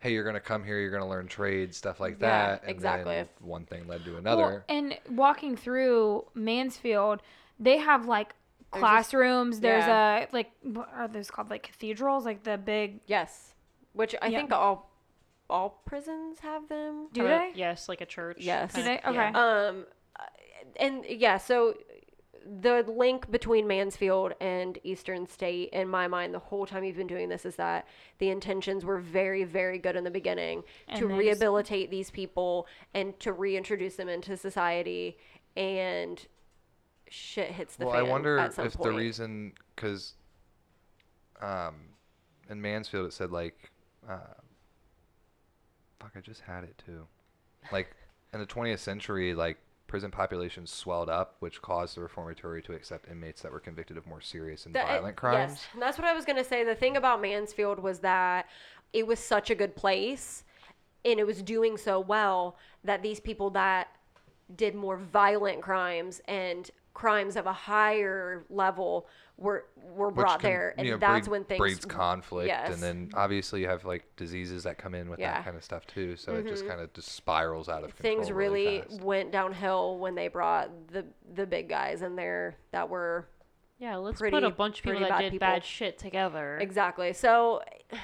Speaker 3: hey, you're gonna come here, you're gonna learn trades, stuff like
Speaker 1: Yeah,
Speaker 3: that. and
Speaker 1: exactly.
Speaker 3: then one thing led to
Speaker 2: Well,
Speaker 3: another.
Speaker 2: and walking through Mansfield, they have like
Speaker 1: There's a-
Speaker 2: classrooms. There's
Speaker 1: yeah.
Speaker 2: a like what are those called? Like cathedrals, like the big.
Speaker 1: yes, which I
Speaker 2: Yeah.
Speaker 1: think all all prisons have them.
Speaker 2: Do
Speaker 1: or-
Speaker 2: they?
Speaker 4: Yes, like a church.
Speaker 1: Yes.
Speaker 2: Do
Speaker 4: kinda-
Speaker 2: they? Okay.
Speaker 4: yeah.
Speaker 1: Um, and yeah, so the link between Mansfield and Eastern State, in my mind, the whole time you've been doing this is that the intentions were very, very good in the beginning to
Speaker 2: they just-
Speaker 1: rehabilitate these people and to reintroduce them into society, and shit hits the
Speaker 3: well, I
Speaker 1: fan.
Speaker 3: wonder
Speaker 1: at some
Speaker 3: if the
Speaker 1: point.
Speaker 3: reason because um, in Mansfield it said like uh, fuck, I just had it too. Like in the 20th century, like prison populations swelled up, which caused the reformatory to accept inmates that were convicted of more serious and
Speaker 1: The-
Speaker 3: violent crimes.
Speaker 1: Yes, and that's what I was gonna say. The thing about Mansfield was that it was such a good place, and it was doing so well that these people that did more violent crimes and crimes of a higher level were were
Speaker 3: which
Speaker 1: brought
Speaker 3: can,
Speaker 1: there, and
Speaker 3: you know,
Speaker 1: that's
Speaker 3: breed-
Speaker 1: when things
Speaker 3: breeds conflict,
Speaker 1: Yes.
Speaker 3: and then obviously you have like diseases that come in with
Speaker 1: Yeah. Mm-hmm.
Speaker 3: that kind of stuff too. So it just kind of just spirals out of control.
Speaker 1: things really
Speaker 3: fast.
Speaker 1: went downhill when they brought the the big guys in there that were
Speaker 4: Yeah, let's put
Speaker 1: pretty-
Speaker 4: a bunch of people
Speaker 1: pretty
Speaker 4: that
Speaker 1: bad
Speaker 4: did
Speaker 1: people.
Speaker 4: bad shit together.
Speaker 1: Exactly. So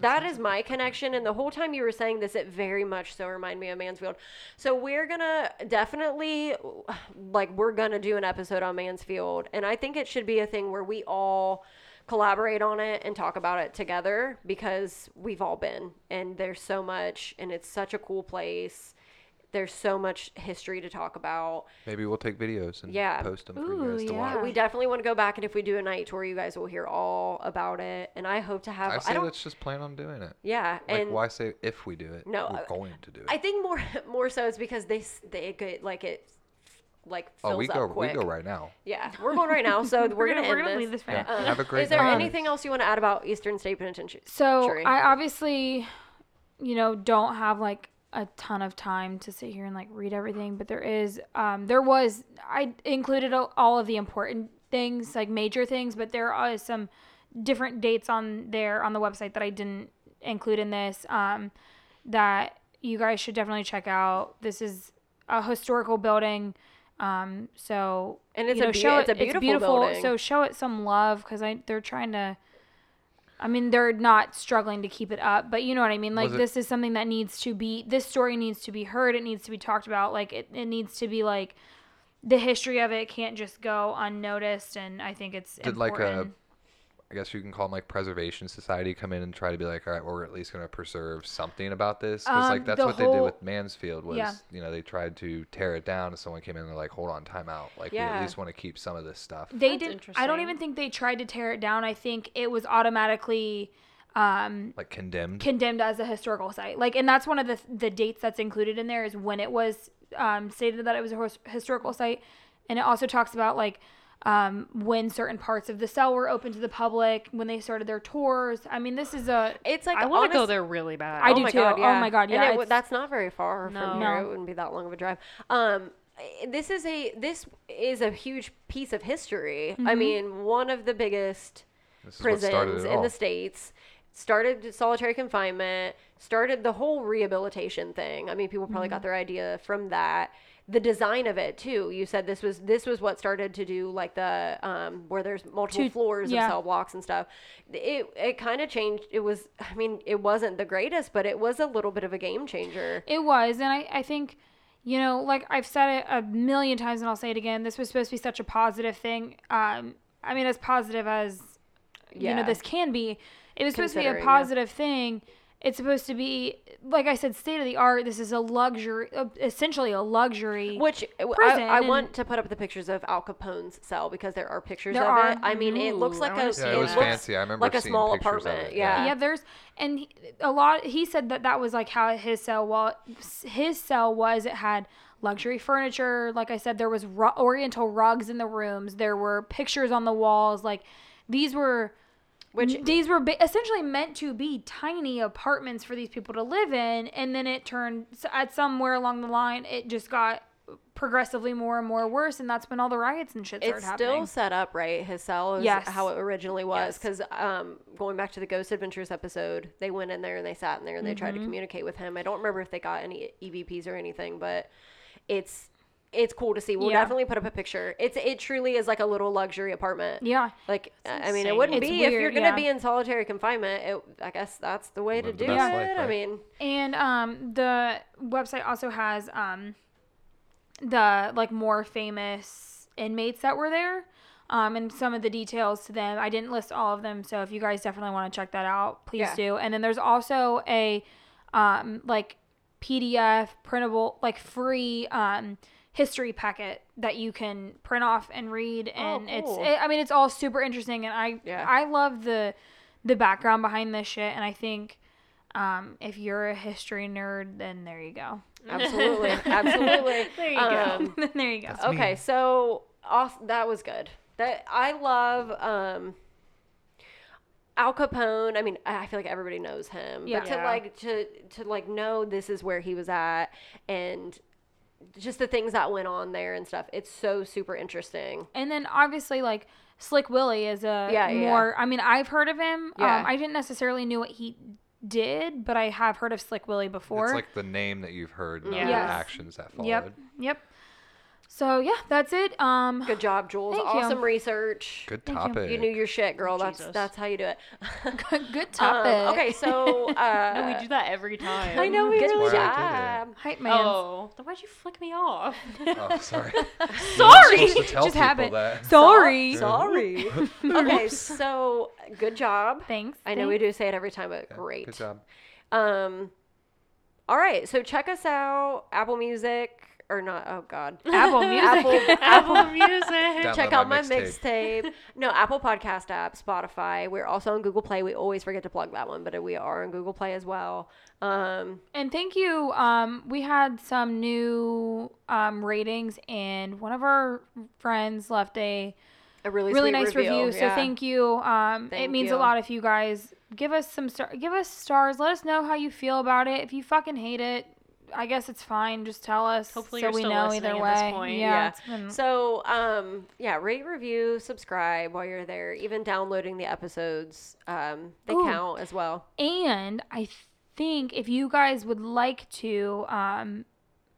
Speaker 1: that is my connection. And the whole time you were saying this, it very much so reminded me of Mansfield. So we're going to definitely, like, we're going to do an episode on Mansfield. And I think it should be a thing where we all collaborate on it and talk about it together because we've all been and there's so much and it's such a cool place. There's so much history to talk about.
Speaker 3: Maybe we'll take videos and
Speaker 1: Yeah.
Speaker 3: post them for
Speaker 2: Ooh,
Speaker 3: you guys to
Speaker 2: yeah.
Speaker 3: watch.
Speaker 1: We definitely want to go back and if we do a night tour, you guys will hear all about it. And I hope to have
Speaker 3: I
Speaker 1: I,
Speaker 3: say
Speaker 1: don't
Speaker 3: let's just plan on doing it.
Speaker 1: yeah,
Speaker 3: Like,
Speaker 1: and
Speaker 3: why say if we do it?
Speaker 1: No,
Speaker 3: we're
Speaker 1: I-
Speaker 3: going to do it.
Speaker 1: I think more more so it's because they s- they get like it like fills
Speaker 3: oh, we
Speaker 1: up
Speaker 3: go.
Speaker 1: quick.
Speaker 3: We go right now.
Speaker 1: Yeah, we're going right now, so we're,
Speaker 2: We're
Speaker 1: gonna,
Speaker 2: gonna, we're
Speaker 1: end
Speaker 2: gonna
Speaker 1: this.
Speaker 2: leave this
Speaker 3: Yeah.
Speaker 2: minute.
Speaker 1: Um,
Speaker 3: Have a great
Speaker 1: Is there
Speaker 3: night.
Speaker 1: anything else you want to add about Eastern State Penitentiary?
Speaker 2: So
Speaker 1: Sure.
Speaker 2: I obviously, you know, don't have like a ton of time to sit here and like read everything, but there is, um, there was, I included all- all of the important things, like major things, but there are some different dates on there on the website that I didn't include in this. Um, that you guys should definitely check out. This is a historical building. Um, so
Speaker 1: And it's
Speaker 2: you
Speaker 1: a
Speaker 2: know,
Speaker 1: beau-
Speaker 2: show
Speaker 1: it's a
Speaker 2: it-
Speaker 1: beautiful building.
Speaker 2: So show it some love because I they're trying to. I mean, they're not struggling to keep it up, but you know what I mean. Like
Speaker 3: Was it-
Speaker 2: this is something that needs to be. This story needs to be heard. It needs to be talked about. Like it, it needs to be like the history of it can't just go unnoticed. And I think it's
Speaker 3: Did like
Speaker 2: important.
Speaker 3: a, I guess you can call them like preservation society come in and try to be like, all right, well, we're at least going to preserve something about this because
Speaker 2: Um,
Speaker 3: like that's
Speaker 2: the
Speaker 3: what they did
Speaker 2: whole-
Speaker 3: with Mansfield was
Speaker 2: Yeah.
Speaker 3: you know they tried to tear it down and someone came in and they're like, hold on, time out. Like we
Speaker 1: Yeah.
Speaker 3: at least want to keep some of this stuff.
Speaker 2: they
Speaker 4: That's
Speaker 2: didn't. I don't
Speaker 4: interesting.
Speaker 2: even think they tried to tear it down. I think it was automatically. Um,
Speaker 3: Like condemned.
Speaker 2: condemned as a historical site. Like, and that's one of the the dates that's included in there is when it was um, stated that it was a his- historical site, and it also talks about like um, when certain parts of the cell were open to the public, when they started their tours. I mean, this is a
Speaker 1: It's like
Speaker 4: I want to go
Speaker 1: honest-
Speaker 4: there really bad.
Speaker 2: I
Speaker 1: oh
Speaker 2: do
Speaker 1: my
Speaker 2: too.
Speaker 1: God,
Speaker 2: Oh
Speaker 1: yeah.
Speaker 2: my God,
Speaker 1: And
Speaker 2: yeah,
Speaker 1: it
Speaker 2: it's-
Speaker 1: w- that's not very far from
Speaker 4: No.
Speaker 1: here.
Speaker 2: No.
Speaker 1: It wouldn't be that long of a drive. Um, i- this is a this is a huge piece of history.
Speaker 2: Mm-hmm.
Speaker 1: I mean, one of the biggest
Speaker 3: This is what started
Speaker 1: prisons
Speaker 3: it
Speaker 1: in
Speaker 3: all.
Speaker 1: the states. Started solitary confinement, started the whole rehabilitation thing. I mean, people probably got their idea from that. The design of it too. You said this was this was what started to do like the um, where there's multiple
Speaker 2: Two-
Speaker 1: floors
Speaker 2: yeah.
Speaker 1: of cell blocks and stuff. It it kind of changed. It was I mean it wasn't the greatest, but it was a little bit of a game changer.
Speaker 2: It was, and I, I think, you know, like I've said it a million times, and I'll say it again. This was supposed to be such a positive thing. Um, I mean, as positive as you
Speaker 1: Yeah.
Speaker 2: know this can be, it was supposed to be a
Speaker 1: Considering, yeah.
Speaker 2: positive thing. It's supposed to be, like I said, state of the art. This is a luxury, uh, essentially a luxury.
Speaker 1: Which I,
Speaker 2: prison
Speaker 1: I
Speaker 2: and-
Speaker 1: want to put up the pictures of Al Capone's cell because there are pictures
Speaker 2: There
Speaker 1: of
Speaker 2: are.
Speaker 1: it. I mean, it looks
Speaker 4: Ooh,
Speaker 1: like
Speaker 4: I
Speaker 1: a
Speaker 4: wanna see
Speaker 3: Yeah, it
Speaker 4: it
Speaker 3: was
Speaker 1: looks
Speaker 3: fancy. I remember
Speaker 1: like a
Speaker 3: seeing
Speaker 1: small
Speaker 3: pictures of
Speaker 1: apartment.
Speaker 3: it,
Speaker 1: Yeah.
Speaker 2: yeah, there's, and he, a lot. He said that that was like how his cell wa- his cell was. It had luxury furniture. Like I said, there was ru- Oriental rugs in the rooms. There were pictures on the walls. Like these were
Speaker 1: Which-
Speaker 2: these were ba- essentially meant to be tiny apartments for these people to live in. And then it turned so at somewhere along the line, it just got progressively more and more worse. And that's when all the riots and shit started
Speaker 1: it's
Speaker 2: happening.
Speaker 1: still set up right his cell is
Speaker 2: Yes.
Speaker 1: how it originally was because um, going back to the ghost adventures episode they went in there and they sat in there and they
Speaker 2: Mm-hmm.
Speaker 1: tried to communicate with him i don't remember if they got any evps or anything but it's it's cool to see we'll
Speaker 2: Yeah.
Speaker 1: definitely put up a picture it's it truly is like a little luxury apartment
Speaker 2: yeah.
Speaker 1: like i I mean it
Speaker 4: insane.
Speaker 1: wouldn't
Speaker 2: It's
Speaker 1: be if you're
Speaker 2: weird,
Speaker 1: gonna
Speaker 2: yeah.
Speaker 1: be in solitary confignment it, i guess that's the way to
Speaker 3: Live the
Speaker 1: do it
Speaker 3: best life,
Speaker 1: i
Speaker 3: right?
Speaker 1: mean
Speaker 2: And um, the website also has um, the like more famous inmates that were there, um, and some of the details to them. I didn't list all of them, so if you guys definitely want to check that out, please
Speaker 1: Yeah.
Speaker 2: do. And then there's also a um, like PDF printable, like free um, history packet that you can print off and read. And
Speaker 1: Oh, cool.
Speaker 2: it's, it, I mean, it's all super interesting, and I
Speaker 1: Yeah.
Speaker 2: I love the the background behind this shit, and I think. Um, if you're a history nerd, then there you go.
Speaker 1: absolutely absolutely
Speaker 4: There you
Speaker 1: Um,
Speaker 4: go.
Speaker 2: then there you go.
Speaker 1: Okay, so off that was good. That I love um Al Capone. I mean, I I feel like everybody knows him,
Speaker 2: Yeah.
Speaker 1: but to
Speaker 4: Yeah.
Speaker 1: like to to like know this is where he was at and just the things that went on there and stuff. It's so super interesting.
Speaker 2: And then obviously like Slick Willie is a
Speaker 1: Yeah, yeah.
Speaker 2: more I mean, I've heard of him.
Speaker 1: Yeah.
Speaker 2: Um I didn't necessarily knew what he did, but I have heard of Slick Willie before.
Speaker 3: It's like the name that you've heard, not the
Speaker 4: Yes.
Speaker 3: actions that followed.
Speaker 2: yep. Yep. So yeah, that's it. Um
Speaker 1: Good job, Jules.
Speaker 2: Thank you.
Speaker 1: awesome research.
Speaker 3: Good
Speaker 2: Thank you.
Speaker 3: topic.
Speaker 1: You knew your shit, girl. That's
Speaker 4: Jesus.
Speaker 1: that's how you do it.
Speaker 2: good
Speaker 1: Um,
Speaker 2: topic.
Speaker 1: okay, so uh,
Speaker 4: No, Oh, we do that every time.
Speaker 1: I know we
Speaker 2: Good
Speaker 1: really Um,
Speaker 3: job.
Speaker 1: job.
Speaker 2: Hype man.
Speaker 4: Oh, then why'd you flick me off?
Speaker 3: Oh, sorry.
Speaker 4: Sorry.
Speaker 3: Supposed to tell
Speaker 2: Just
Speaker 3: people
Speaker 2: happened.
Speaker 3: that.
Speaker 2: Sorry.
Speaker 1: Sorry. okay, so good job.
Speaker 2: Thanks.
Speaker 1: I know we do say it every time, but
Speaker 3: Yeah,
Speaker 1: great.
Speaker 3: Good job.
Speaker 1: Um, all right, so check us out. Apple Music or not? Oh God,
Speaker 2: Apple Music.
Speaker 1: Apple, Apple
Speaker 4: Apple music.
Speaker 3: Download
Speaker 1: check
Speaker 3: my
Speaker 1: out my
Speaker 3: mixtape.
Speaker 1: mixtape. no, Apple Podcast app, Spotify. We're also on Google Play. We always forget to plug that one, but we are on Google Play as well. Um,
Speaker 2: And thank you. Um, we had some new um, ratings, and one of our friends left a
Speaker 1: a really
Speaker 2: really
Speaker 1: sweet
Speaker 2: nice review. so
Speaker 1: yeah.
Speaker 2: thank you. Um, it
Speaker 1: Thank
Speaker 2: means
Speaker 1: you.
Speaker 2: a lot if you guys give us some star- give us stars. Let us know how you feel about it. If you fucking hate it, I guess it's fine. Just tell us.
Speaker 4: Hopefully
Speaker 2: so
Speaker 4: you're
Speaker 2: we
Speaker 4: still
Speaker 2: know
Speaker 4: listening
Speaker 2: either way.
Speaker 4: at this point.
Speaker 2: Yeah.
Speaker 1: Yeah.
Speaker 2: it's been-
Speaker 1: So, um, yeah, rate, review, subscribe while you're there. Even downloading the episodes, um, they
Speaker 2: Ooh.
Speaker 1: count as well.
Speaker 2: and I think if you guys would like to, um,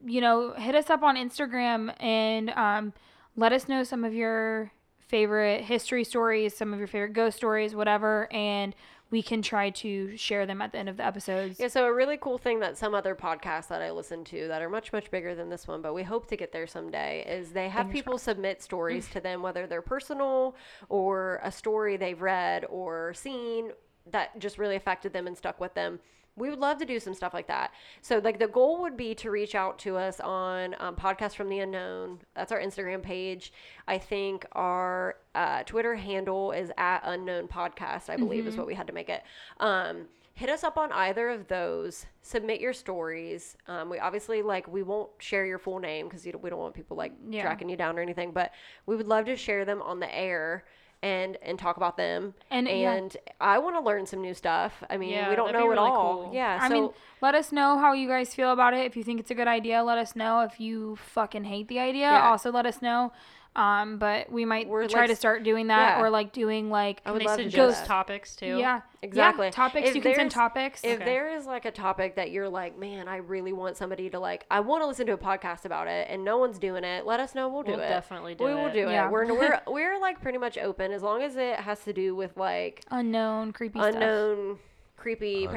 Speaker 2: you know, hit us up on Instagram and um, let us know some of your favorite history stories, some of your favorite ghost stories, whatever, and we can try to share them at the end of the episodes.
Speaker 1: Yeah, so a really cool thing that some other podcasts that I listen to that are much, much bigger than this one, but we hope to get there someday, is they have people submit stories to them, whether they're personal or a story they've read or seen that just really affected them and stuck with them. We would love to do some stuff like that. So, like, the goal would be to reach out to us on um, Podcast from the Unknown. That's our Instagram page. I think our uh, Twitter handle is at Unknown Podcast, I believe, is what we had to make it. Um, hit us up on either of those submit your stories um, we obviously like we won't share your full name because we don't want people like
Speaker 2: Yeah.
Speaker 1: tracking you down or anything but we would love to share them on the air and and talk about them
Speaker 2: And, yeah.
Speaker 1: and i want to learn some new stuff i mean
Speaker 4: Yeah,
Speaker 1: we don't
Speaker 4: that'd be
Speaker 1: know it
Speaker 4: really
Speaker 1: all
Speaker 4: cool.
Speaker 1: yeah
Speaker 2: I
Speaker 1: so
Speaker 2: mean, let us know how you guys feel about it. If you think it's a good idea, let us know. If you fucking hate the idea,
Speaker 1: Yeah.
Speaker 2: also let us know. Um, but we might
Speaker 1: We're,
Speaker 2: try
Speaker 1: like,
Speaker 2: to start doing that
Speaker 1: yeah.
Speaker 2: or like doing like
Speaker 1: I would
Speaker 4: they
Speaker 1: love to do
Speaker 4: suggest
Speaker 1: that.
Speaker 4: topics too.
Speaker 2: Yeah,
Speaker 1: Exactly.
Speaker 2: Yeah. Topics
Speaker 1: If
Speaker 2: you can send
Speaker 1: there's-
Speaker 2: topics.
Speaker 1: if
Speaker 4: Okay.
Speaker 1: there is like a topic that you're like man i really want somebody to like i want to listen to a podcast about it and no one's doing it let us know we'll do
Speaker 4: We'll
Speaker 1: it
Speaker 4: definitely do
Speaker 1: we will
Speaker 4: it.
Speaker 1: do
Speaker 2: Yeah.
Speaker 1: it we're, we're we're like pretty much open as long as it has to do with like
Speaker 2: unknown creepy stuff.
Speaker 1: unknown, creepy,
Speaker 3: Unknown.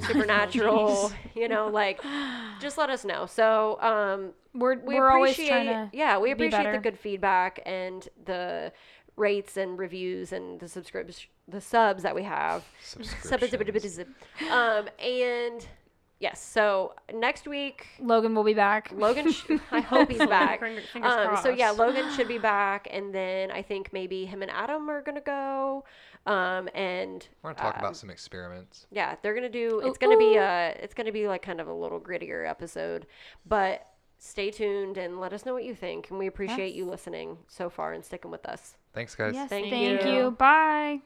Speaker 1: paranormal, supernatural, you know, like just let us know. So, um
Speaker 2: We're
Speaker 1: we
Speaker 2: we're always
Speaker 1: appreciate
Speaker 2: trying to
Speaker 1: yeah, we
Speaker 2: be
Speaker 1: appreciate
Speaker 2: better.
Speaker 1: the good feedback and the rates and reviews and the subscription the subs that we have. Sub-
Speaker 3: Subscriptions.
Speaker 1: um and yes, so next week
Speaker 2: Logan will be back.
Speaker 1: Logan, sh- I hope he's back.
Speaker 4: Finger- fingers
Speaker 1: Um, so yeah,
Speaker 4: crossed.
Speaker 1: Logan should be back, and then I think maybe him and Adam are gonna go. Um, and
Speaker 3: We're gonna talk
Speaker 1: um,
Speaker 3: about some experiments.
Speaker 1: yeah, they're gonna do.
Speaker 2: Ooh,
Speaker 1: It's gonna be
Speaker 2: ooh.
Speaker 1: a. It's gonna be like kind of a little grittier episode, but stay tuned and let us know what you think. And we appreciate you listening so far and sticking with us.
Speaker 3: Thanks, guys.
Speaker 2: Yes,
Speaker 1: Thank
Speaker 2: thank
Speaker 1: you.
Speaker 2: you. Bye.